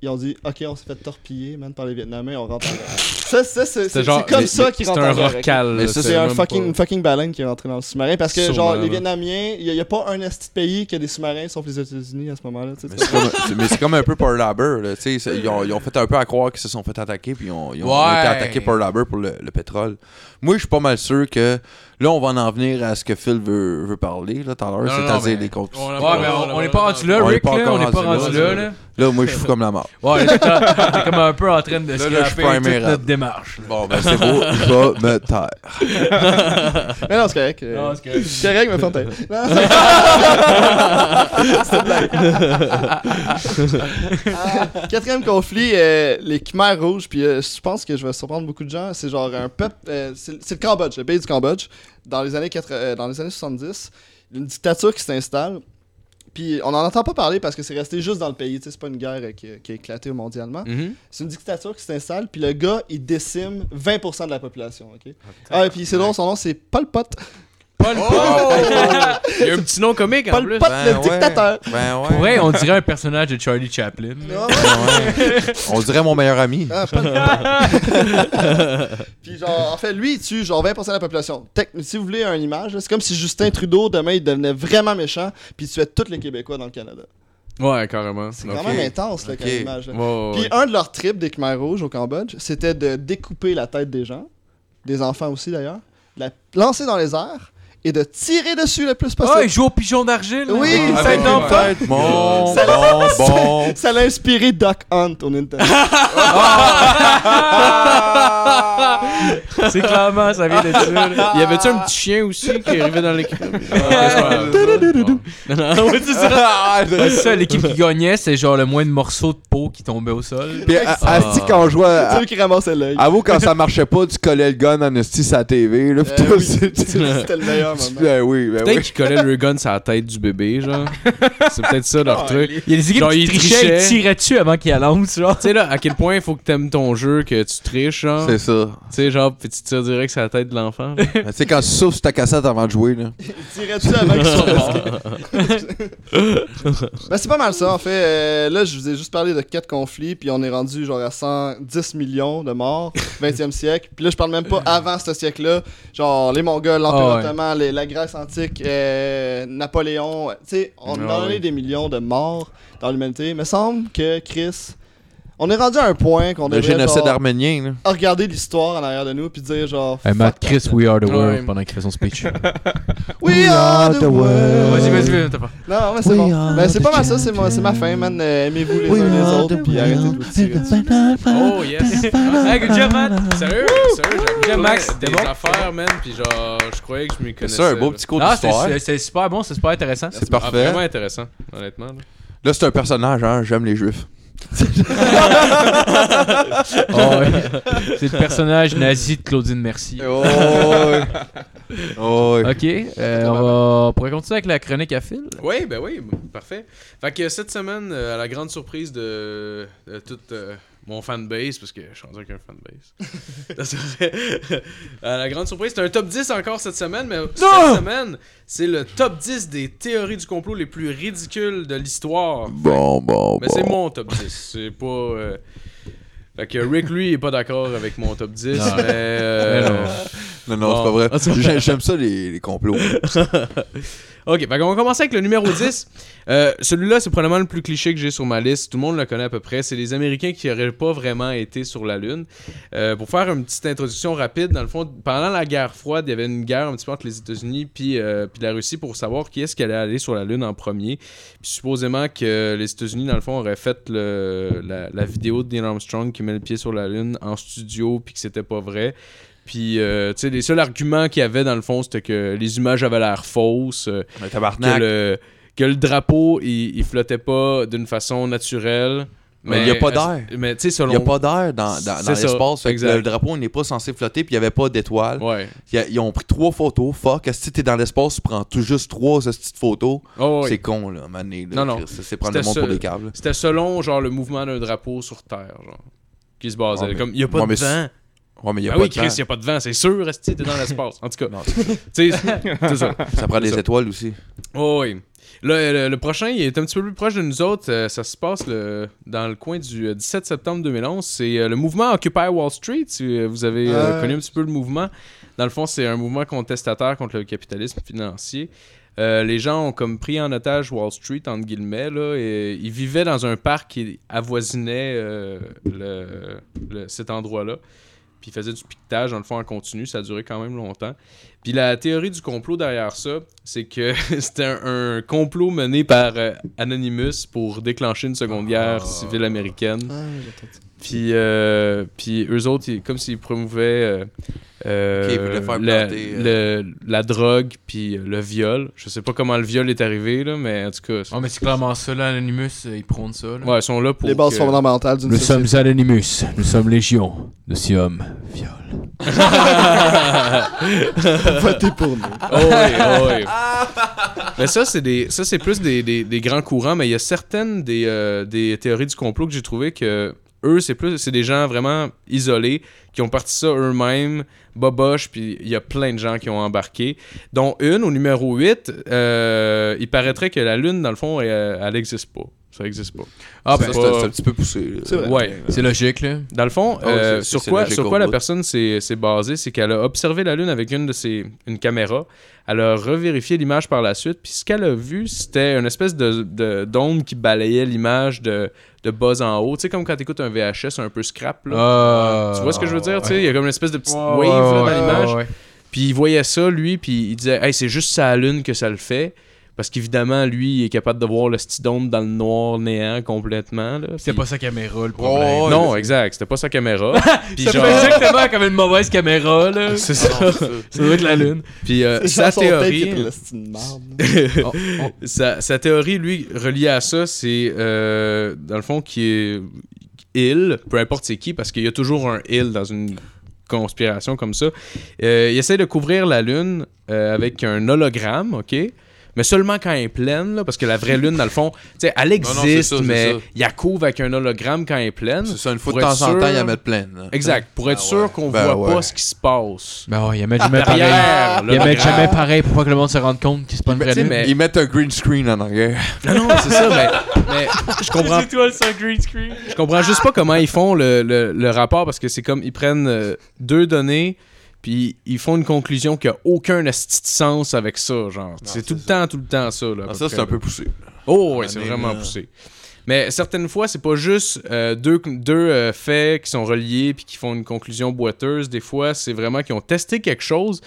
S6: ils ont dit OK, on s'est fait torpiller man par les Vietnamiens, on rentre en guerre. Ça, ça, c'est- c'est
S3: genre-
S6: c'est comme
S5: mais-
S6: ça
S5: mais
S6: qu'ils
S3: C'est
S6: rentrent
S3: un
S6: en guerre. ok?
S3: rocal.
S5: Mais
S3: là,
S5: ça,
S6: C'est un
S3: même
S6: fucking, une
S3: pas-
S6: fucking baleine qui est rentrée dans le sous-marin parce que,
S3: Sûrement,
S6: genre, les
S3: là.
S6: Vietnamiens, il n'y a, pas un esti de pays qui a des sous-marins sauf les États-Unis à ce moment-là. tu sais.
S5: Mais c'est comme, un- mais c'est comme un peu Pearl Harbor, là, tu sais, c'est- ils, ont, ils ont fait un peu à croire qu'ils se sont fait attaquer, puis ils ont, ils ont
S3: Ouais.
S5: été attaqués Pearl Harbor pour le, le pétrole. Moi, je suis pas mal sûr que là, on va en venir à ce que Phil veut, veut parler, là, tout à l'heure,
S7: Non, non,
S5: c'est-à-dire
S7: mais-
S5: les côtes.
S7: on a-
S3: Ouais, mais on- on n'est pas rendu là,
S5: On est
S3: Rick,
S5: pas
S3: là.
S5: encore
S3: On n'est pas
S5: rendu
S3: rendu
S5: là,
S3: là, là.
S5: Là, moi, je suis fou comme la mort.
S3: Ouais, j'étais j'étais comme un peu en train de
S5: Là, là, je suis
S3: scraper
S5: primé
S3: toute
S5: raide.
S3: notre démarche. là.
S5: Bon, ben, c'est beau, je vais me taire.
S6: Mais non, c'est correct. euh,
S3: Non, c'est correct.
S6: c'est correct, mais fais ta- Non, c'est- Ah, quatrième conflit, euh, les Khmer rouges, puis euh, je pense que je vais surprendre beaucoup de gens. C'est genre un peuple. euh, c'est c'est le Cambodge, le pays du Cambodge. Dans les années, 80 euh, dans les années 70, une dictature qui s'installe. Puis on n'en entend pas parler parce que c'est resté juste dans le pays. tu sais, C'est pas une guerre euh, qui, qui a éclaté mondialement.
S4: Mm-hmm.
S3: Mhm.
S6: C'est une dictature qui s'installe, puis le gars, il décime 20% de la population. ok? Ah, et puis c'est drôle, son nom, c'est Pol Pot.
S3: Paul, [LAUGHS]
S7: Il y a un petit nom comique en
S6: Pol
S7: plus.
S6: Pot,
S5: Ben
S6: le
S5: ouais,
S6: dictateur.
S5: Ben ouais.
S3: Pour vrai, on dirait un personnage de Charlie Chaplin.
S6: Non,
S5: On dirait mon meilleur ami.
S6: Ah, pas Puis genre, en fait, lui, il tue genre 20% de la population. Tec- si vous voulez une image, là, c'est comme si Justin Trudeau, demain, il devenait vraiment méchant, puis il tuait tous les Québécois dans le Canada.
S7: Ouais, carrément.
S6: C'est
S7: Ok.
S6: quand même intense, là, comme
S5: Ok.
S6: image. là.
S7: Ouais, ouais,
S6: Puis
S7: ouais.
S6: un de leurs trips des Khmer Rouges au Cambodge, c'était de découper la tête des gens, des enfants aussi d'ailleurs, de la lancer dans les airs et de tirer dessus le plus
S3: Ah, il
S6: possible.
S3: joue au pigeon d'argile. là.
S6: Oui,
S3: Avec
S6: ça
S3: une
S5: une
S3: tête d'enfant.
S5: tête. Bon,
S6: Ça-
S5: bon, bon.
S6: Ça l'a inspiré Doc Hunt au Nintendo.
S3: C'est clairement, ça vient de ça. là.
S7: Il y avait-tu
S6: ah!
S7: un petit chien aussi qui arrivait dans l'équipe?
S6: [LAUGHS]
S5: [LAUGHS]
S3: Non, non, ouais, c'est ça.
S5: Ah,
S3: Ouais, c'est ça, l'équipe qui gagnait, c'est genre le moins de morceaux de peau qui tombait au sol.
S5: Puis, à- Asti, quand on jouait à-
S6: Celui qui ramassait l'œil.
S5: Avoue, [LAUGHS] quand ça marchait pas, tu collais le gun en esti sur la TV, là, pis
S6: Euh,
S5: toi,
S6: oui.
S5: c'est- [LAUGHS] tu-
S6: [LAUGHS] C'était le meilleur moment.
S5: Ben oui, ben
S7: Peut-être
S5: oui.
S7: qu'ils collaient le gun sur la tête du bébé,
S6: [LAUGHS]
S7: genre. C'est peut-être ça
S6: Oh,
S7: leur truc. Tu
S3: Il y a des équipes
S7: Genre,
S3: qui
S7: il
S3: trichaient,
S7: trichait.
S3: ils tiraient dessus avant qu'il lance, genre.
S7: sais là, à quel point il faut que t'aimes ton jeu, que tu triches, genre. Tu
S5: C'est ça. Ben,
S7: sais, genre, puis tu tires direct sur la tête
S3: [LAUGHS]
S7: de l'enfant. là.
S5: Tu sais, quand tu souffles sur ta cassette avant de jouer, là.
S6: Il tirait dessus avant qu'il soit masqué. [LAUGHS] ben, c'est pas mal ça, en fait. Euh, là, je vous ai juste parlé de quatre conflits, puis on est rendu genre à 110 millions de morts, 20e siècle. Puis là, je parle même pas avant ce siècle-là. Genre, les Mongols, l'Empire
S3: Ah ouais.
S6: ottoman, les- la Grèce antique, euh, Napoléon. Tu sais, on
S7: Ah
S6: a donné
S7: oui.
S6: des millions de morts dans l'humanité. Mais semble que, Chris, on est rendu à un point qu'on
S5: Le
S6: devrait
S5: génocide
S6: genre,
S5: arménien, là.
S6: regarder l'histoire en arrière de nous, puis dire genre...
S4: Hey, Matt, Chris, we are the world
S7: Ouais.
S4: pendant qu'il fait son speech.
S6: We are the world.
S3: Vas-y, vas-y, vas-y, t'as pas.
S6: Non, mais c'est
S4: We
S6: bon.
S4: are
S6: Ben, c'est
S4: the
S6: pas mal ça, c'est ma, c'est ma fin, man. Euh, Aimez-vous les uns les autres, puis arrêtez de vous tirer dessus.
S7: [LAUGHS] Oh, yes!
S3: Hey, hein? good job, Matt.
S7: Sérieux, sérieux,
S3: Bien,
S7: j'avais
S3: Max,
S7: Max, des
S3: c'était bon.
S7: affaires, man, pis genre, je croyais que je m'y
S5: C'est
S7: connaissais.
S5: ça, un beau
S7: là.
S5: petit cours
S3: Ah,
S5: d'histoire.
S3: c'est- c'est super bon, c'est super intéressant.
S5: C'est
S7: Ah,
S5: parfait.
S7: vraiment intéressant, honnêtement. là.
S5: Là, c'est un personnage, hein. J'aime les juifs.
S3: Ah ouais. C'est le personnage nazi de Claudine Merci.
S5: [LAUGHS] Oh, ouais. Oh, ouais.
S3: Ok, euh, on, va... on pourrait continuer avec la chronique à fil.
S7: Oui, ben oui, b- parfait. Fait que cette semaine, euh, à la grande surprise de, de toute euh, mon fanbase, parce que je suis rendu avec un fanbase. Ça serait- [LAUGHS] à la grande surprise, c'est un top 10 encore cette semaine, mais cette semaine, c'est le top 10 des théories du complot les plus ridicules de l'histoire.
S5: Bon, bon,
S7: Mais c'est
S5: bon.
S7: mon top 10, c'est pas... euh, Fait que Rick, lui, il est pas d'accord avec mon top 10,
S3: Non.
S7: mais... euh,
S3: [LAUGHS] Mais non.
S5: Non, non,
S7: Bon. Ah,
S5: c'est pas vrai. J'ai- J'aime ça, les, les complots.
S7: Ok, fait qu'on va commencer avec le numéro 10. Euh, Celui-là, c'est probablement le plus cliché que j'ai sur ma liste. Tout le monde le connaît à peu près. C'est les Américains qui n'auraient pas vraiment été sur la Lune. Euh, pour faire une petite introduction rapide, dans le fond, pendant la guerre froide, il y avait une guerre un petit peu entre les États-Unis puis, euh, puis la Russie pour savoir qui est-ce qui allait aller sur la Lune en premier. Puis supposément que les États-Unis, dans le fond, auraient fait le- la, la vidéo de Neil Armstrong qui met le pied sur la Lune en studio puis que c'était pas vrai. Puis, euh, tu sais, les seuls arguments qu'il y avait, dans le fond, c'était que les images avaient l'air fausses. euh,
S5: Mais
S7: que
S5: tabarnak.
S7: le, que le drapeau, il, il flottait pas d'une façon naturelle.
S5: Mais il n'y a pas d'air.
S7: Mais tu sais,
S5: Il
S7: selon.
S5: n'y a pas d'air dans, dans, dans
S7: C'est ça,
S5: l'espace. fait que
S7: exact.
S5: le drapeau n'est pas censé flotter, puis il n'y avait pas d'étoile.
S7: Ouais.
S5: Puis, Ils ont pris trois photos. Fuck, si t'es dans l'espace, tu prends tout juste trois de ces petites photos.
S7: Oh, ouais.
S5: C'est con, là, mané. là,
S7: Non, non.
S5: Chris. C'est c'est prendre le
S7: C'était
S5: monde pour
S7: ça.
S5: des câbles.
S7: C'était selon genre le mouvement d'un drapeau sur Terre, genre. Qui se basait.
S5: Ouais, Ah, mais-
S7: Comme il n'y a pas
S5: Ouais,
S7: de
S5: mais
S7: vent.
S5: Ouais, mais il n'y a
S7: Ah
S5: pas
S7: oui,
S5: de
S7: Chris, il
S5: temps.
S7: n'y a pas de vent, c'est sûr, Resti, t'es dans l'espace. En tout cas,
S5: Non,
S7: tu sais, c'est ça.
S5: Ça prend des
S7: ça.
S5: étoiles aussi.
S7: Oh, oui. Le, le- le prochain, il est un petit peu plus proche de nous autres. Euh, ça se passe le- dans le coin du euh, 17 septembre 2011. C'est euh, le mouvement Occupy Wall Street. Si euh, vous avez euh,
S6: Euh.
S7: connu un petit peu le mouvement, dans le fond, c'est un mouvement contestataire contre le capitalisme financier. Euh, les gens ont comme pris en otage Wall Street, entre guillemets. Là, et ils vivaient dans un parc qui avoisinait euh, le- le- cet endroit-là. Puis ils faisaient du piquetage, dans le fond, en continu. Ça a duré quand même longtemps. Puis la théorie du complot derrière ça, c'est que [LAUGHS] c'était un, un complot mené par euh, Anonymous pour déclencher une seconde guerre
S5: Ah.
S7: civile américaine.
S6: Ah, j'ai entendu.
S7: Puis, euh, puis eux autres, ils- comme s'ils promouvaient euh, euh,
S5: Ok, ils voulaient faire
S7: la,
S5: planter, euh,
S7: le- la drogue puis le viol. Je sais pas comment le viol est arrivé, là, mais en tout cas, c'est-
S3: Oh, mais c'est clairement ça, là, Anonymous, euh, ils prônent ça. là.
S7: ouais, ils sont là pour.
S6: Les bases
S7: que-
S6: fondamentales d'une
S8: Nous sommes
S6: société.
S8: Anonymous, nous sommes Légion, nous sommes viol.
S6: Votez pour nous.
S7: Oh oui, oh oui. [LAUGHS] mais ça, c'est des, ça c'est plus des, des- des grands courants, mais il y a certaines des, euh, des théories du complot que j'ai trouvé que eux, c'est plus, c'est des gens vraiment isolés qui ont parti ça eux-mêmes, boboche, puis il y a plein de gens qui ont embarqué, dont une au numéro 8, euh, il paraîtrait que la lune dans le fond, elle elle existe pas. Ça existe pas.
S3: Ah,
S5: Ça,
S3: ben,
S5: c'est
S7: pas-
S5: c'est un petit peu poussé. là.
S6: C'est vrai.
S7: Ouais.
S3: c'est logique, là.
S7: Dans le
S3: Oh,
S7: fond,
S5: Ah oui,
S7: euh,
S5: c'est-
S7: sur
S5: c'est
S7: quoi,
S5: logique
S7: sur
S5: au
S7: quoi la
S5: bout.
S7: personne s'est s'est basée, c'est qu'elle a observé la Lune avec une de ses une caméra, elle a revérifié l'image par la suite, puis ce qu'elle a vu, c'était une espèce de de- d'onde qui balayait l'image de, de bas en haut. Tu sais, comme quand t'écoutes un VHS un peu scrap, là.
S3: Ah.
S7: tu vois ce que je veux dire? Tu sais, il y a comme une espèce de petite
S3: Ouais, ouais,
S7: wave là, dans
S3: ouais,
S7: l'image.
S3: ouais.
S7: Puis il voyait ça, lui, puis il disait, hey, c'est juste sa lune que ça le fait. Parce qu'évidemment, lui, il est capable de voir le stidome dans le noir néant complètement. là.
S3: C'est
S7: Puis-
S3: pas sa caméra, le problème.
S5: Oh,
S7: Non, exact, c'était pas
S5: [LAUGHS]
S7: sa caméra. Puis
S3: Ça
S7: genre-
S3: fait exactement comme une mauvaise caméra, [LAUGHS] là.
S7: C'est ça.
S3: Ça doit être la lune.
S7: Puis euh,
S6: C'est
S7: sa
S6: genre son tape qui est
S7: théorie,
S6: le style de marde.
S7: [LAUGHS] sa, sa théorie, lui, reliée à ça, c'est euh, dans le fond qui est il, peu importe c'est qui, parce qu'il y a toujours un il dans une conspiration comme ça. Euh, il essaie de couvrir la lune euh, avec un hologramme, ok. Mais seulement quand elle est pleine, là, parce que la vraie lune, dans le fond, tu sais, elle
S5: non,
S7: existe,
S5: c'est ça, c'est
S7: mais
S5: ça.
S7: il la couvre avec un hologramme quand elle est pleine.
S5: C'est ça, une fois
S7: Pour
S5: de temps
S7: être
S5: en temps,
S7: sûr-
S5: il y a mettre plein. là.
S7: Exact, pour être
S5: Ah
S7: sûr
S5: ouais.
S7: qu'on
S5: Ben
S7: voit pas
S5: ouais.
S7: ce qui se passe.
S3: Ben ouais, ils mettent jamais pareil.
S7: Derrière,
S3: Ils mettent
S7: l'hologramme.
S3: jamais pareil pour pas que le monde se rende compte qu'il se passe une
S7: Mais
S3: vraie
S7: tu sais,
S3: lune.
S7: mais-
S5: Ils mettent un green screen en arrière.
S7: Non, non, c'est ça, mais, mais je comprends. Je comprends juste pas comment ils font le, le- le rapport parce que c'est comme ils prennent euh, deux données puis ils font une conclusion qui a aucun esti de sens avec ça, genre. C'est tout le temps, tout le temps ça. Là, à
S5: Ah,
S7: peu
S5: ça, c'est
S7: près,
S5: un peu poussé.
S7: Oh, ouais, c'est
S5: Année,
S7: vraiment
S5: là.
S7: poussé. Mais certaines fois, c'est pas juste euh, deux, deux euh, faits qui sont reliés puis qui font une conclusion boiteuse. Des fois, c'est vraiment qu'ils ont testé quelque chose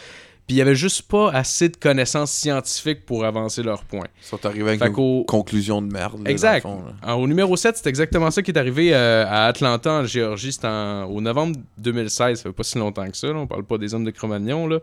S7: puis il y avait juste pas assez de connaissances scientifiques pour avancer leur point.
S5: Ils sont arrivés avec
S7: Fait
S5: une
S7: qu'au-
S5: conclusion de merde. là, dans
S7: Exact.
S5: le fond,
S7: [LAUGHS]
S5: là.
S7: Alors, au numéro 7, c'est exactement ça qui est arrivé euh, à Atlanta, en Géorgie. C'était en- au novembre 2016. Ça fait pas si longtemps que ça. là. On parle pas des hommes de Cro-Magnon. Là.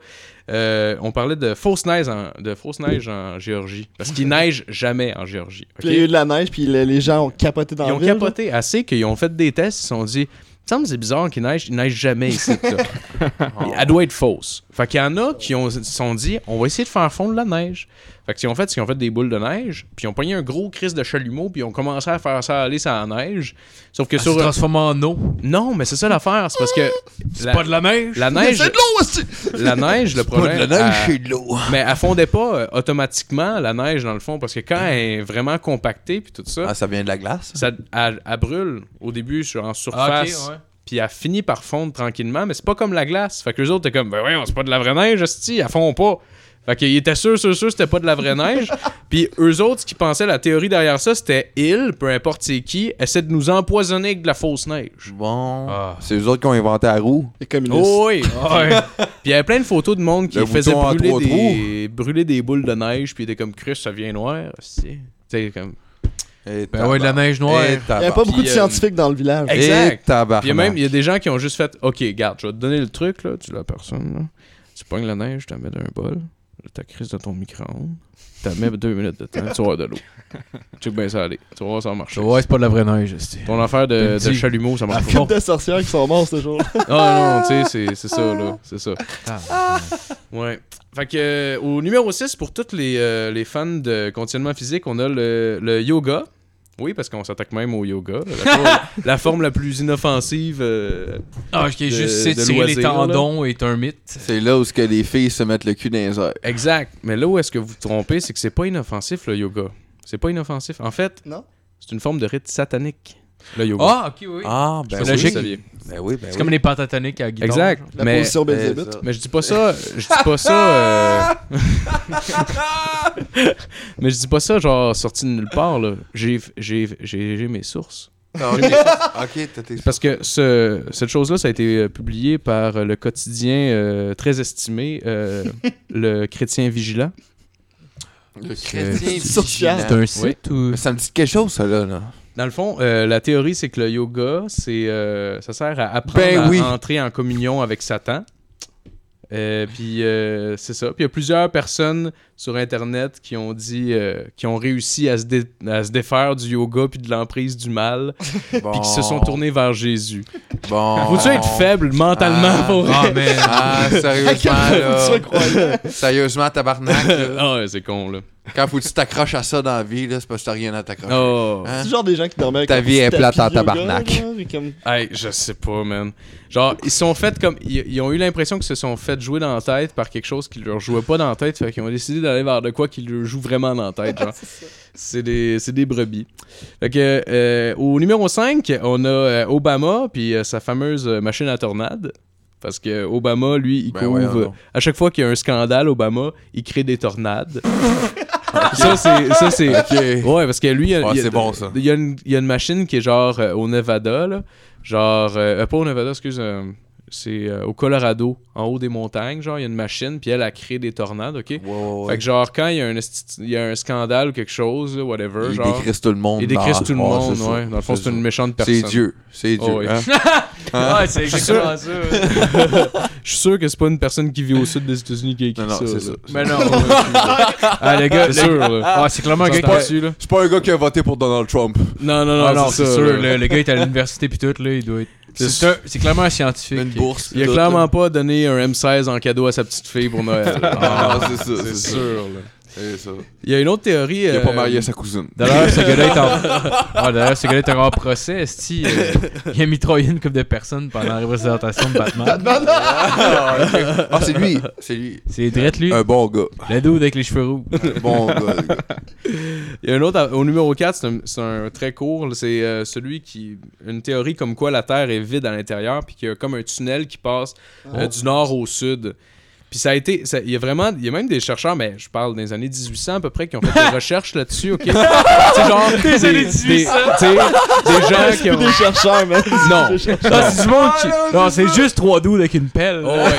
S7: Euh, on parlait de fausse neige en, de fausse neige en Géorgie.
S5: [LAUGHS]
S7: Parce qu'il neige jamais en Géorgie. ok?
S6: Puis il y a eu de la neige, puis les, les gens ont capoté dans
S7: Ils
S6: la
S7: ont
S6: ville.
S7: capoté assez qu'ils ont fait des tests. Ils se sont dit... Il me semble que c'est bizarre qu'il neige, il neige jamais ici. là.
S5: Ah
S7: Elle doit être fausse. Fait qu'il y en a qui ont, se sont dit, on va essayer de faire fondre la neige. Fait que ce qu'ils ont fait, c'est qu'ils ont fait des boules de neige, puis ils ont pogné un gros crise de chalumeau, puis ils ont commencé à faire ça aller ça la neige. Sauf
S5: Ah,
S7: que
S3: Ça
S7: sur.
S3: se transforme en eau.
S7: Non, mais c'est ça l'affaire, c'est parce que.
S3: C'est pas de la neige.
S7: la
S5: Mais
S7: neige.
S5: C'est de l'eau aussi!
S7: La neige, le problème. Ah.
S5: Pas de la neige,
S7: elle-
S5: c'est de l'eau.
S7: mais elle fondait pas euh, automatiquement, la neige, dans le fond, parce que quand elle est vraiment compactée, puis tout ça,
S5: Ah, ça vient de la glace?
S7: ça elle, elle brûle au début sur, en
S3: Ah,
S7: surface.
S3: ok, ouais.
S7: Puis elle finit par fondre tranquillement, mais c'est pas comme la glace. Fait que les autres étaient comme, ben voyons, c'est pas de la vraie neige, hostie, elle fond pas. Fait qu'ils étaient sûrs, sûrs, sûrs, que c'était pas de la
S5: [LAUGHS]
S7: vraie neige. Puis eux autres, ce qu'ils pensaient, la théorie derrière ça, c'était ils, peu importe c'est qui, essaient de nous empoisonner avec de la fausse neige.
S5: Bon.
S3: Ah.
S5: C'est eux autres qui ont inventé la roue.
S6: Les communistes.
S7: Oh
S5: [LAUGHS]
S7: oui! Puis il y avait plein de photos de monde qui
S5: Le
S7: faisait
S5: bouton en
S7: brûler
S5: trois
S7: des, brûler des boules de neige, puis ils étaient comme, Chris, ça vient noir, hostie. Tu sais, comme.
S5: Et
S3: Ben ouais, de la neige noire.
S5: Et
S6: Il n'y a
S5: tabarnak.
S6: pas beaucoup de
S7: Puis, euh,
S6: scientifiques dans le village.
S7: Hey, Exact.
S5: Et tabarnak.
S7: Puis il y a même, il y a des gens qui ont juste fait Ok, garde, je vais te donner le truc, là, tu la personne, là. Tu pognes la neige, tu la mets dans un bol, ta crise de ton micro-ondes, t'as mets deux minutes de temps, tu vas
S3: [LAUGHS]
S7: avoir de l'eau. Check bien ça aller. Tu vas voir, ça va marcher.
S3: Ouais, c'est pas de la vraie neige, c'est.
S7: Ton affaire de,
S3: Petit-
S7: de chalumeau, ça marche
S3: Ah,
S7: pas.
S6: Comme des sorcières qui sont mortes ce jour.
S7: Ah non, tu sais, c'est- c'est ça, là. C'est ça.
S3: Ah,
S7: Ouais.
S4: Fait que, euh, au numéro 6, pour tous les, euh, les fans de conditionnement physique, on a le, le yoga.
S7: Oui, parce qu'on s'attaque même au yoga. La
S3: [LAUGHS]
S7: forme, la forme la plus inoffensive. euh,
S3: Ah, ok,
S7: De-
S3: juste
S7: de
S3: s'étirer les
S7: loisirs, là.
S3: tendons est un mythe.
S5: C'est là où ce que les filles se mettent le cul dans les airs.
S7: Exact. Mais là où est-ce que vous vous trompez, c'est que c'est pas inoffensif, le yoga. C'est pas inoffensif. En fait,
S6: Non.
S7: c'est une forme de rite satanique, le yoga.
S3: Ah, ok, oui.
S5: Ah, ben
S7: C'est
S3: oui. logique.
S5: Ben oui, ben
S3: c'est comme les pentatoniques à guitare.
S7: Exact.
S3: genre.
S6: La
S7: mais,
S6: position
S5: Ben,
S6: [LAUGHS] Belzébuth.
S5: ça.
S7: mais je dis pas ça. Je dis pas ça. euh, [LAUGHS] mais je dis pas ça, genre, sorti de nulle part, là. J'ai j'ai- j'ai- j'ai mes sources.
S5: Ah, ok, [LAUGHS] ok, t'as tes...
S7: Parce que ce- cette chose-là, ça a été euh, publié par euh, le quotidien euh, très estimé, euh, le Chrétien Vigilant.
S5: Le chrétien
S6: social.
S5: vigilant.
S3: C'est un site ou.
S5: Mais Ça me dit quelque chose, ça, là. là.
S7: Dans le fond, euh, la théorie, c'est que le yoga, c'est, euh, ça sert à apprendre
S5: Ben
S7: à
S5: oui.
S7: entrer en communion avec Satan. Euh, puis euh, c'est ça. Puis il y a plusieurs personnes sur Internet qui ont dit, euh, qui ont réussi à se, dé- à se défaire du yoga puis de l'emprise du mal, puis qui se sont tournés vers Jésus.
S5: Bon.
S7: Oh. Faut-tu être faible mentalement
S5: Ah.
S7: pour...
S3: Ah, mais.
S5: Ah,
S7: [LAUGHS]
S5: sérieusement,
S6: Ça,
S5: là.
S6: croyant.
S5: Sérieusement, tabarnak. là.
S7: Ah, ouais, c'est con, là.
S5: Quand faut-tu t'accroches à ça dans la vie, là, c'est parce que t'as rien à t'accrocher.
S7: Oh.
S5: Hein?
S6: C'est le genre des gens qui dormaient avec
S5: Ta
S6: un
S5: vie
S6: petit
S5: est plate
S6: tapis
S5: en
S6: yoga,
S5: tabarnak.
S6: genre, et comme-
S7: Hey, je sais pas, man. Genre, ils se sont fait comme. Ils, ils ont eu l'impression qu'ils se sont fait jouer dans la tête par quelque chose qui leur jouait pas dans la tête. Fait qu'ils ont décidé d'aller vers de quoi qui leur joue vraiment dans la tête. Genre, c'est des, c'est des brebis. Fait que, euh, au numéro 5, on a euh, Obama, puis euh, sa fameuse euh, machine à tornade. Parce que Obama, lui, il
S5: Ben
S7: couvre.
S5: voyons donc.
S7: à chaque fois qu'il y a un scandale, Obama, il crée des tornades. ça, c'est. Ça, c'est.
S5: Ok.
S7: Ouais, parce que lui, il y a-
S5: Ouais,
S7: il y a-
S5: c'est bon, ça.
S7: Il y, a une, il y a une machine qui est genre euh, au Nevada, là. Genre, euh, euh, pas au Nevada, excuse, euh, c'est euh, au Colorado, en haut des montagnes. Genre, il y a une machine, puis elle a créé des tornades, ok?
S5: Ouais, ouais,
S7: Fait
S5: ouais.
S7: que, genre, quand il y a un, esti- il y a un scandale ou quelque chose, là, whatever,
S5: Il
S7: genre.
S5: décrisse tout le monde.
S7: Il décrisse
S5: dans-
S7: tout le
S5: Ouais,
S7: monde,
S5: c'est ça.
S7: ouais. Dans le fond, c'est
S5: ça.
S7: une méchante personne.
S5: C'est Dieu. C'est Dieu.
S7: Oh, ouais. [LAUGHS]
S5: hein.
S3: Ah, c'est exactement ça.
S7: Je suis sûr que c'est pas une personne qui vit au sud des États-Unis qui a écrit
S5: Non, non,
S7: ça.
S5: c'est
S7: là.
S5: ça.
S3: Mais non.
S7: [LAUGHS]
S3: Ah, les gars,
S7: C'est sûr, là.
S3: Ah, c'est clairement un
S7: J'entends
S3: gars qui a-
S7: là.
S5: [LAUGHS] C'est pas un gars qui a voté pour Donald Trump.
S7: Non, non, non,
S3: Ah non, c'est
S7: c'est ça,
S3: sûr.
S7: là.
S3: Le, le gars est à l'université puis tout, là, il doit être.
S7: C'est
S3: C'est un- c'est clairement un scientifique.
S5: Une bourse.
S7: Il a
S5: tout,
S7: clairement
S5: là.
S7: pas donné un M16 en cadeau à sa petite fille
S3: [LAUGHS]
S7: pour Noël. là.
S5: Ah, non, c'est ça.
S7: c'est
S5: ça.
S7: sûr. là.
S5: C'est ça.
S7: Il y a une autre théorie.
S5: Il a
S7: euh,
S5: pas marié sa
S7: [LAUGHS]
S5: cousine.
S3: D'ailleurs, ce gars-là est en. Ah, d'ailleurs, ce gars-là est en procès. Esti, euh, il a mitraillé une couple de personnes pendant la représentation de Batman.
S5: Ah, c'est lui. C'est lui.
S3: C'est drette, lui.
S5: Un bon gars.
S3: Le dude avec les cheveux roux.
S5: Un bon
S7: [LAUGHS]
S5: gars. le gars.
S7: Il y a une autre à- au numéro 4, c'est un, c'est un très court. là, C'est euh, celui qui. Une théorie comme quoi la Terre est vide à l'intérieur, puis qu'il y a comme un tunnel qui passe euh, du nord au sud. Puis ça a été. ça- Il y a vraiment. Il y a même des chercheurs, mais je parle des années 1800 à peu près, qui ont fait [LAUGHS] des recherches là-dessus, ok? C'est genre. Des années 1800! des gens [LAUGHS] qui
S6: Plus
S7: ont.
S6: des chercheurs, man.
S7: Ah, Non!
S3: Ah, c'est du monde qui. Non, c'est juste trois dudes avec une pelle.
S7: Oh, ouais.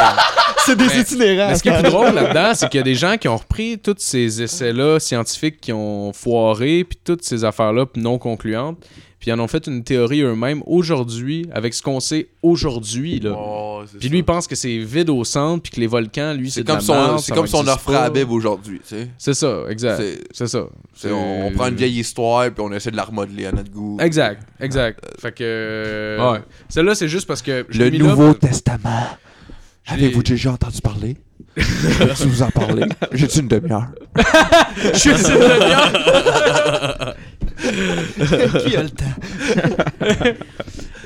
S6: C'est des
S7: Mais-
S6: itinérants.
S7: Mais ce qui est plus drôle là-dedans, c'est qu'il y a des gens qui ont repris tous ces essais-là scientifiques qui ont foiré, puis toutes ces affaires-là non concluantes, puis ils en ont fait une théorie eux-mêmes aujourd'hui, avec ce qu'on sait aujourd'hui. là.
S5: Oh, c'est
S7: puis lui, il
S5: ça.
S7: pense que c'est vide au centre, puis que les volcans, lui, c'est
S5: c'est
S7: de la
S5: comme son,
S7: merde,
S5: c'est
S7: ça
S5: comme si on leur
S7: existe
S5: ferait à
S7: pas.
S5: Bib aujourd'hui, tu sais.
S7: C'est ça, exact.
S5: C'est-
S7: C'est ça.
S5: c'est- on, on prend une vieille histoire puis on essaie de la remodeler à notre goût.
S7: Exact, exact. Fait que. euh,
S3: Ouais.
S7: Celle-là, c'est juste parce que. je
S5: Le
S7: l'ai mis là,
S5: Nouveau
S7: parce-
S5: Testament. Avez-vous déjà entendu
S7: [LAUGHS]
S5: parler? Je vous en parler. J'ai-tu une demi-heure?
S3: Je suis ici de le
S5: Qui a le temps?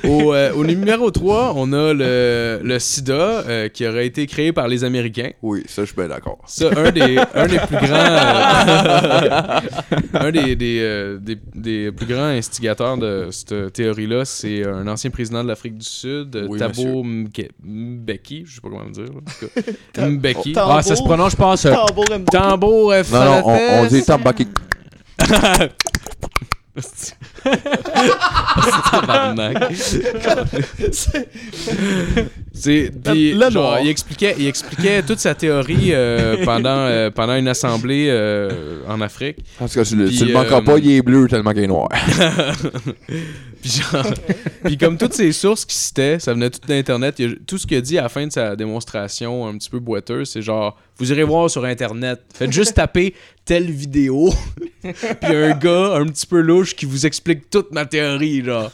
S7: au, euh, au numéro 3, on a le, le sida euh, qui aurait été créé par les Américains.
S5: Oui, ça, je suis bien d'accord.
S7: Ça, un des, un des plus grands. euh, [LAUGHS] un des, des, euh, des- des plus grands instigateurs de cette théorie-là, c'est un ancien président de l'Afrique du Sud, euh,
S5: Oui,
S7: Thabo Mbe- Mbeki, je sais pas comment le dire, là, en tout cas. Mbeki. [LAUGHS]
S6: Tambour.
S3: Ah, ça se prononce, je pense. euh,
S6: Tambour and-
S7: Tambour euh,
S5: Non, non, on, on
S7: Falates.
S5: dit Tambaki.
S7: Tabarnak. sais, puis,
S6: Le
S7: genre,
S6: noir.
S7: il expliquait, il expliquait toute sa théorie euh, pendant, euh, pendant une assemblée euh, en Afrique.
S5: Parce que tu le,
S7: Puis,
S5: tu le manqueras
S7: euh,
S5: pas, il est bleu tellement qu'il est noir.
S7: puis genre, puis comme toutes ces sources qu'il citait, ça venait tout d'internet. Il y a- Tout ce qu'il a dit à la fin de sa démonstration un petit peu boiteuse, c'est genre, vous irez voir sur internet. Faites juste taper telle vidéo. puis il y a un gars un petit peu louche qui vous explique toute ma théorie genre.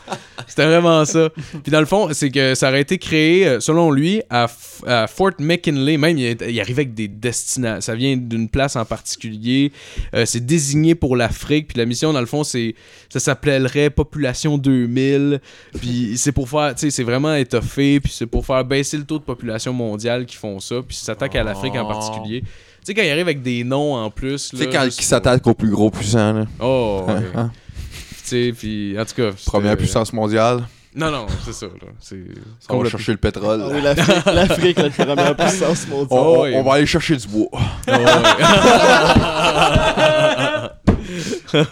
S7: C'était vraiment ça. Puis dans le fond, c'est que ça aurait été créé euh, selon lui à, F- à Fort McKinley. Même il, est- il arrivait avec des destinats. Ça vient d'une place en particulier. Euh, c'est désigné pour l'Afrique. Puis la mission dans le fond, c'est ça s'appellerait Population 2000. Puis c'est pour faire, tu sais, c'est vraiment étoffé. Puis c'est pour faire baisser le taux de population mondiale qui font ça. Puis ça s'attaque à l'Afrique en
S5: Oh.
S7: particulier. Tu sais, quand il arrive avec des noms en plus.
S5: tu sais,
S7: là,
S5: quand il
S7: juste-
S5: s'attaque au plus gros puissant, là.
S7: Oh, ouais.
S5: Hein, hein.
S7: Tu sais, puis en tout cas. c'était-
S5: Première puissance mondiale.
S7: Non, non, c'est ça. Là. C'est c'est
S5: On va
S7: complètement-
S5: chercher le pétrole.
S6: Ah oui, l'Afrique, l'Afrique, la première puissance
S5: On,
S6: mondiale.
S7: Oh,
S5: on-
S7: oui.
S5: on va aller chercher du bois. [LAUGHS] L'eau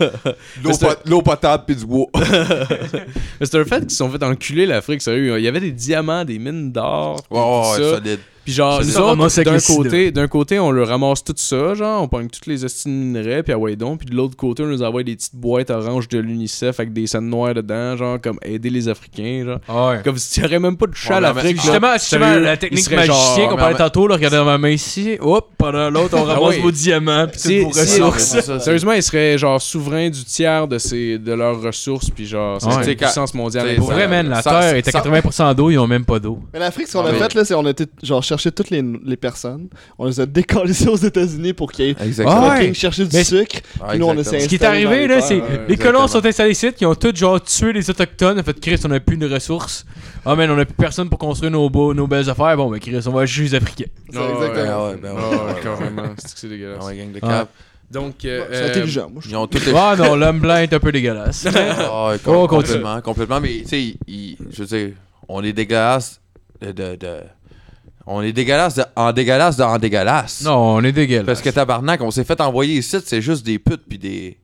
S7: Mais c'est-
S5: pot- L'eau potable pis du bois.
S7: Mais c'est un fait qu'ils se sont fait enculer l'Afrique, sérieux. Il y avait des diamants, des mines d'or. puis
S5: Oh,
S7: tout ça.
S5: solide.
S7: Puis genre,
S3: Ça,
S7: nous
S3: ça ramasse
S7: autres,
S3: avec
S7: d'un
S3: le sida.
S7: côté, d'un côté, on le ramasse tout ça, genre, on pogne toutes les hosties de minerais, puis à Waydon, puis de l'autre côté, on nous envoie des petites boîtes oranges de l'UNICEF avec des scènes noires dedans, genre, comme aider les Africains, genre.
S3: Ah, Ouais.
S7: Comme si tu aurais même pas de chat à
S5: Ouais, mais en
S7: l'Afrique, là.
S3: Justement, justement,
S7: Sérieux,
S3: la
S7: il
S3: technique
S7: serait genre,
S3: magicien qu'on
S5: mais
S3: parlait
S5: en-
S3: tantôt, là, regardez dans ma main ici, hop, pendant l'autre, on
S7: Ah
S3: ramasse
S7: oui.
S3: vos diamants, puis
S7: Si-
S3: toutes vos
S7: si-
S3: ressources.
S5: C'est ça, c'est-
S7: Euh, Sérieusement, ils seraient genre souverains du tiers de, ses, de leurs ressources, puis genre, c'est
S3: Ouais.
S7: une
S5: T'sais, quand-
S7: puissance mondiale.
S5: t'sais,
S3: Pour
S5: ça-
S3: vrai, man, la
S5: ça-
S3: Terre est à
S5: ça-
S3: 80% d'eau, ils ont même pas d'eau.
S6: Mais l'Afrique, ce qu'on
S5: Ah
S6: a
S5: oui.
S6: fait, là, c'est qu'on a été, genre, cherché toutes les, les personnes. On les a décalissées aux États-Unis pour qu'ils aient
S5: Exactement.
S3: Ah ouais.
S6: fucking cherché du
S3: Mais-
S6: sucre.
S5: Ah,
S6: nous, on
S5: exactement.
S6: essaie-
S3: Ce qui est
S6: Installé dans
S3: arrivé,
S6: les
S3: là,
S6: terres,
S3: c'est
S6: ouais,
S3: les
S5: exactement.
S3: colons sont installés ici, ils ont tous, genre, tué les Autochtones. En fait, Chris, on a plus de ressources. Ah, man, on a plus personne pour construire nos, beaux, nos belles affaires. Bon, ben, Chris, on va juste les [LAUGHS] Africains.
S6: C'est
S7: Ah ouais.
S6: exactement.
S5: Ah ouais, ben ouais,
S7: Oh,
S5: ouais, ouais.
S7: carrément, c'est que c'est dégueulasse.
S5: Ah ouais, gang de
S3: Ah.
S5: cap.
S7: Donc, euh,
S6: C'est
S7: euh,
S6: intelligent,
S5: [LAUGHS]
S6: moi, je
S5: Ils ont tout échoué.
S3: Ah, non, l'homme blanc est un peu dégueulasse.
S5: Ah ouais, com-
S3: Oh, continue.
S5: complètement, complètement. Mais tu sais, il- il- je veux dire, on est dégueulasse de, de, de- on est dégueulasse de- en dégueulasse de- en dégueulasse.
S3: [LAUGHS] non, on est dégueulasse.
S5: Parce que tabarnak, on s'est fait envoyer ici, c'est juste des putes puis des,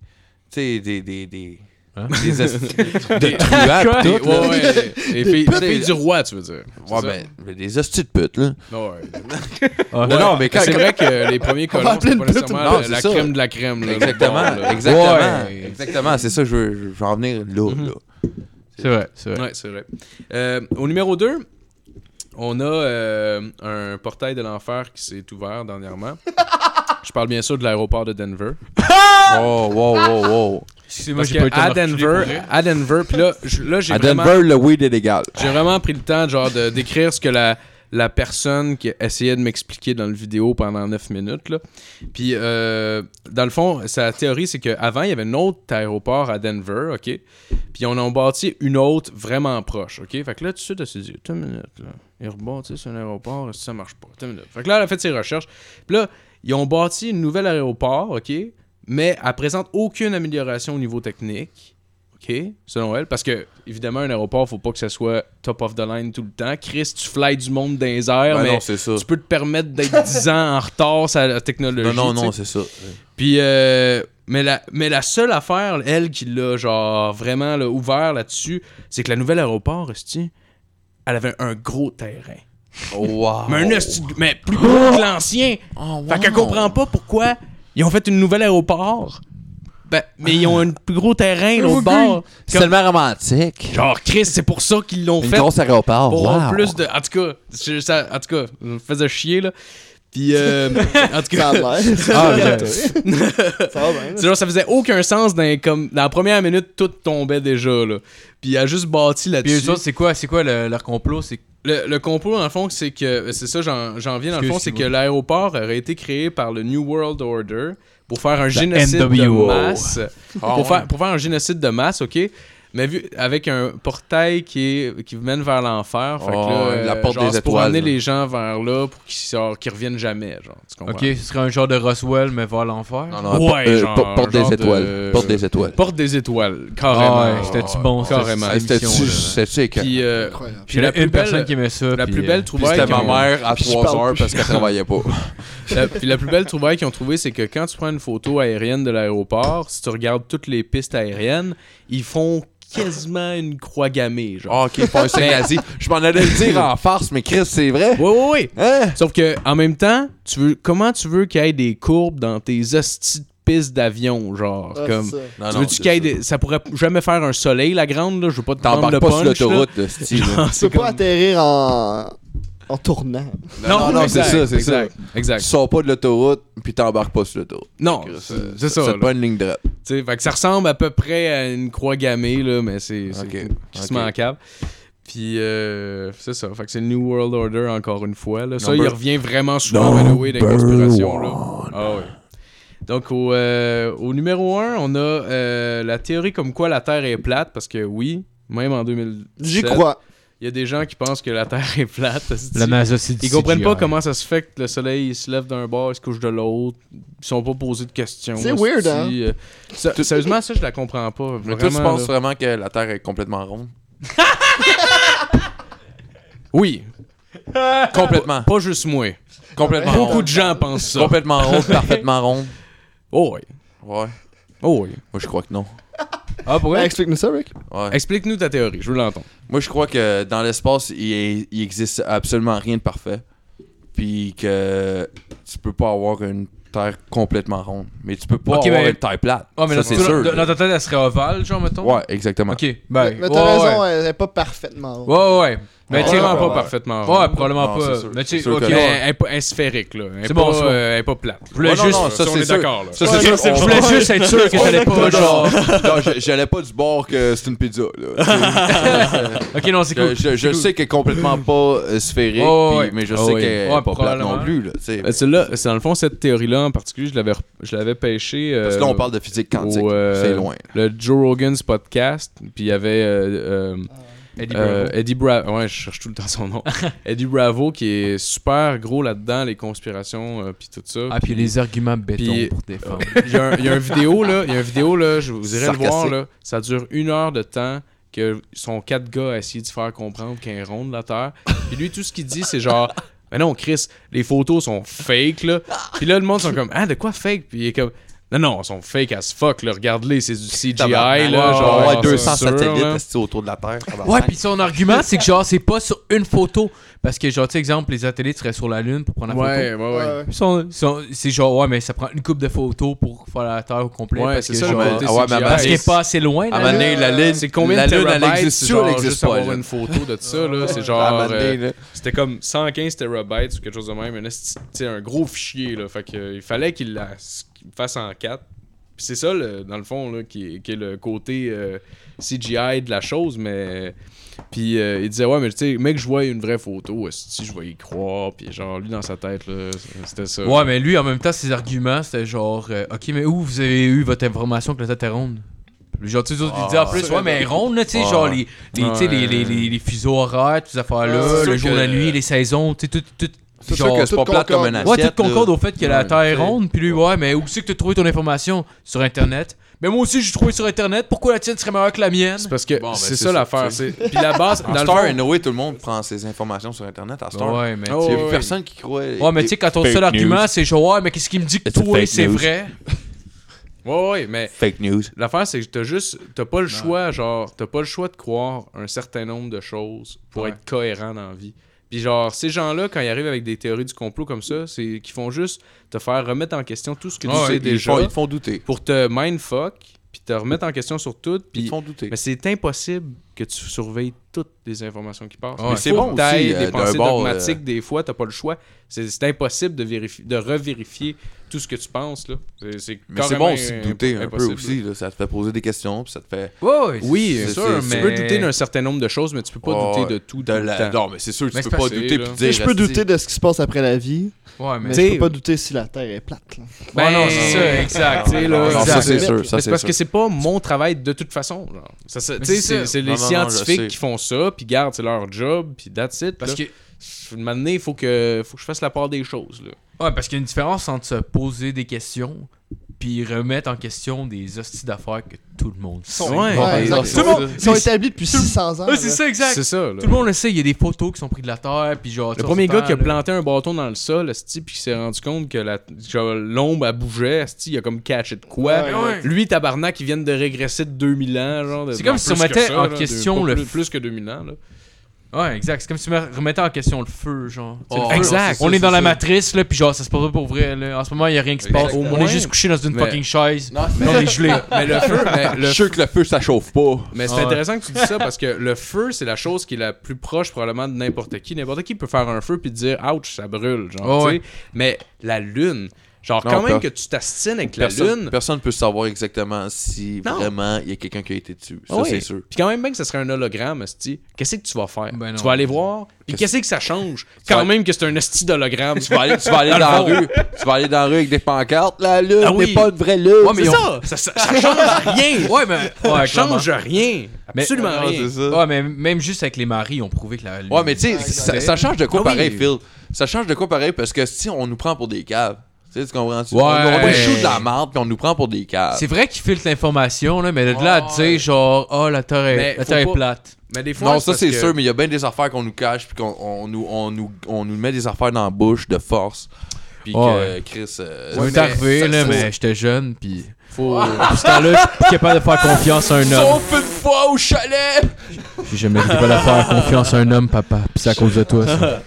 S5: tu sais, des des des
S3: Hein?
S5: des esti- des truands pis
S7: des-
S5: tout, là.
S7: ouais, ouais, les filles,
S5: putes.
S7: filles du roi, tu veux dire. C'est
S5: Ouais,
S7: ça?
S5: ben, ben, des hosties de putes, là.
S7: Non, ouais.
S3: Ah,
S5: Non, non, mais quand.
S7: C'est vrai que les premiers colons,
S6: appeler
S7: c'est
S6: une
S7: pas
S6: pute
S7: nécessairement
S5: ou-
S7: la,
S5: Non,
S7: la
S5: c'est ça.
S7: crème de la crème. là,
S5: Exactement,
S7: le bord, là.
S5: exactement,
S7: Ouais. Mm-hmm.
S5: exactement. C'est ça, je veux, je veux en venir là, là.
S3: C'est vrai, c'est vrai.
S7: Ouais, c'est vrai. Euh, au numéro 2, on a euh, un portail de l'enfer qui s'est ouvert dernièrement. Je parle bien sûr de l'aéroport de Denver.
S5: Oh, wow, wow, wow.
S3: Excusez-moi,
S7: Parce
S3: j'ai pas eu
S7: que
S3: le temps
S7: à
S3: de reculer
S7: Denver,
S3: pour vrai.
S7: à Denver, puis là, je- là, j'ai
S5: À
S7: vraiment...
S5: Denver, le weed est légal.
S7: J'ai vraiment pris le temps genre de décrire ce que la, la personne qui essayait de m'expliquer dans le vidéo pendant 9 minutes. Là. Puis euh, dans le fond, sa théorie c'est qu'avant il y avait un autre aéroport à Denver, OK? Puis on en bâti une autre vraiment proche, OK? Fait que là tout de suite elle s'est dit Attends une minute là, ils rebâtissent un aéroport, ça marche pas. Attends une minute. Fait que là elle a fait ses recherches. Puis là, ils ont bâti un nouvel aéroport, OK? Mais elle présente aucune amélioration au niveau technique. OK, selon elle. Parce que, évidemment, un aéroport, faut pas que ça soit top of the line tout le temps. Chris, tu fly du monde dans les airs,
S5: Ben
S7: mais
S5: non, c'est ça.
S7: tu peux te
S5: [LAUGHS]
S7: permettre d'être 10 ans en retard sur la technologie.
S5: Non, non,
S7: tu sais.
S5: non, c'est ça.
S7: Puis, euh, mais, la, mais la seule affaire, elle, qui l'a genre vraiment là, ouvert là-dessus, c'est que la nouvelle aéroport, esti, elle avait un gros terrain.
S5: Oh, Wow.
S7: Ah, Mais, un esti de- mais plus gros que l'ancien.
S5: Oh,
S7: Fait qu'elle
S5: wow.
S7: comprend pas pourquoi ils ont fait une nouvelle aéroport. Ben, mais ils ont un plus gros terrain, l'autre bord.
S5: C'est tellement romantique.
S7: Genre, Chris, c'est pour ça qu'ils l'ont
S5: Une
S7: fait.
S5: grosse aéroport.
S7: Pour
S5: wow.
S7: plus de. En tout cas, je- ça, en tout cas, je me faisais chier, là. Puis, euh, en tout
S6: Ça
S7: cas.
S6: a l'air.
S7: Ah,
S6: Ça
S7: ouais.
S6: va bien.
S7: C'est
S6: là.
S7: genre, ça faisait aucun sens dans, les- comme, dans la première minute, tout tombait déjà, là. Puis, il a juste bâti
S3: Puis
S7: là-dessus.
S3: eux autres, c'est quoi, c'est quoi le- leur complot? C'est
S7: Le, le complot, dans le fond, c'est que. C'est ça, j'en j'en viens, dans le fond, c'est que
S3: Excuse-moi.
S7: l'aéroport aurait été créé par le New World Order pour faire un génocide
S3: NWO.
S7: de masse.
S5: Ah,
S7: pour, faire, pour faire un génocide de masse, OK? Mais vu, avec un portail qui, est, qui mène vers l'enfer, fait que
S5: Oh,
S7: là,
S5: la
S7: euh,
S5: porte
S7: genre,
S5: des
S7: c'est pour
S5: étoiles,
S7: amener
S5: là.
S7: les gens vers là pour qu'ils sortent- qu'ils reviennent jamais, genre, tu comprends?
S3: Ok, ce serait un genre de Roswell, mais vers l'enfer.
S5: Non, non,
S7: Ouais,
S5: por- euh,
S7: genre,
S5: por- porte
S7: genre
S5: des étoiles.
S7: de-
S5: Porte des étoiles.
S7: Porte des étoiles,
S3: Ah,
S7: carrément.
S3: ouais, c'était-tu bon, ça, Ah,
S7: Carrément.
S3: cette
S5: C'était-tu
S3: émission, là?
S5: c'était-tu écœurant?
S7: Puis, euh,
S6: Incroyable.
S7: puis la
S3: J'avais
S7: plus
S3: une personne
S7: belle...
S3: qui aimait ça.
S7: La
S3: puis,
S7: plus
S3: euh,
S7: belle
S5: Puis
S7: trouvaille
S5: c'était
S7: qu'ils
S5: ma
S7: ont-
S5: mère à
S6: Puis je
S5: 3
S6: parle
S5: heures
S6: plus.
S5: parce qu'elle travaillait
S7: [LAUGHS]
S5: pas.
S7: La- puis la plus belle trouvaille qu'ils ont trouvée, c'est que quand tu prends une photo aérienne de l'aéroport, si tu regardes toutes les pistes aériennes, ils font quasiment une croix gammée, genre. Ben,
S5: Ah, ok, pas un signe nazi. Je m'en allais le dire en farce, mais Chris, c'est vrai.
S7: Ouais, ouais, ouais.
S5: Hein?
S7: Sauf que, en même temps, tu veux, comment tu veux qu'il y ait des courbes dans tes hosties de pistes d'avion, genre,
S6: Ah,
S7: comme.
S6: c'est ça.
S5: Non,
S7: tu
S5: non,
S7: veux-tu
S5: c'est
S7: qu'il y ait
S5: ça.
S7: des- Ça pourrait jamais faire un soleil, la grande, là. Je veux pas te prendre le
S5: T'embarques pas sur
S7: punch, là. [LAUGHS]
S5: l'autoroute, style.
S7: Genre,
S6: Tu peux
S7: c'est
S6: pas
S7: comme...
S6: atterrir en, en tournant.
S5: Non, non, non, c'est
S7: exact,
S5: ça, c'est ça.
S7: exact, Exact.
S5: Tu sors pas de l'autoroute, puis t'embarques pas sur l'autoroute.
S7: Non,
S5: Chris,
S7: c'est
S5: euh,
S7: c'est ça.
S5: C'est
S7: là.
S5: pas une ligne droite.
S7: Tu sais, fait que ça ressemble à peu près à une croix gammée, là, mais c'est c'est
S5: Ok,
S7: crissement
S5: ok.
S7: en cave. Puis, euh, c'est ça. Fait que c'est New World Order, encore une fois. Là. Ça,
S5: Number-
S7: il revient vraiment souvent, by the way, dans les
S5: Number
S7: conspirations. Là.
S5: one.
S7: Ah ouais. Donc, au, euh, au numéro 1, on a euh, la théorie comme quoi la Terre est plate, parce que oui, même en 2000,
S6: J'y
S7: Sept.
S6: crois.
S7: il y a des gens qui pensent que la Terre est plate. [LAUGHS]
S1: La NASA, c'est du
S7: Ils comprennent pas
S1: CGI.
S7: comment ça se fait que le soleil il se lève d'un bord, il se couche de l'autre. Ils sont pas posés de questions.
S6: C'est weird,
S7: hostie.
S6: hein?
S7: Euh, ça- Sérieusement, ça, je la comprends pas.
S5: Mais toi, tu
S7: Vraiment,
S5: penses
S7: là.
S5: vraiment que la Terre est complètement ronde?
S7: Oui,
S5: Complètement.
S7: pas juste moi.
S5: Complètement
S7: Beaucoup
S5: ronde.
S7: de gens pensent ça.
S5: Complètement ronde, parfaitement ronde.
S7: Oh oui.
S5: Ouais.
S7: Oh oui.
S5: Moi, je crois que non.
S7: Ah, pour
S6: Ben,
S7: vrai?
S6: Explique-nous ça, Rick.
S5: Ouais.
S7: Explique-nous ta théorie, je veux l'entendre.
S5: Moi, je crois que dans l'espace, il, il existe absolument rien de parfait. Puis que tu peux pas avoir une Terre complètement ronde. Mais tu peux pas
S3: Ok,
S5: avoir
S3: mais-
S5: une Terre plate.
S3: Ah, mais
S5: ça,
S3: dans-
S5: c'est
S3: dans-
S5: sûr.
S3: dans, dans ta tête, elle serait ovale, genre, mettons.
S5: Ouais, exactement.
S3: Ok, ben.
S6: mais
S3: ouais,
S6: t'as
S3: ouais.
S6: raison, elle est pas parfaitement.
S3: Ouais, ouais, ouais. Mais
S5: Ouais,
S3: tu sais,
S5: ouais,
S7: Probablement
S5: ouais,
S7: Ben,
S5: ouais.
S7: pas parfaitement.
S3: Ouais, probablement
S5: Non,
S3: pas.
S5: c'est sûr.
S3: Mais
S5: C'est
S3: tu sais,
S5: sûr
S3: ok.
S5: que
S7: Mais
S5: non.
S3: ouais.
S7: elle est pas- elle est sphérique, là. Elle est
S3: C'est
S7: pas,
S3: bon, ça.
S7: euh, elle est pas plate.
S3: Je voulais
S5: Ouais, non,
S3: juste.
S5: non, ça,
S7: on
S5: c'est
S7: est
S5: sûr.
S7: d'accord, là.
S5: Ça,
S3: je
S5: c'est sûr.
S3: voulais- je voulais juste être sûr que t'allais pas, genre.
S5: Non, non, je- j'allais pas du bord que c'est une pizza. Là.
S7: [LAUGHS]
S3: Ok, non, c'est
S5: je
S3: cool.
S5: je, je
S3: cool.
S5: sais qu'elle est complètement pas euh, sphérique,
S3: Oh,
S5: puis-
S3: ouais.
S7: Ah
S5: mais je
S3: Oh,
S5: sais
S3: ouais.
S5: qu'elle est
S3: Ouais,
S5: pas plate
S3: probablement.
S5: non plus. Là, tu sais.
S7: Euh, Celle-là, c'est dans le fond, cette théorie-là en particulier, je l'avais, rep- je l'avais pêchée. euh,
S5: Parce que là, on parle de physique quantique.
S7: au, euh,
S5: c'est loin.
S7: Le Joe Rogan's podcast, puis il y avait euh, euh,
S3: Eddie
S7: euh,
S3: Bravo.
S7: Eddie Bravo. Ouais, je cherche tout le temps son [LAUGHS] nom. Eddie Bravo, qui est super gros là-dedans, les conspirations, euh, puis tout ça.
S1: Ah, puis les arguments béton
S7: Puis-
S1: pour défendre.
S7: Il y a un- il y a un vidéo, là, il y a un vidéo, là, je vous irez le voir,
S5: Sarcastique.
S7: là. Ça dure une heure de temps que sont quatre gars à essayer de faire comprendre qu'un rond de la Terre. Puis lui, tout ce qu'il dit, c'est genre... Mais non, Chris, les photos sont fake, là. Puis là, le monde sont comme... Ah, de quoi fake? Puis il est comme... Non, non, elles sont fake as fuck, là. Regarde-les, c'est du CGI, là.
S5: Tabarnak.
S7: Genre,
S5: On va avoir
S7: c'est
S5: 200
S7: sûr, là.
S5: satellites assis autour de la Terre.
S1: Ouais,
S5: tabarnak.
S1: puis son argument, c'est que genre, c'est pas sur une photo. Parce que, genre, tu sais, exemple, les satellites seraient sur la Lune pour prendre la photo.
S7: Ouais, ouais, ouais.
S6: Ouais, ouais.
S1: Ils sont- ils sont- C'est genre, ouais, mais ça prend une coupe de photos pour faire la Terre au complet.
S7: Ouais,
S1: parce
S7: c'est
S1: que,
S7: ça, le
S1: genre,
S7: côté
S5: ah ouais, mais Ah, à
S7: CGI.
S1: Parce qu'il est pas assez loin.
S5: À un
S1: Là,
S5: moment
S1: là.
S5: donné, la Lune,
S7: C'est combien
S5: la
S7: de
S5: Lune, elle
S7: terabytes,
S5: existe-tu
S7: c'est
S5: ou
S7: genre
S5: elle existe
S7: juste
S5: pas?
S7: avoir
S5: là?
S7: une photo de [LAUGHS] ça, là. C'est genre...
S5: À un moment
S7: euh,
S5: donné, là.
S7: C'était comme 115 terabytes ou quelque chose de même, un, esti- tu sais, un gros fichier. Là, fait que, euh, il fallait qu'il la s- qu'il fasse en 4. Puis c'est ça, le- dans le fond, là, qui, est- qui est le côté euh, CGI de la chose. Mais puis euh, il disait ouais, mais tu sais, mec, je vois une vraie photo, si je vais y croire. Puis genre lui dans sa tête, là, c'était
S5: Euh,
S7: ça.
S3: Ouais, mais lui, en même temps, ses arguments, c'était genre, euh, ok, mais où vous avez eu votre information que la Terre est ronde? Puis Genre, tu sais, d'autres, ils disent en plus, ouais, mais elle est ronde, là, tu sais,
S5: Ah.
S3: genre, les, les, tu sais, les, les, les, les fuseaux horaires, toutes ces affaires-là,
S6: Ah, c'est
S5: sûr
S3: le jour,
S5: que-
S3: la nuit, les saisons, tu sais, tout, tout,
S5: C'est sûr
S3: genre-
S5: que c'est pas
S6: tout
S5: plate comme
S6: concorde.
S5: un assiette.
S6: que
S3: Ouais, tout concorde
S5: là.
S3: au fait que la
S7: Ouais,
S3: Terre est
S5: tu sais.
S3: ronde, puis lui, ouais, mais où c'est que t'as trouvé ton information? Sur Internet. Mais moi aussi, j'ai trouvé sur Internet, pourquoi la tienne serait meilleure que la mienne?
S7: C'est parce que
S5: Bon, ben,
S7: c'est
S5: c'est
S7: ça
S5: ça,
S7: l'affaire.
S5: tu sais.
S7: c'est- Puis
S5: [LAUGHS]
S7: la base, dans
S5: À
S7: le
S5: Star and
S7: fond,
S5: Away, tout le monde prend ses informations sur Internet. À Star,
S3: Ouais, mais.
S7: Oh,
S5: il y a
S7: ouais,
S5: plus
S7: ouais.
S5: personne qui croit.
S3: Ouais, mais tu sais, quand ton
S5: Fake
S3: seul argument,
S5: news.
S3: c'est genre, ouais, mais qu'est-ce qui me dit que
S5: It's a
S3: toi,
S5: fake
S3: c'est
S5: news.
S3: vrai?
S7: Ouais, ouais, mais
S5: Fake news.
S7: L'affaire, c'est que t'as juste. T'as pas le choix, genre. T'as pas le choix de croire un certain nombre de choses pour
S3: Ouais.
S7: être cohérent dans la vie. Puis, genre, ces gens-là, quand ils arrivent avec des théories du complot comme ça, c'est qu'ils font juste te faire remettre en question tout ce que
S5: Ouais,
S7: tu sais
S5: ils,
S7: déjà
S5: font, ils te font douter.
S7: pour te mindfuck, puis te remettre en question sur tout.
S5: Ils te
S7: Puis,
S5: font douter.
S7: mais c'est impossible que tu surveilles toutes les informations qui passent.
S5: Mais c'est
S7: Faut
S5: bon
S7: que t'ailles
S5: aussi, euh,
S7: des
S5: d'un
S7: pensées
S5: bord,
S7: dogmatiques, des fois, t'as pas le choix. C'est c'est impossible de, vérifier, de revérifier tout ce que tu penses, là. C'est- C'est
S5: Mais c'est
S7: carrément
S5: bon aussi de douter un peu
S7: impossible.
S5: aussi. là. Ça te fait poser des questions, puis ça te fait.
S3: Ouais,
S7: Oui,
S5: c'est
S3: sûr,
S5: c'est-
S3: mais.
S7: Tu peux douter d'un certain nombre de choses, mais tu peux pas
S5: Oh,
S7: douter de tout.
S5: de
S7: tout le
S5: la-
S7: temps.
S5: Non, mais c'est sûr,
S3: Mais c'est
S5: tu peux pas
S3: parce
S7: que,
S5: douter.
S7: là.
S5: puis
S6: Tu sais,
S5: dire,
S6: Je peux
S5: Asti,
S6: douter de ce qui se passe après la vie,
S3: Ouais,
S6: mais
S3: mais.
S6: je
S7: T'sais-
S6: peux pas douter si la Terre est plate. là.
S7: Ben,
S3: Ouais, non,
S7: c'est
S3: c'est
S7: ça,
S3: ça.
S7: exact. tu sais, là.
S5: Non, ça,
S7: Exact.
S5: c'est sûr. ça,
S7: Mais c'est parce
S5: sûr.
S7: que c'est pas mon travail de toute façon. genre. Ça, ça-
S3: Mais
S7: tu sais,
S3: c'est
S7: c'est
S3: ça.
S7: c'est les
S5: Non, non, non,
S7: scientifiques
S5: je sais.
S7: qui font ça, puis gardent c'est leur job, puis that's it.
S3: Parce
S7: Parce
S3: que.
S7: que maintenant, il faut que, faut que je fasse la part des choses. Là.
S3: Ouais, parce qu'il y a une différence entre se poser des questions puis ils remettent en question des hosties d'affaires que tout le monde sait.
S6: sont,
S7: Ouais,
S6: ouais,
S7: ouais,
S6: exact.
S7: ouais,
S6: Tout le monde-
S3: c'est-
S6: ils sont
S3: c'est-
S6: établis depuis
S3: tout le-
S6: 600 ans.
S3: Ouais, c'est
S6: là.
S3: ça, exact.
S7: C'est ça, là.
S3: Tout le monde le sait, il y a des photos qui sont prises de la terre, puis genre.
S7: Le premier gars qui a planté un bâton dans le sol, esti, puis qui s'est rendu compte que la- genre, l'ombre, elle bougeait, esti, il a comme catché de quoi.
S6: Ouais,
S3: ouais.
S7: Lui, tabarnak, ils viennent de régresser de 2000 ans, genre. de-
S3: C'est comme
S7: non,
S3: si on
S7: plus que
S3: mettait
S7: ça,
S3: en
S7: là, de-
S3: question
S7: pas
S3: le
S7: Plus,
S3: f-
S7: plus que 2000 ans, là.
S3: Ouais, exact. C'est comme si tu me remettais en question le feu, genre. Tu sais, le
S5: Oh,
S3: feu,
S7: exact.
S3: On
S5: C'est
S3: est
S5: ça,
S3: dans la
S5: c'est ça.
S3: matrice, là, puis genre, ça se passe pas pour vrai, là. En ce moment, il y a rien qui se passe.
S5: Exactement.
S3: On est juste couché dans une
S7: Mais-
S3: fucking chaise.
S5: Non,
S3: puis On est gelé.
S7: Mais le feu, mais
S5: Je
S7: le [LAUGHS]
S5: suis sûr que le feu, ça chauffe pas.
S7: Mais c'est
S3: Ah ouais.
S7: intéressant que tu dis ça parce que le feu, c'est la chose qui est la plus proche probablement de n'importe qui. N'importe qui peut faire un feu puis dire ouch, ça brûle. Genre,
S3: Ouais,
S7: tu sais. Mais la lune, genre,
S5: Non,
S7: quand même
S5: pas.
S7: que tu t'astines avec la
S5: Personne
S7: lune.
S5: personne peut savoir exactement si
S7: Non.
S5: vraiment il y a quelqu'un qui a été dessus. Ça,
S7: Ah ouais.
S5: c'est sûr.
S7: Puis quand même, bien que ce serait un hologramme, esti, qu'est-ce que tu vas faire?
S3: Ben non.
S7: tu vas aller voir, puis qu'est-ce que ça change? Quand
S5: vas-
S7: même que c'est un esti d'hologramme.
S5: Tu vas aller, tu vas aller [LAUGHS] dans la rue. Tu vas aller dans la rue avec des pancartes. La lune
S7: Ah oui.
S5: n'est pas une vraie lune.
S7: mais
S5: C'est
S7: c'est ça! Ça, ça- ça
S5: [LAUGHS]
S7: change rien!
S3: Ouais, mais.
S7: ça
S3: Ouais, clairement.
S7: change rien!
S3: Mais-
S7: Absolument
S5: ça. Non,
S7: rien!
S5: c'est ça.
S3: Ouais, mais même juste avec les maris, ils ont prouvé que la.
S5: Ouais, mais tu sais, ça, ça change de quoi
S7: Ah oui.
S5: pareil, Phil. Ça change de quoi pareil parce que si on nous prend pour des caves. Tu sais, tu comprends?
S3: Ouais.
S5: On, on nous shoot de la merde puis on nous prend pour des
S7: Ah.
S5: caves.
S3: C'est vrai qu'ils filtrent l'information, là, mais de là à
S4: Ouais.
S3: dire, genre, oh, la terre
S7: Mais
S3: est, la
S7: faut
S3: terre
S7: pas-
S3: est plate.
S7: Mais des fois,
S5: Non, ça
S7: parce
S5: c'est
S7: que-
S5: sûr, mais il y a bien des affaires qu'on nous cache puis qu'on on nous, on nous, on nous met des affaires dans la bouche de force. Puis
S3: Ouais,
S5: que Chris. euh,
S3: Ça m'est
S5: mais-
S3: arrivé,
S5: ça-
S3: là,
S5: ça-
S3: mais j'étais jeune, [LAUGHS] puis.
S7: Faut...
S3: Depuis ce temps-là, je suis plus capable de faire confiance à un homme.
S5: Sauf une fois au chalet!
S3: J'ai jamais été capable de faire confiance à un homme, papa. Puis c'est à cause de toi,
S7: [LAUGHS]
S3: ça.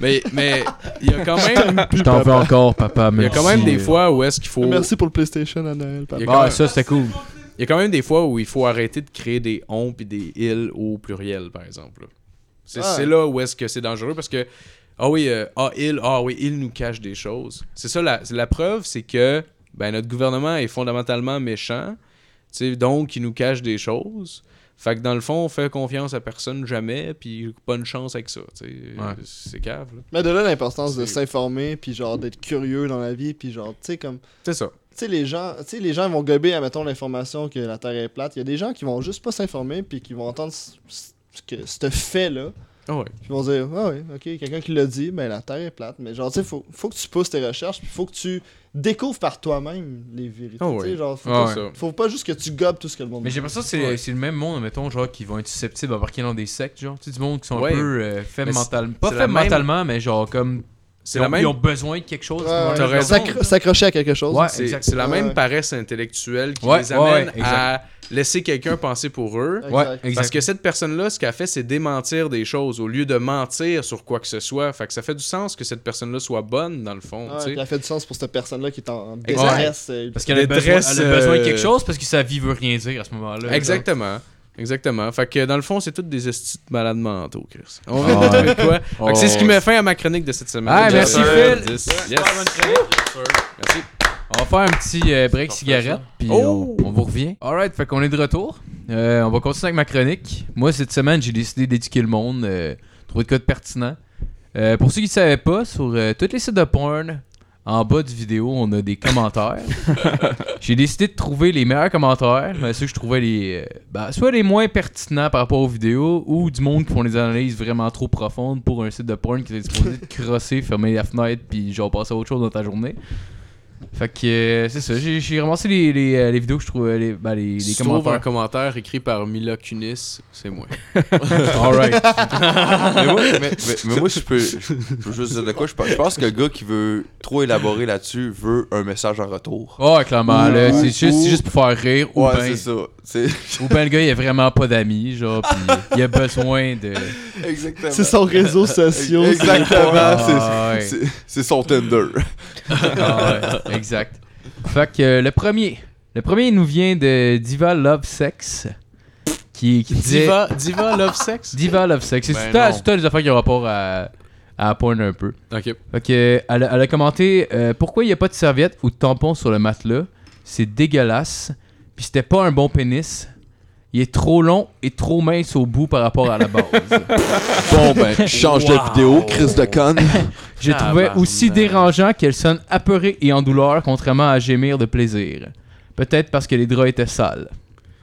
S7: mais, mais il y a quand même...
S3: Je t'en veux encore, papa.
S7: Il y a quand même des fois où est-ce qu'il faut...
S6: Merci pour le PlayStation à Noël. papa.
S7: Il y a quand
S3: Ah,
S7: même-
S3: ça, c'était cool.
S7: Il y a quand même des fois où il faut arrêter de créer des on puis des il au pluriel, par exemple. là. C'est
S3: Ah.
S6: Ouais.
S7: c'est là où est-ce que c'est dangereux parce que, ah oui, euh, ah il, ah oui, il nous cache des choses. C'est ça, la, la preuve, c'est que ben, notre gouvernement est fondamentalement méchant, tu sais, donc il nous cache des choses. Fait que dans le fond, on fait confiance à personne jamais, puis pas une chance avec ça. tu sais.
S3: Ouais.
S7: C'est cave. là.
S6: Mais de là l'importance de
S7: C'est-
S6: s'informer, puis genre d'être curieux dans la vie, puis genre, tu sais, comme.
S7: C'est ça.
S6: Tu sais, les gens, tu sais, les gens ils vont gober, admettons, l'information que la Terre est plate. Il y a des gens qui vont juste pas s'informer, puis qui vont entendre ce, ce que- ce fait-là.
S7: Ah ouais.
S6: Puis ils vont dire, ah oui, ok, quelqu'un qui l'a dit, ben la Terre est plate. Mais genre, tu sais, faut, faut que tu pousses tes recherches, puis faut que tu découvres par toi-même les vérités.
S7: Ah
S6: Tu sais,
S7: ouais.
S6: genre, faut,
S7: Ah
S6: pas-
S7: ouais.
S6: faut pas juste que tu gobes tout ce que le monde
S3: Mais
S6: dit.
S3: j'ai l'impression que c'est
S7: Ouais.
S3: c'est le même monde, mettons, genre, qui vont être susceptibles d'embarquer dans des sectes, genre. Tu sais, du monde qui sont
S7: Ouais.
S3: un peu euh, faibles
S7: Mais c'est-
S3: mentalement. Pas
S7: c'est la
S3: faibles
S7: même-
S3: mentalement, mais genre, comme.
S7: C'est
S3: ils
S7: la
S3: ont-
S7: même-
S3: Ils ont besoin de quelque chose.
S6: Ouais,
S3: à ce
S7: t'as
S6: ouais.
S3: moment-là.
S7: raison.
S6: S'accro- S'accrocher à quelque chose.
S3: Ouais,
S7: C'est
S3: exact.
S7: c'est la
S6: Ouais,
S7: même
S6: ouais.
S7: paresse intellectuelle qui
S3: Ouais,
S7: les amène
S3: ouais, exact.
S7: à laisser quelqu'un penser pour eux.
S3: Ouais,
S6: Exact.
S3: exact.
S7: Parce que cette personne-là, ce qu'elle fait, c'est démentir des choses au lieu de mentir sur quoi que ce soit. Fait que ça fait du sens que cette personne-là soit bonne, dans le fond.
S6: Ouais,
S7: tu sais.
S6: puis elle fait du sens pour cette personne-là qui est en en
S7: Exact.
S6: détresse. euh,
S3: Parce qu'elle a, besoin,
S7: Détresse,
S3: elle a besoin de
S7: euh,
S3: quelque chose parce que sa vie veut rien dire à ce moment-là.
S7: Exactement. Exactement. Fait que dans le fond, c'est toutes des estis de malades mentaux, Chris. On va en trouver de quoi. Fait que c'est
S3: Oh.
S7: ce qui met fin à ma chronique de cette semaine.
S3: Ah, merci,
S7: Yes, sir.
S3: Phil.
S7: Yes.
S5: Merci.
S3: On va faire un petit euh, break
S5: C'est parfait,
S3: cigarette, puis
S7: Oh!
S3: on, on vous revient. Alright, fait qu'on est de retour. Euh, on va continuer avec ma chronique. Moi, cette semaine, j'ai décidé d'éduquer le monde, euh, trouver de quoi de pertinent. Euh, pour ceux qui ne savaient pas, sur euh, tous les sites de porn, en bas du vidéo, on a des commentaires. j'ai décidé de trouver les meilleurs commentaires, mais ceux que je trouvais les, euh, bah, soit les moins pertinents par rapport aux vidéos, ou du monde qui font des analyses vraiment trop profondes pour un site de porn qui est disposé de crosser, fermer la fenêtre, puis genre passer à autre chose dans ta journée. Fait que euh, c'est ça, j'ai j'ai ramassé les, les, euh, les vidéos que je trouvais, les, bah, les, les
S7: Si tu trouves un
S3: commentaires.
S7: commentaire écrit par Mila Kunis,
S3: [LAUGHS]
S7: c'est moi.
S3: Alright. [LAUGHS]
S5: mais moi, mais- mais- mais moi, je peux, je peux juste dire de quoi je pense. Je pense que le gars qui veut trop élaborer là-dessus veut un message en retour.
S3: Oh, clairement, là,
S5: Ou-
S3: c'est juste,
S5: ou-
S3: c'est juste pour faire rire, ou
S5: Ouais,
S3: ben-
S5: c'est ça.
S3: [LAUGHS]
S5: C'est
S3: ou ben le gars, il a vraiment pas d'amis, genre,
S5: [LAUGHS]
S3: pis il a besoin de...
S5: exactement.
S6: C'est son réseau social.
S3: Ah,
S5: Exactement. c'est-
S3: ouais.
S5: c'est- C'est son Tinder.
S3: Ah ouais, exact. Fait que euh, le premier, le premier nous vient de Diva Love Sex, qui, qui disait...
S7: Diva, Diva Love Sex?
S3: Diva Love Sex. C'est
S7: Ben
S3: tout, à-
S7: non.
S3: tout à des affaires qui ont rapport à, à la porn un peu.
S7: [LAUGHS] Ok.
S3: Ok, elle, a- elle a commenté euh, pourquoi il n'y a pas de serviette ou de tampon sur le matelas. C'est dégueulasse. Puis c'était pas un bon pénis. Il est trop long et trop mince au bout par rapport à la base.
S7: [LAUGHS]
S5: Bon, ben, [LAUGHS] change de vidéo, Chris de
S3: [LAUGHS]
S5: con.
S3: Je trouvais
S7: Tabarnak.
S3: aussi dérangeant qu'elle sonne apeurée et en douleur, contrairement à gémir de plaisir. Peut-être parce que les draps étaient sales.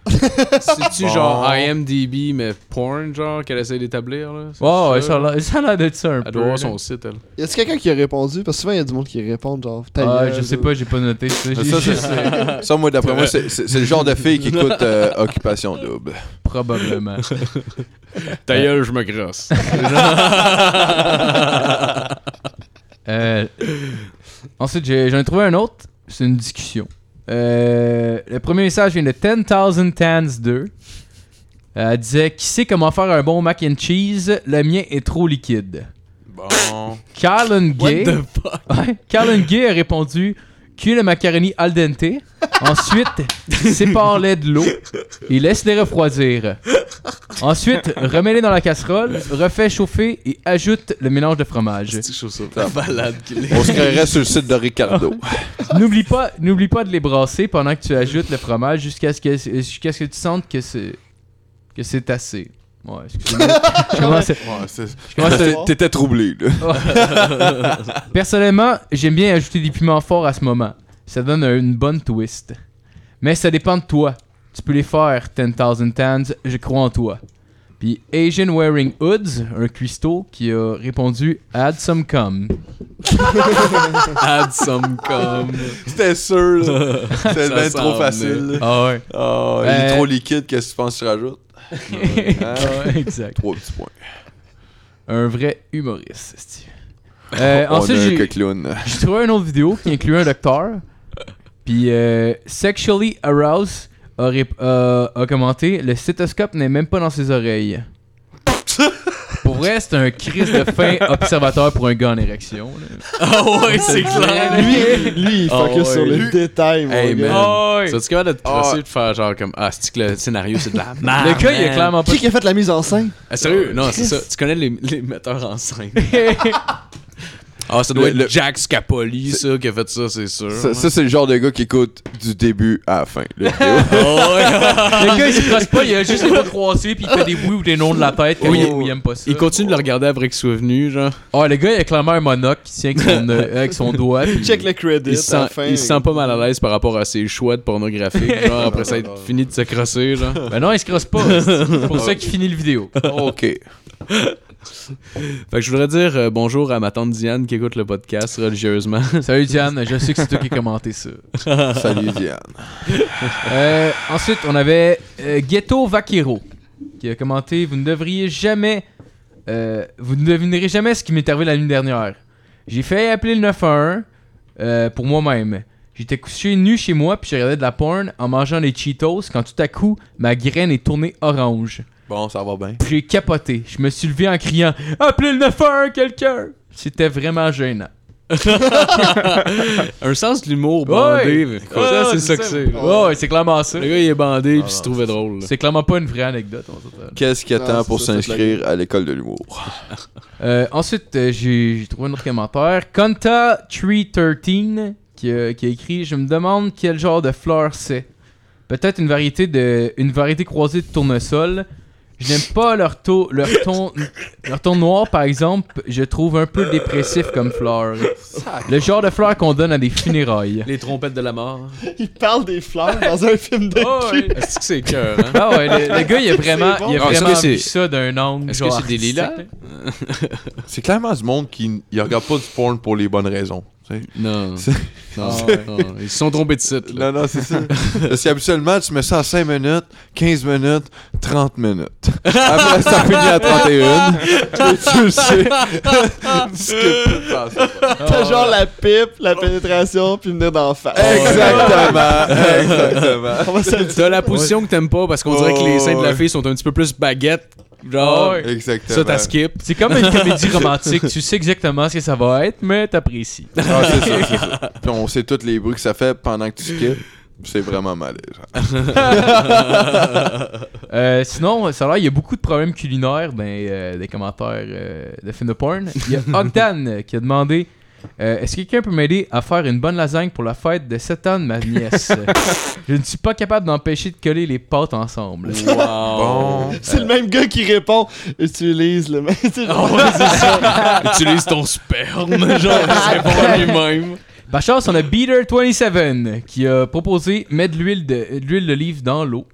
S7: C'est-tu
S5: Bon.
S7: genre IMDB, mais porn, genre, qu'elle essaie d'établir, là? C'est
S3: Wow, ouais, Oh, ça a l'air- ça a l'air d'être ça un
S7: Elle
S3: peu.
S7: doit avoir
S3: là.
S7: son site, elle.
S6: Y a-tu quelqu'un qui a répondu Parce que souvent, il y a du monde qui répond, genre. ta
S3: Ah,
S6: gueule,
S3: je sais
S6: ou-
S3: pas, j'ai pas noté. ça, J'ai
S5: Ça, c'est-
S3: juste-
S5: Ça, moi, d'après moi, c'est c'est- c'est le genre de fille qui écoute euh, Occupation Double.
S3: Probablement.
S7: Ta gueule, je me [LAUGHS] grosse.
S3: [LAUGHS] Euh, ensuite, j'ai- j'en ai, trouvé un autre. C'est une discussion. Euh, le premier message vient de 10,000 Tans 2. Elle disait Qui sait comment faire un bon mac and cheese Le mien est trop liquide.
S5: Bon.
S3: Carlin Gay. Ouais, Carlin Gay a répondu Cuis le macaroni al dente. Ensuite, sépare-les de l'eau et laisse-les refroidir. Ensuite, remets-les dans la casserole, refais chauffer et ajoute le mélange de fromage.
S5: On se créerait sur le site de Ricardo.
S3: N'oublie pas, n'oublie pas de les brasser pendant que tu ajoutes le fromage jusqu'à ce que, jusqu'à ce que tu sentes que c'est que c'est assez. Ouais, excusez-moi. Je commence à-
S5: Ouais, c'est-
S3: je commence à-
S5: T'étais- T'étais troublé, là.
S3: Personnellement, j'aime bien ajouter des piments forts à ce moment. Ça donne un- une bonne twist. Mais ça dépend de toi. Tu peux les faire, 10,000 tans, je crois en toi. Puis Asian Wearing Hoods, un cuistot, qui a répondu Add some cum.
S7: [LAUGHS] Add some cum.
S5: C'était sûr,
S3: [LAUGHS]
S5: là. C'était
S7: Ça
S5: bien
S7: s'en
S5: trop
S7: venait.
S5: facile. là.
S3: Ah ouais.
S5: Ah, il est
S3: Euh,
S5: trop liquide, qu'est-ce que tu penses que tu rajoutes? Ah,
S3: [LAUGHS] exact.
S5: Trois petits points.
S3: Un vrai humoriste, c'est-tu. Euh,
S5: On
S3: ensuite,
S5: a un
S3: j'ai-
S5: coqueloun.
S3: J'ai trouvé une autre vidéo qui inclut un docteur. Puis euh, Sexually Aroused a, rép- euh, a commenté Le stéthoscope n'est même pas dans ses oreilles. pour vrai, c'est un crise de fin observateur pour un gars en érection.
S7: Ah ouais, c'est clair.
S6: Lui, lui, il
S7: Ah
S6: focus
S7: ouais.
S6: sur les
S7: Lui-
S6: détails, mon
S7: Hey,
S6: gars. Ah,
S7: man.
S3: Oh,
S7: Ça, tu capable de te presser de faire genre comme Ah, c'est que le scénario, c'est de la merde.
S3: le gars, il est
S7: Ah, man.
S3: clairement pas.
S6: Qui qui a fait la mise en scène
S7: Ah, sérieux? Non, c'est ça. Tu connais les, les metteurs en scène. Ah, ça
S5: doit être
S7: Jack Scapoli, ça, qui a fait ça, c'est sûr.
S5: Ça, ça, c'est le genre de gars qui écoute du début à la fin.
S3: [LAUGHS]
S5: le vidéo.
S3: le gars, il se crosse pas, il a juste les pas croisés, puis il fait des oui ou des non de la tête. quand
S7: Oui.
S3: il- ou il aime pas ça.
S7: Il continue de le regarder après qu'il soit venu, genre.
S3: Oh, le gars, il a clairement un monocle qui tient avec son, euh, avec son doigt. puis-
S6: Check le credit
S7: Il
S6: à
S7: se
S6: la
S7: sent,
S6: fin.
S7: il se sent pas mal à l'aise par rapport à ses choix de pornographique, genre, après ça être fini de se crosser, genre.
S3: [LAUGHS] Ben non, il se crosse pas. C'est pour ça qu'il finit le vidéo.
S5: OK.
S7: Fait que je voudrais dire euh, bonjour à ma tante Diane qui écoute le podcast religieusement.
S3: Salut Diane, je sais que c'est toi qui as commenté ça.
S5: Salut, Diane.
S3: Euh, ensuite, on avait euh, Ghetto Vaquero qui a commenté Vous ne devriez jamais. euh, vous ne devinerez jamais ce qui m'est arrivé la nuit dernière. J'ai failli appeler le 911 euh, pour moi-même. J'étais couché nu chez moi puis je regardais de la porn en mangeant des Cheetos quand tout à coup ma graine est tournée orange.
S5: Bon, ça va bien.
S3: Puis J'ai capoté. Je me suis levé en criant Appelez le 911 quelqu'un C'était vraiment gênant.
S7: Un sens de l'humour
S3: Ouais.
S7: bandé, mais
S5: Ah,
S7: ça, c'est ça que Ah, c'est. là.
S3: Ouais, ouais, c'est clairement ça.
S7: Le gars, il est bandé puis il se trouvait drôle. là.
S3: C'est clairement pas une vraie anecdote. on s'entend.
S5: Qu'est-ce qu'il
S6: Non,
S5: attend
S6: c'est
S5: pour
S6: ça, c'est
S5: s'inscrire à l'école de l'humour?
S3: Euh, ensuite, euh, j'ai j'ai trouvé un autre commentaire. Conta313 qui, a- qui a écrit Je me demande quel genre de fleur c'est. Peut-être une variété de une variété croisée de tournesol. Je n'aime pas leur, taux, leur, ton, leur ton noir, par exemple. Je trouve un peu dépressif comme fleur. Le genre de fleur qu'on donne à des
S7: [LAUGHS]
S3: funérailles.
S7: Les trompettes de la mort.
S6: Il parle des fleurs dans un film de
S3: Oh,
S6: cul.
S3: ouais.
S7: [LAUGHS] Est-ce que c'est cœur, hein? [LAUGHS]
S3: Ah ouais, le, le gars, il a vraiment,
S6: [LAUGHS] C'est bon.
S3: il a
S7: Ah, est-ce
S3: vraiment
S7: que c'est-
S3: vu ça d'un angle.
S7: Est-ce que
S3: genre
S7: c'est des
S3: artistique,
S7: lilas?
S3: là.
S5: C'est clairement du monde qui n- il regarde pas du porn pour les bonnes raisons. tu sais.
S7: Non.
S5: C'est- Ah,
S7: Non, non, Ils se sont trompés de site. là.
S5: Non, non, c'est ça. [LAUGHS] Parce qu'habituellement, tu mets ça à 5 minutes, 15 minutes, 30 minutes. Après, ça finit à 31. Et tu le sais. Tu skippes pas ça.
S6: T'as genre la pipe, la pénétration, puis venir d'en face.
S5: [LAUGHS] Exactement. Exactement.
S6: On va se le dire.
S7: T'as la position que t'aimes pas parce qu'on dirait que les seins de la
S5: Ouais.
S7: fille sont un petit peu plus baguettes.
S3: Ah
S7: Genre,
S3: ouais.
S5: Exactement.
S7: ça, t'as skip.
S3: C'est comme
S7: [LAUGHS]
S3: une comédie romantique. Tu sais exactement ce que ça va être, mais t'apprécies.
S5: Ah, c'est ça, c'est ça. Puis on sait tous les bruits que ça fait pendant que tu skippes. C'est vraiment malaisant.
S3: Euh, sinon, ça a l'air, il y a beaucoup de problèmes culinaires dans euh, des commentaires euh, de films de porn. Il y
S7: [LAUGHS]
S3: a Ogdan qui a demandé euh, Est-ce que quelqu'un peut m'aider à faire une bonne lasagne pour la fête de 7 ans de ma
S7: [LAUGHS]
S3: nièce Je ne suis pas capable d'empêcher de coller les pâtes ensemble.
S7: Wow.
S6: C'est le même gars qui répond. Utilise le même. [LAUGHS] C'est genre-
S7: Utilise ton sperme, genre,
S5: [LAUGHS]
S7: c'est pas lui-même.
S3: Par chance, euh, on a Beater27 qui a proposé Mettre de l'huile de- de l'huile d'olive dans l'eau.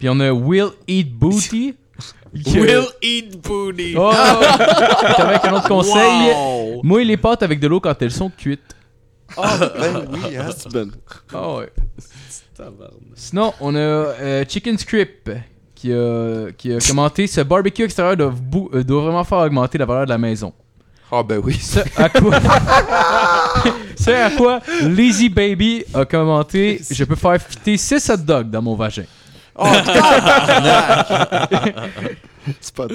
S3: Puis on a Will Eat Booty. qui- euh,
S4: Will eat booty.
S3: Oh! [LAUGHS] T'as avec un autre conseil.
S4: Wow.
S3: Mouille les pâtes avec de l'eau quand elles sont cuites.
S5: Ben oui, hein.
S6: C'est bon.
S3: Ah ouais. [LAUGHS] Sinon, on a euh, Chicken Script qui a, qui a commenté ce barbecue extérieur doit, bou- euh, doit vraiment faire augmenter la valeur de la maison.
S5: Ah ben oui.
S3: Ce à quoi. Ce à quoi Lazy Baby a commenté Je peux faire fitter 6 hot dogs dans mon vagin.
S6: C'est pas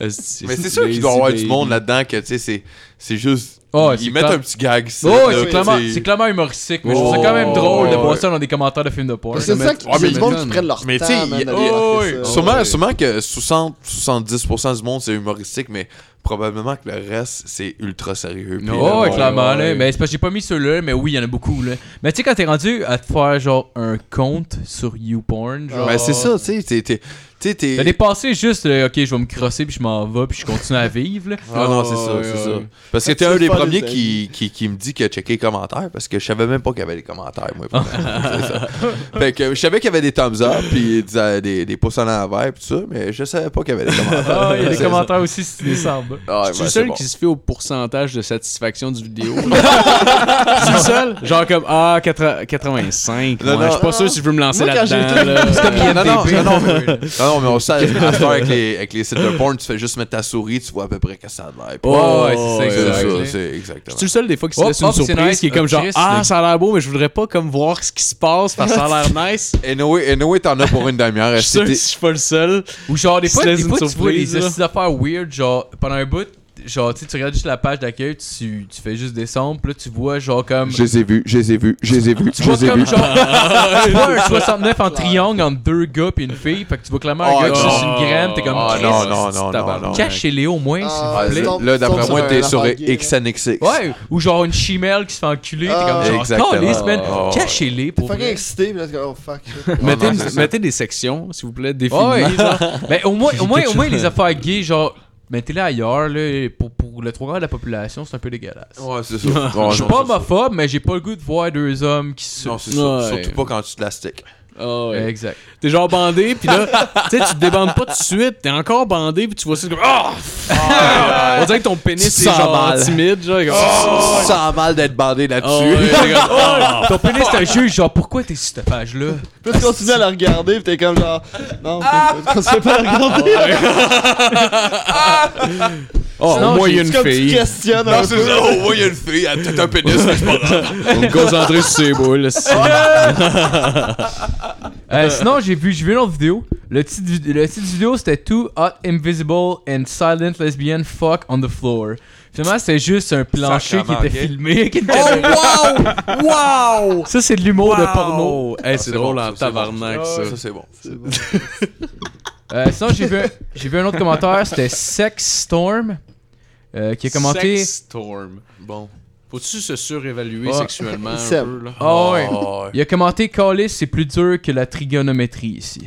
S5: Mais c'est sûr qu'il doit y avoir du monde là-dedans que, tu sais, c'est- c'est juste.
S3: Oh,
S5: ils
S3: c'est
S5: mettent
S3: clair.
S5: un petit gag. ça,
S3: Oh,
S5: là,
S3: c'est
S5: tu
S3: clairement,
S5: sais.
S3: c'est clairement humoristique, mais je trouve ça
S5: Oh,
S3: quand même drôle de
S5: ouais.
S3: voir ça dans des commentaires de films de porn.
S6: C'est ça
S5: Ah,
S6: qu'il y a
S5: mais
S6: du monde
S5: man.
S6: qui prennent leur
S5: Mais tu sais,
S6: temps, man,
S5: il-
S6: à
S5: oh,
S6: débarquer
S3: oui.
S6: ça.
S5: Sûrement, sûrement que 60-70% du monde c'est humoristique, mais probablement que le reste c'est ultra sérieux. Puis,
S3: Oh,
S5: euh,
S3: ouais,
S5: bon,
S3: clairement,
S7: ouais.
S3: là. Mais c'est parce que j'ai pas mis ceux-là, mais oui, il y en a beaucoup, là. Mais tu sais, quand t'es rendu à te faire, genre, un compte sur YouPorn, genre.
S5: Ben c'est ça, tu sais, t'es- t'es- tu sais, t'es.
S3: T'as dépassé juste, le, ok, je vais me crosser, puis je m'en vais, puis je continue à vivre, là.
S5: Ah non, c'est ça,
S7: Ouais,
S5: c'est
S7: ouais,
S5: ça.
S7: ouais.
S5: Parce que
S6: Ça,
S5: t'es
S6: tu
S5: un
S6: veux
S5: des
S6: pas
S5: premiers
S6: des
S5: qui, qui, qui me dit que checker les commentaires parce que je savais même pas qu'il y avait des commentaires, moi. pour vrai,
S7: [LAUGHS]
S5: c'est ça. Fait que je savais qu'il y avait des thumbs up puis des, des, des pouces en avant pis tout ça, mais je savais pas qu'il y avait des commentaires.
S7: [LAUGHS]
S3: Ah, il y a des
S5: C'est
S3: commentaires aussi, si tu les sembles.
S5: ça. Ah,
S7: Je suis
S5: ben,
S7: le
S5: c'est
S7: seul
S5: bon.
S7: qui se fait au pourcentage de satisfaction du vidéo.
S5: [LAUGHS]
S7: Je suis le seul. Genre comme, ah, 80 85.
S5: Non,
S7: ouais,
S5: non.
S7: Je suis pas sûr si je veux me lancer
S6: Moi, quand j'ai
S5: Non, non,
S7: là-dedans. là.
S5: non, non, mais,
S3: [LAUGHS]
S5: non, non, mais on sait, à cette heure, avec les, avec les sites de porn, tu fais juste mettre ta souris, tu vois à peu près que ça a l'air. Puis,
S3: Oh, ouais,
S5: c'est
S3: c'est ça,
S5: ça,
S3: exactement.
S5: c'est
S7: Je
S5: exactement.
S7: suis le seul des fois qui se
S3: Oh,
S7: laisse une
S3: hop, c'est
S7: surprise
S3: nice.
S7: qui est comme
S3: Euh,
S7: genre
S3: Chris,
S7: Ah,
S3: mais-
S7: ça a l'air beau, mais je voudrais pas comme voir ce qui se passe parce que
S3: [LAUGHS]
S7: ça a l'air nice.
S5: Et Noé, et Noé, t'en as pour une demi-heure.
S7: Je suis sûr que
S5: C'était-
S7: je suis pas le seul.
S3: Ou genre, des
S7: Tu
S3: fois,
S7: te
S3: des
S7: laisses une
S3: fois, tu vois
S7: surprise,
S3: des
S7: là.
S3: astuces d'affaires weird, genre, pendant un bout, genre, tu sais, tu regardes juste la page d'accueil, tu, tu fais juste descendre, puis là, tu vois, genre, comme.
S5: Je les ai vus, je les ai vus, je les ai vus,
S3: Tu
S5: je
S3: vois
S5: les ai
S3: comme
S5: vus.
S3: genre. tu vois
S7: [LAUGHS]
S3: un 69 en triangle entre deux gars puis une fille. Fait que tu vois clairement
S5: Oh,
S3: un gars qui
S5: non.
S3: suce une graine. T'es comme.
S5: Ah
S3: Chris,
S5: non, non,
S7: c'est
S5: non, non,
S7: tabarnak.
S5: non.
S3: Cachez-les au moins,
S6: Ah,
S5: Ouais,
S3: s'il vous
S6: tombe-
S3: plaît.
S5: Là, d'après
S6: tombe
S5: moi,
S6: sur
S5: t'es
S6: un
S5: sur
S6: affaire gay,
S5: XNXX.
S3: Ouais, ou genre une chimelle qui se fait enculer. T'es
S6: Ah.
S3: comme genre.
S5: Exactement.
S3: Calisse, man.
S5: Oh.
S3: Cachez-les
S6: T'es
S3: pour.
S6: fucking
S3: vrai.
S6: excité, pis là, t'es comme, oh fuck.
S7: Mettez,
S3: Ah,
S5: non,
S7: une-
S5: c'est ça.
S7: mettez des sections, s'il vous plaît, définies.
S3: Ouais, genre, ben, au moins, au moins, au moins les affaires gays, genre. Mettez-les ailleurs, là. Pour, pour le trois quarts de la population, c'est un peu dégueulasse.
S5: Ouais, c'est
S3: [LAUGHS]
S5: ça. Ouais,
S3: Je suis pas
S5: non, c'est ça.
S3: homophobe, mais j'ai pas le goût de voir deux hommes qui se.
S5: Non, c'est ça.
S7: Ouais.
S5: Surtout pas quand tu te la stick.
S7: Ah ouais.
S3: Exact.
S7: T'es genre bandé, puis là, [LAUGHS] tu sais, tu te débandes pas tout de suite, t'es encore bandé, puis tu vois ça, c'est comme Ah!
S5: Ah,
S7: On dirait que ton pénis
S5: Tu
S7: est
S5: te sens
S7: genre
S5: mal.
S7: timide, genre. comme,
S5: Ça a mal d'être bandé
S7: Ah
S3: Oh,
S5: là-dessus.
S7: ouais, t'es [LAUGHS] comme, Ah!
S3: Ton pénis, c'est un juge, genre, pourquoi t'es sur cette page-là? Euh,
S6: Puis là, tu continues à la regarder, pis t'es comme genre, non,
S5: Ah,
S6: tu continues pas à la regarder.
S7: Oh,
S3: Sinon,
S7: au moins, il y a
S6: C'est
S7: une
S6: comme tu
S7: fille.
S6: questionnes un
S5: Non, c'est
S6: peu.
S5: ça. Au moins, il y a une fille, elle a peut-être un pénis, mais c'est pas grave.
S7: On concentrer sur ses
S3: [LAUGHS]
S7: boules. c'est-
S3: Euh, sinon, j'ai vu, j'ai vu une autre vidéo. Le titre, du- le titre vidéo, c'était Two Hot Invisible and Silent Lesbian Fuck on the Floor. Finalement, c'était juste un plancher qui
S5: Sacrément,
S3: était
S5: ok. Oh!
S3: filmé. [LAUGHS] qui était-
S7: wow! Wow!
S3: Ça, c'est de l'humour de porno.
S7: Porno. [LAUGHS] Hey, c'est drôle en
S3: Ah,
S7: tabarnak, ça.
S5: Ça, c'est bon.
S3: Euh, sinon, j'ai vu, un- j'ai vu un autre commentaire. C'était Sex Storm euh, qui a commenté.
S7: Sex Storm.
S5: Bon.
S7: Faut-tu se surévaluer
S3: Ouais.
S7: sexuellement un
S6: Seb.
S7: peu, là?
S3: Ah ouais.
S5: Oh,
S3: Il a commenté Callis, c'est plus dur que la trigonométrie ici.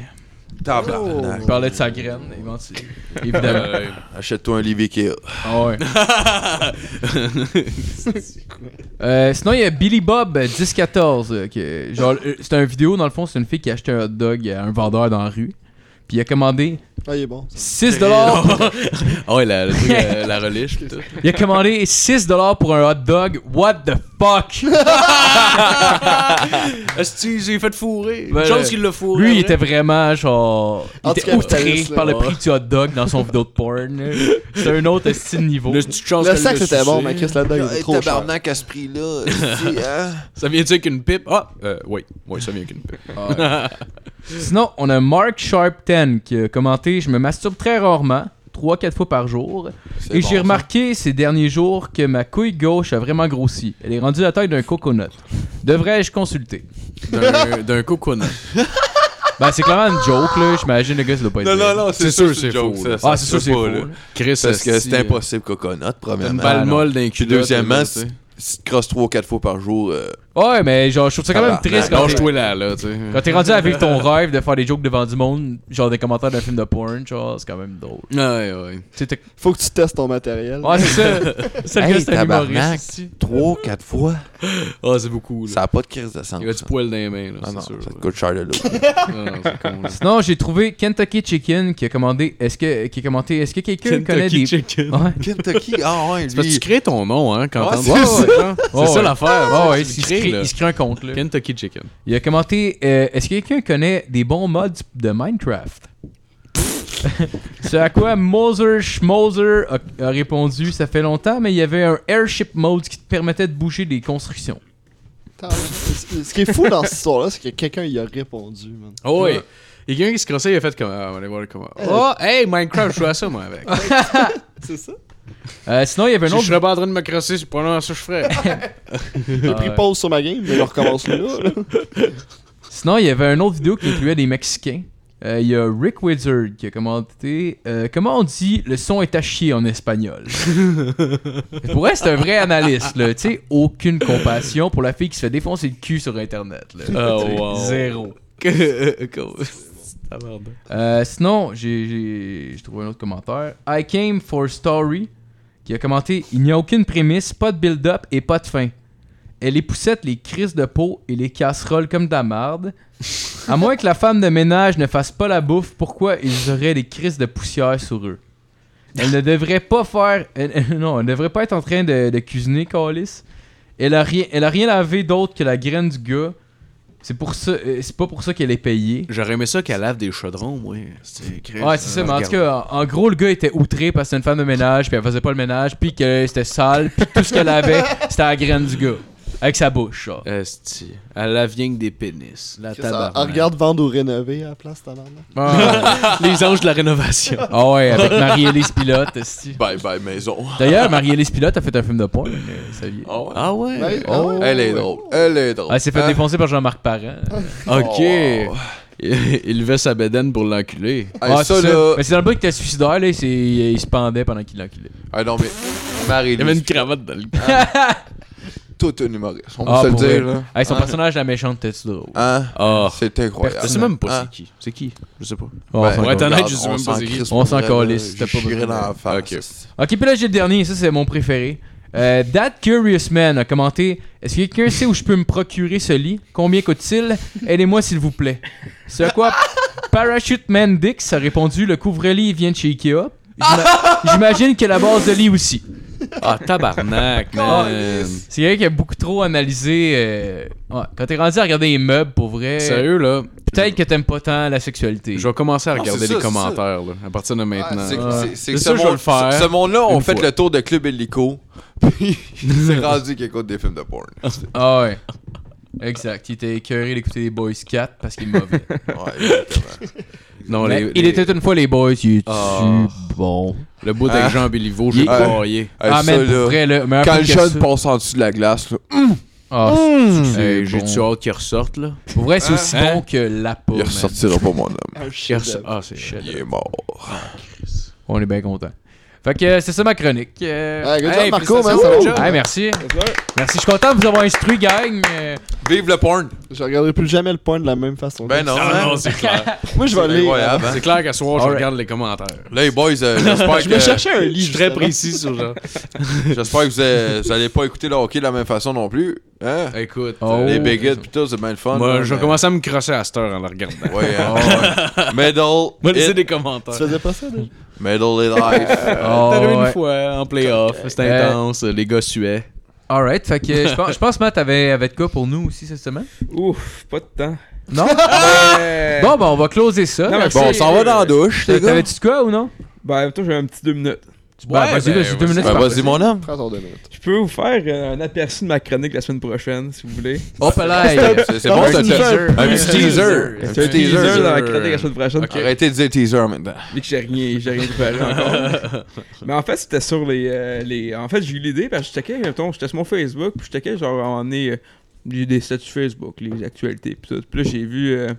S5: Tabarnak.
S3: Il parlait de sa graine, éventuellement. Évidemment.
S7: [LAUGHS] Euh,
S5: Achète-toi un livre Ikea.
S3: Ah ouais.
S7: [LAUGHS]
S3: Euh, sinon, il y a Billy Bob euh, 1014. euh, que- genre, euh, c'est un vidéo, dans le fond, c'est une fille qui a acheté un hot dog à un vendeur dans la rue. Puis il a commandé
S6: Ah, il est bon.
S3: 6 dollars.
S7: Ah [LAUGHS] ouais, la, le truc, euh, [LAUGHS] la reliche, pis tout.
S3: Il a commandé 6 dollars pour un hot dog. What the fuck?
S7: Est-ce que j'ai fait fourrer?
S3: Ouais, ouais.
S7: Chose qu'il l'a fourré. hein.
S3: Lui, il
S7: après.
S3: était vraiment genre. Il
S6: En
S3: était
S6: tout cas,
S3: outré
S6: capitaliste, là,
S3: par le
S7: ouais.
S3: prix du hot dog dans son vidéo de porn. C'est un autre style niveau.
S7: Le petite chance
S6: Le
S7: qu'elle
S6: sac,
S7: l'a
S6: c'était
S7: sucé.
S6: bon, mais Chris, la dog, il est trop cher.
S5: Tabarnak à ce prix-là. si, hein?
S7: Ça vient-tu avec une pipe? Ah! Euh, oui. Oui, ça vient avec une pipe. Ah.
S3: Sinon, on a Mark Sharp10 qui a commenté Je me masturbe très rarement, 3-4 fois par jour.
S5: C'est
S3: Et
S5: bon,
S3: j'ai
S5: ça.
S3: remarqué ces derniers jours que ma couille gauche a vraiment grossi. Elle est rendue à la taille d'un coconut. Devrais-je consulter
S7: [LAUGHS] D'un- D'un coconut.
S3: Ben, c'est clairement une joke, là. J'imagine le gars, ça doit pas être.
S5: Non,
S3: vrai.
S5: non, non, c'est
S7: C'est
S5: sûr,
S7: sûr,
S5: c'est
S7: c'est
S5: joke.
S7: faux,
S5: ça,
S7: là.
S5: ça,
S3: Ah, c'est sûr, c'est
S5: pas,
S3: faux.
S5: là.
S3: là.
S7: Chris,
S5: Parce que
S7: hostie,
S5: c'est impossible, Coconut,
S7: Une
S5: premièrement.
S7: balle molle d'un cul
S5: Puis deuxièmement, si si tu te crosses 3-4 fois par jour, euh,
S3: Ouais, mais genre, je trouve ça quand même triste quand t'es-
S7: Lâche-toi là, là, tu sais.
S3: quand t'es rendu à vivre ton rêve de faire des jokes devant du monde, genre des commentaires d'un film de porn, genre, c'est quand même drôle.
S7: Ouais, ouais.
S3: Tu sais, t'es-
S6: Faut que tu testes ton matériel.
S3: Ouais,
S5: [LAUGHS]
S3: c'est ça. C'est le
S5: Hey,
S3: gars, c'est un
S5: tabarnak.
S3: humoriste. ici.
S5: Trois, quatre fois,
S7: Ah, c'est beaucoup, là.
S5: ça n'a pas de crise de sang.
S7: Il y a du poil dans les mains, là,
S5: Ah non,
S7: c'est
S5: ça
S7: sûr.
S5: te coûte cher de l'eau.
S7: Ah non, c'est con, là.
S3: Non, j'ai trouvé Kentucky Chicken qui a commandé. Est-ce que qui a commenté Est-ce que quelqu'un connaît des
S7: Chicken.
S3: Ouais.
S5: Kentucky, ah ouais,
S7: C'est parce que tu
S5: lui.
S7: crées ton nom, hein, quand
S5: Ouais,
S7: t'en-
S5: c'est
S7: Ouais,
S5: ça.
S7: ouais, genre.
S3: Oh,
S7: C'est ça
S3: ouais.
S7: l'affaire.
S3: Ah ouais,
S7: tu
S3: il, se
S7: crées,
S3: crée,
S7: là.
S3: il se crée un compte là.
S7: Kentucky Chicken.
S3: Il a commenté euh, Est-ce que quelqu'un connaît des bons mods de [LAUGHS] Minecraft C'est à quoi Moser Schmoser a, a répondu Ça fait longtemps, mais il y avait un airship mode qui te permettait de bouger des constructions.
S6: Attends, ce ce qui est fou dans cette histoire-là, c'est que quelqu'un y a répondu, man.
S7: Oh, ouais. Il y a quelqu'un qui se crossait, il a fait comme. Ah, on va aller voir comment. Oh, hey, Minecraft, je joue à ça, moi, avec.
S6: C'est ça?
S3: Euh, sinon, il y avait un
S7: Si je
S3: autre.
S7: serais pas en train de me crosser, c'est pas non, ça que je ferais. Ah,
S6: J'ai pris pause sur ma game, mais je recommence là. là.
S3: Sinon, il y avait un autre vidéo qui incluait des Mexicains. Euh, Il y a Rick Wizard qui a commenté euh, Comment on dit le son est à chier en espagnol Pour elle, c'est un vrai analyste. là. Tu sais, aucune compassion pour la fille qui se fait défoncer le cul sur Internet. là.
S7: [LAUGHS] Oh,
S3: Tu sais,
S7: wow.
S3: Zéro. Euh, sinon, j'ai- j'ai j'ai trouvé un autre commentaire. I came for story qui a commenté Il n'y a aucune prémisse, pas de build-up et pas de fin. Elle les poussette les crises de peau et les casseroles comme de la marde. À moins que la femme de ménage ne fasse pas la bouffe, pourquoi ils auraient des crises de poussière sur eux Elle ne devrait pas faire. elle- elle- non, elle ne devrait pas être en train de, de cuisiner, Calis. Elle a rien, elle a rien lavé d'autre que la graine du gars. C'est pour ça, euh, c'est pas pour ça qu'elle est payée.
S7: J'aurais aimé ça qu'elle lave des chaudrons, moi. C'est Chris,
S3: Ouais, c'est ça,
S7: euh,
S3: mais en tout
S7: regarde.
S3: cas, en en gros, le gars était outré parce que c'était une femme de ménage, puis elle faisait pas le ménage, puis que c'était sale, puis tout ce qu'elle
S7: [LAUGHS]
S3: avait, c'était la graine du gars. Avec sa bouche, genre.
S7: Esti. Elle lave rien que des pénis. La
S6: Ça,
S7: tabarnak.
S6: elle regarde vendre ou rénover à la place, ta merde.
S3: Ah
S7: [LAUGHS] Les anges de la rénovation.
S3: Ah ouais,
S7: [LAUGHS]
S3: avec Marie-Élise Pilote, esti.
S5: [LAUGHS] Bye bye, maison.
S3: D'ailleurs, Marie-Élise Pilote a fait un film de porn, euh, saviez
S5: Ah ouais.
S7: Ah ouais?
S6: Oh,
S5: Elle est drôle. Elle est drôle.
S3: Elle s'est Ah, fait
S7: Euh.
S5: Hein?
S3: défoncer par Jean-Marc
S7: [LAUGHS]
S3: Parent.
S7: Ok.
S5: Oh.
S7: Il levait sa bédaine pour l'enculer.
S5: Hey,
S3: Ah,
S5: ça,
S3: c'est ça.
S5: là.
S3: Mais c'est dans le bout qu'il était suicidaire, là, il, s'est- il se pendait pendant qu'il l'enculait.
S5: Ah non, mais. Marie,
S7: Il y avait une cravate dans le cul.
S5: toute une humoriste. On
S3: Ah,
S5: va se le
S3: pour
S5: dire,
S3: vrai.
S5: là.
S3: Hey, son
S5: Hein?
S3: personnage, la méchante, était drôle.
S5: Hein?
S7: Ah.
S5: C'est incroyable.
S7: Je sais même pas
S5: Hein?
S7: c'est qui. C'est qui? Je sais pas.
S3: Oh, son
S5: Ben,
S7: ouais,
S3: gars.
S7: t'as-
S5: regarde,
S7: honnête, je sais
S5: on
S7: même pas
S5: s'en
S7: c'est qui.
S5: crisse
S3: On
S5: pour
S3: s'en
S5: elle,
S3: calisse,
S5: là.
S3: c'était pas
S5: Je chierais
S3: besoin.
S5: dans la face.
S7: Ok.
S3: Ok, puis là, j'ai le dernier, ça c'est mon préféré. Euh, That Curious Man a commenté Est-ce que quelqu'un sait où je peux me procurer ce lit Combien coûte-t-il Aidez-moi s'il vous plaît. C'est à quoi Parachute Man Dix a répondu Le couvre-lit vient de chez Ikea.
S7: [LAUGHS]
S3: J'ima- J'imagine que la base de lit aussi.
S7: Ah, tabarnak, man.
S3: C'est quelqu'un qui a beaucoup trop analysé. euh, ouais, Quand t'es rendu à regarder les meubles pour vrai,
S7: Sérieux, là,
S3: peut-être que t'aimes pas tant la sexualité.
S7: je vais commencer à
S5: Non,
S7: regarder
S5: c'est ça,
S7: les
S5: c'est
S7: commentaires là, à partir de maintenant.
S5: C'est
S3: Ouais.
S5: c'est- c'est que
S7: C'est sûr,
S5: ce
S7: je vais le
S5: monde-
S7: faire.
S5: ce- ce monde-là, on
S7: Une
S5: fait
S7: fois.
S5: le tour de Club Illico, [LAUGHS] puis c'est rendu qu'il écoute des films de porn.
S3: Ah ouais. Exact. Il était écœuré d'écouter les Boys 4 parce qu'il est mauvais.
S5: Ouais, exactement.
S7: non,
S5: Oh,
S3: Mais
S7: les-
S3: il
S7: les-
S3: était une fois les boys, il est
S7: Ah.
S3: bon.
S7: le bout avec Jean Béliveau, j'ai
S3: Il-
S7: pas
S5: Ouais.
S7: broyé.
S5: Hey,
S3: ah,
S5: ça,
S3: man,
S5: là,
S3: pour vrai, là, meilleur
S5: quand
S3: film
S5: le
S3: que
S5: jeune Mmh.
S3: ça.
S5: passe en dessous de la glace, là,
S3: Ah, c'est-
S7: Hey,
S3: c'est
S7: J'ai
S3: bon.
S7: du hâte qu'il ressorte là.
S3: Pour vrai, c'est aussi
S7: Hein?
S3: bon que la peau.
S5: il
S3: Oh, man.
S5: ressortira pas mon homme.
S6: Un
S7: Qu'il
S6: chef
S7: ressort- Ah, c'est
S5: Il est mort.
S3: On est bien content. Fait que euh, c'est ça ma chronique. Euh,
S6: Ouais, good job,
S3: hey,
S6: Marco, man,
S3: félicitations.
S6: ça va. Good job.
S3: Hey, merci. Merci, je suis content de vous avoir instruit, gang. Euh,
S5: Vive le porn!
S6: Je regarderai plus jamais le point de la même façon.
S5: Ben non,
S7: Ah,
S5: hein?
S7: non, c'est clair.
S6: Moi, je vais
S5: C'est
S6: aller. euh,
S5: incroyable, hein?
S7: C'est clair qu'à soir, je
S3: Alright.
S7: regarde
S5: [LAUGHS]
S7: les commentaires.
S5: Là, les boys, euh, j'espère
S6: Je me
S5: que,
S6: cherchais un lit.
S7: Je suis très
S6: justement.
S7: précis sur genre.
S5: j'espère que vous, euh, vous allez pas écouter le hockey de la même façon non plus. Hein?
S7: Écoute,
S3: Oh.
S5: Les
S7: euh,
S5: bigots pis tout, c'est bien le fun.
S7: moi,
S5: hein,
S7: je vais
S5: mais-
S7: commencer à me crosser à cette heure en le
S5: Ouais,
S7: regardant.
S5: [LAUGHS] hein? ouais. Middle,
S7: Moi, laisser
S5: it-
S7: des
S6: Tu
S7: commentaires.
S6: faisais pas ça, déjà?
S5: middle is [LAUGHS] life.
S3: oh,
S7: T'es arrivé
S3: ouais.
S7: une fois en playoff, c'était
S3: Euh,
S7: intense, les gars suaient.
S3: Alright, fait que euh, je pense, je pense Matt avait, avait de quoi pour nous aussi cette semaine.
S2: Ouf, pas de temps. Ah
S3: Non? Ah! Bon, ben on va closer ça.
S2: Non, mais
S5: bon, on s'en va dans la douche, les gars.
S3: T'avais-tu de quoi ou non?
S2: Ben, toi, j'ai un petit deux minutes.
S3: Ben,
S7: Ouais,
S3: vas-y,
S7: ben,
S3: vas-y, deux
S7: vas-y.
S3: minutes.
S5: Ben,
S3: parfait.
S5: vas-y, mon homme.
S6: Prends ton deux minutes.
S2: Je peux vous faire euh, un aperçu de ma chronique la semaine prochaine, si vous voulez.
S3: Hop là, hey.
S5: C'est c'est bon,
S6: Un
S5: t'as
S6: teaser.
S5: t'as- un petit teaser. Un
S2: C'est un
S5: petit
S2: teaser
S5: teaser.
S2: dans ma chronique la semaine prochaine,
S5: Arrêtez de dire teaser en même temps.
S2: vu que j'ai rien, j'ai rien préparé
S3: [LAUGHS]
S2: encore. Mais en fait, c'était sur les, euh, les... En fait, j'ai eu l'idée, parce que je checkais, mettons, j'étais sur mon Facebook, puis je checkais, genre, à un moment donné, euh, j'ai des statuts Facebook, les actualités, puis tout. Puis là, j'ai vu... euh,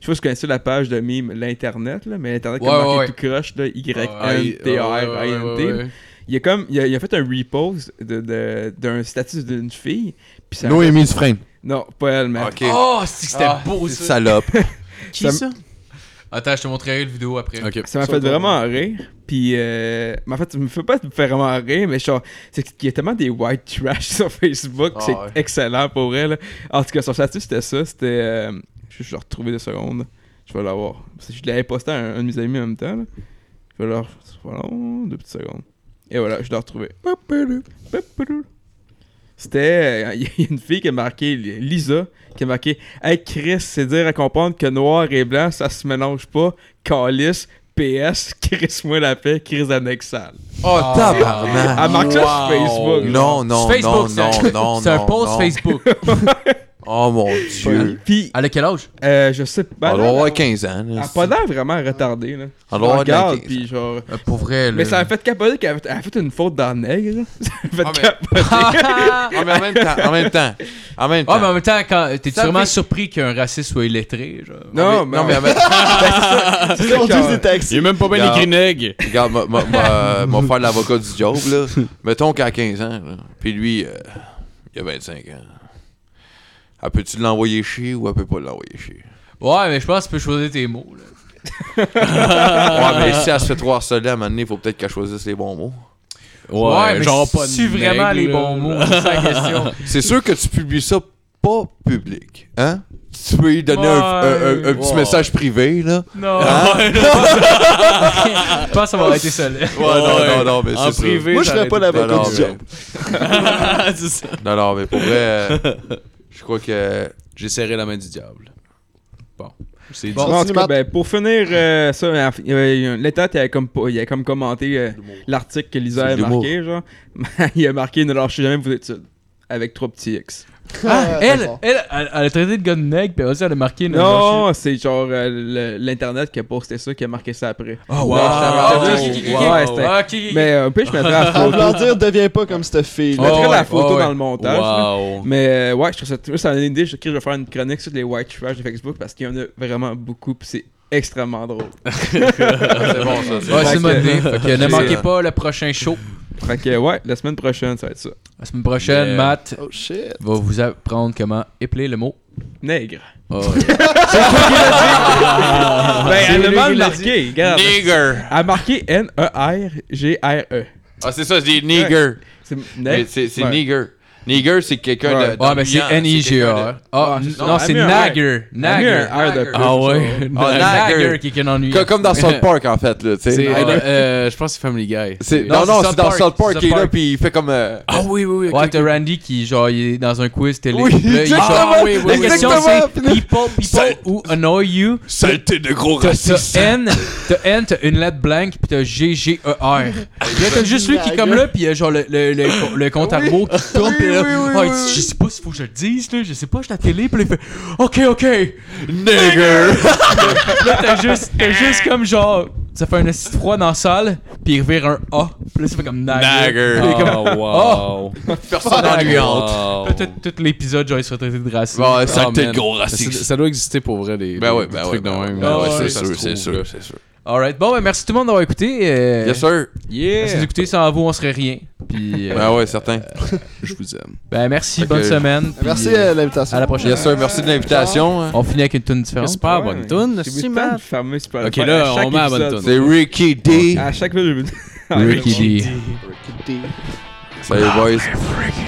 S2: je sais pas si vous connaissez la page de mime, l'Internet, là, mais l'Internet,
S3: Ouais,
S2: comme marqué
S3: ouais, Ah,
S2: tout croche, là, Y-N-T-R-I-N-T, là.
S7: T.
S2: il a comme il a, il a fait un repost de, de- d'un statut d'une fille puis ça
S5: Noémie Dufresne.
S2: Non, pas elle, mais.
S5: Ok.
S3: Oh, c'est que c'était
S9: Ah,
S3: beau
S5: petite
S3: ça. Oh,
S5: salope.
S2: Qui ça?
S3: Attends, je te montrerai le vidéo après.
S7: Ok.
S2: Ça m'a fait vraiment rire. Puis, euh, mais en fait, ça me fait pas vraiment rire, mais genre, c'est qu'il y a tellement des white trash [LAUGHS] sur Facebook,
S5: Ah
S2: c'est
S5: ouais.
S2: excellent pour elle. En tout cas, son statut, c'était ça. C'était. euh, je vais le retrouver deux secondes. Je vais l'avoir. Parce que Je l'avais posté à un, un de mes amis en même temps. là. Je vais le retrouver. Voilà, deux petites secondes. Et voilà, je l'ai retrouvé. C'était. euh, [LAUGHS] Il y a une fille qui a marqué, Lisa, qui a marqué Hey Chris, c'est dire à comprendre que noir et blanc, ça se mélange pas. Calice, [LAUGHS] PS, Chris moi la paix, Chris annexe sale.
S5: Oh,
S2: Elle
S5: tabarnak.
S2: marque ça sur
S7: Wow.
S2: Facebook.
S5: Non, non,
S3: Sur Facebook,
S5: non,
S3: c'est
S5: non,
S3: un-
S5: non.
S3: [LAUGHS] C'est un
S5: non,
S3: post
S5: non.
S3: Facebook.
S5: Oh mon dieu.
S2: Puis,
S3: Elle a quel âge?
S2: euh, je sais
S5: On
S3: Bah,
S2: pas.
S5: doit
S2: Elle
S5: avoir 15 ans.
S2: elle
S5: là.
S3: Ah,
S2: a pas l'air vraiment retardée, là.
S5: On doit
S2: Je
S5: avoir
S2: regarde,
S5: 15 ans.
S2: puis genre.
S3: Euh, Pour vrai,
S2: Mais
S3: là.
S2: ça a fait capoter qu'elle a fait- elle a fait une faute dans le nègre, là. [LAUGHS] Ça a fait
S5: Ah, mais-
S2: capoter.
S5: Ah, mais en même temps, en même temps. En même temps.
S3: Ah, mais en même temps, quand... t'es
S5: Ça
S3: sûrement
S5: fait-
S3: surpris qu'un raciste soit illettré, genre.
S2: Non,
S5: non, mais en même
S2: [LAUGHS] c'est
S6: on dit
S2: ça,
S6: des taxis.
S7: Il est même pas bien
S5: Regarde.
S7: écrit nègre.
S5: Regarde, moi, moi, moi, euh, moi, faire l'avocat du diable, là. Mettons qu'à 15 ans, là, puis lui, euh, il a 25 ans. Elle peut-tu l'envoyer chier ou elle peut pas l'envoyer chier?
S3: Ouais, mais je pense que tu peux choisir tes mots, là.
S7: Ah.
S5: Ouais, mais si elle se fait trop harceler à un moment donné, il faut peut-être qu'elle choisisse les bons mots.
S3: mais c'est-tu vraiment les bons mots, c'est ça la question.
S5: C'est sûr que tu publies ça pas public, hein? Tu peux lui donner un, un- un- un petit
S7: Ouais.
S5: message privé, là.
S3: [LAUGHS] Non. [LAUGHS] je pense que ça va arrêter ça, [LAUGHS] là.
S5: Ouais, non, non, non, mais
S7: En
S5: c'est sûr.
S7: privé,
S6: Moi, je ferais pas
S5: Non,
S6: l'avocat
S5: non,
S6: du
S5: mais-
S6: diable.
S7: c'est ça.
S5: Non, non, mais pour vrai, euh, je crois que...
S7: J'ai serré la main du diable. Bon. C'est
S2: Bon, en tout cas, ben, pour finir euh, ça, euh, il y avait un- l'état, il avait comme, pas- il avait comme commenté euh, l'article que Lisa
S5: C'est
S2: a
S5: de l'humour.
S2: marqué, genre. [LAUGHS] il a marqué ne lâchez jamais vos études. Avec trois petits X.
S3: Ah,
S6: Ah, c'est
S3: elle,
S6: bon.
S3: elle, elle, elle a traité de gars de nègre, puis aussi elle a marqué une
S2: Non, c'est genre euh, le- l'internet qui a posté ça, qui a marqué ça après.
S3: Oh,
S2: wow. Ouais, c'était- Mais euh, au pire, je mettrais la
S6: En voulant
S2: photo.
S6: dire, deviens pas comme cette
S2: [LAUGHS] Je
S6: fille-là.
S2: mettrais
S7: Oh,
S2: la
S7: ouais,
S2: photo
S7: oh, ouais.
S2: dans le montage. là.
S7: Wow.
S2: Mais euh, ouais, je trouve ça, moi, ça donne une idée. Je, je vais faire une chronique sur les white trash de Facebook parce qu'il y en a vraiment beaucoup, puis c'est extrêmement drôle.
S5: C'est bon, ça.
S3: [LAUGHS]
S5: c'est
S3: Ouais,
S5: bon.
S3: [LAUGHS] c'est
S2: Fait
S3: une bonne
S2: que-
S3: idée. Fait que ne
S5: C'est-
S3: manquez pas le prochain show.
S2: Fait que ouais, la semaine prochaine, ça va être ça.
S3: La semaine prochaine,
S7: Yeah.
S3: Matt
S6: Oh shit.
S3: va vous apprendre comment épeler le mot.
S2: Nègre. ben,
S3: C'est
S2: elle a
S3: lui
S2: mal
S3: qui l'a
S7: Ah,
S2: marqué,
S7: ben,
S2: regarde.
S5: Nigger.
S2: Elle a marqué E N-E-R-G-R-E.
S5: Ah, c'est ça, c'est nigger.
S2: E. C'est
S5: Mais
S2: nègre.
S5: C'est c'est
S2: Ouais.
S5: nigger. Nigger, c'est quelqu'un
S2: Ouais.
S5: de.
S3: Ouais, Ah, mais c'est
S5: N-I-G-E-R.
S3: N-I-G-R. Ah,
S2: Ouais,
S3: n-
S2: c'est ça.
S3: non, c'est
S2: Elle a mis un
S3: Nagger.
S2: Elle a mis
S3: Nagger.
S2: un R de plus.
S3: [LAUGHS]
S7: Ah ouais.
S5: Ah, Nagger.
S3: Nagger qui est un ennui.
S5: Comme dans
S3: [LAUGHS]
S7: [LAUGHS]
S5: South Park, en fait, là, tu
S7: C'est,
S5: sais.
S7: euh, euh, je pense que c'est Family Guy.
S5: C'est-
S3: non,
S5: Non, non,
S3: c'est
S5: c'est
S3: South
S5: dans
S3: Park,
S5: South Park,
S3: South
S5: il est là,
S3: Park.
S5: puis il fait comme.
S7: [LAUGHS]
S5: euh,
S7: Ah oui, oui, oui.
S3: Ouais, t'as Randy qui, genre, il est dans un quiz télé.
S5: Oui,
S3: Puis là, il
S5: exactement,
S3: genre, oui, oui, oui. La question,
S5: exactement.
S3: c'est people, people
S5: C'est-
S3: who annoy you.
S5: Saleté de gros
S3: T'as
S5: raciste.
S3: t'as N, t'as N, t'as une lettre blanche, puis t'as G-G-E-R. Puis là, t'as juste lui qui est comme là, puis il y a genre le, le, le, co- le compte à rebours qui tourne, puis là, Ah, il dit, je sais pas s'il faut que je le dise, là, je sais pas, je suis à la télé, puis là, il fait, ok, ok.
S5: Nigger.
S3: [LAUGHS] Là, t'as juste, t'as juste comme genre, ça fait un assis froid dans la salle, puis il revire un A, puis là, ça fait comme nag.
S5: Nagger.
S3: Puis
S7: Ah,
S3: comme,
S7: [LAUGHS] wow.
S5: Personne ennuyante.
S3: Là, tout, tout l'épisode, genre, il se fait traiter de raciste.
S5: Bon,
S7: Ah,
S5: saleté
S7: man.
S5: de gros
S7: Ça,
S5: raciste.
S7: ça doit exister pour vrai, des,
S5: Ben
S7: des-
S5: ouais,
S7: des
S5: ben ouais.
S7: trucs de
S5: Ben ouais,
S7: même.
S5: ben ouais,
S3: Ah ouais,
S5: c'est
S7: ça se
S5: sûr, c'est
S7: trouve,
S5: sûr,
S7: là.
S5: c'est sûr.
S3: Alright, bon, ben, merci tout le monde d'avoir écouté. euh,
S5: Yes, sir.
S3: Si vous
S7: Yeah.
S3: écoutez sans vous, on serait rien. Puis, euh,
S5: Ben ouais, certain.
S7: [LAUGHS] Je vous aime.
S3: ben, merci,
S5: Ok.
S3: bonne semaine. puis,
S6: Merci
S3: euh,
S6: euh, l'invitation.
S3: à la prochaine.
S5: Yes, sir. Merci de l'invitation. hein.
S7: Oh,
S3: On finit avec une tune différente.
S7: Super bonne tune.
S2: C'est
S7: c'est
S2: tellement
S7: mal.
S2: fameux, c'est pas
S7: Ok, là,
S2: à chaque
S7: on met la bonne tonne.
S2: épisode.
S5: C'est Ricky D.
S2: [LAUGHS] À chaque fois, je me dis.
S3: Ricky D.
S5: Salut, boys.
S6: Ricky.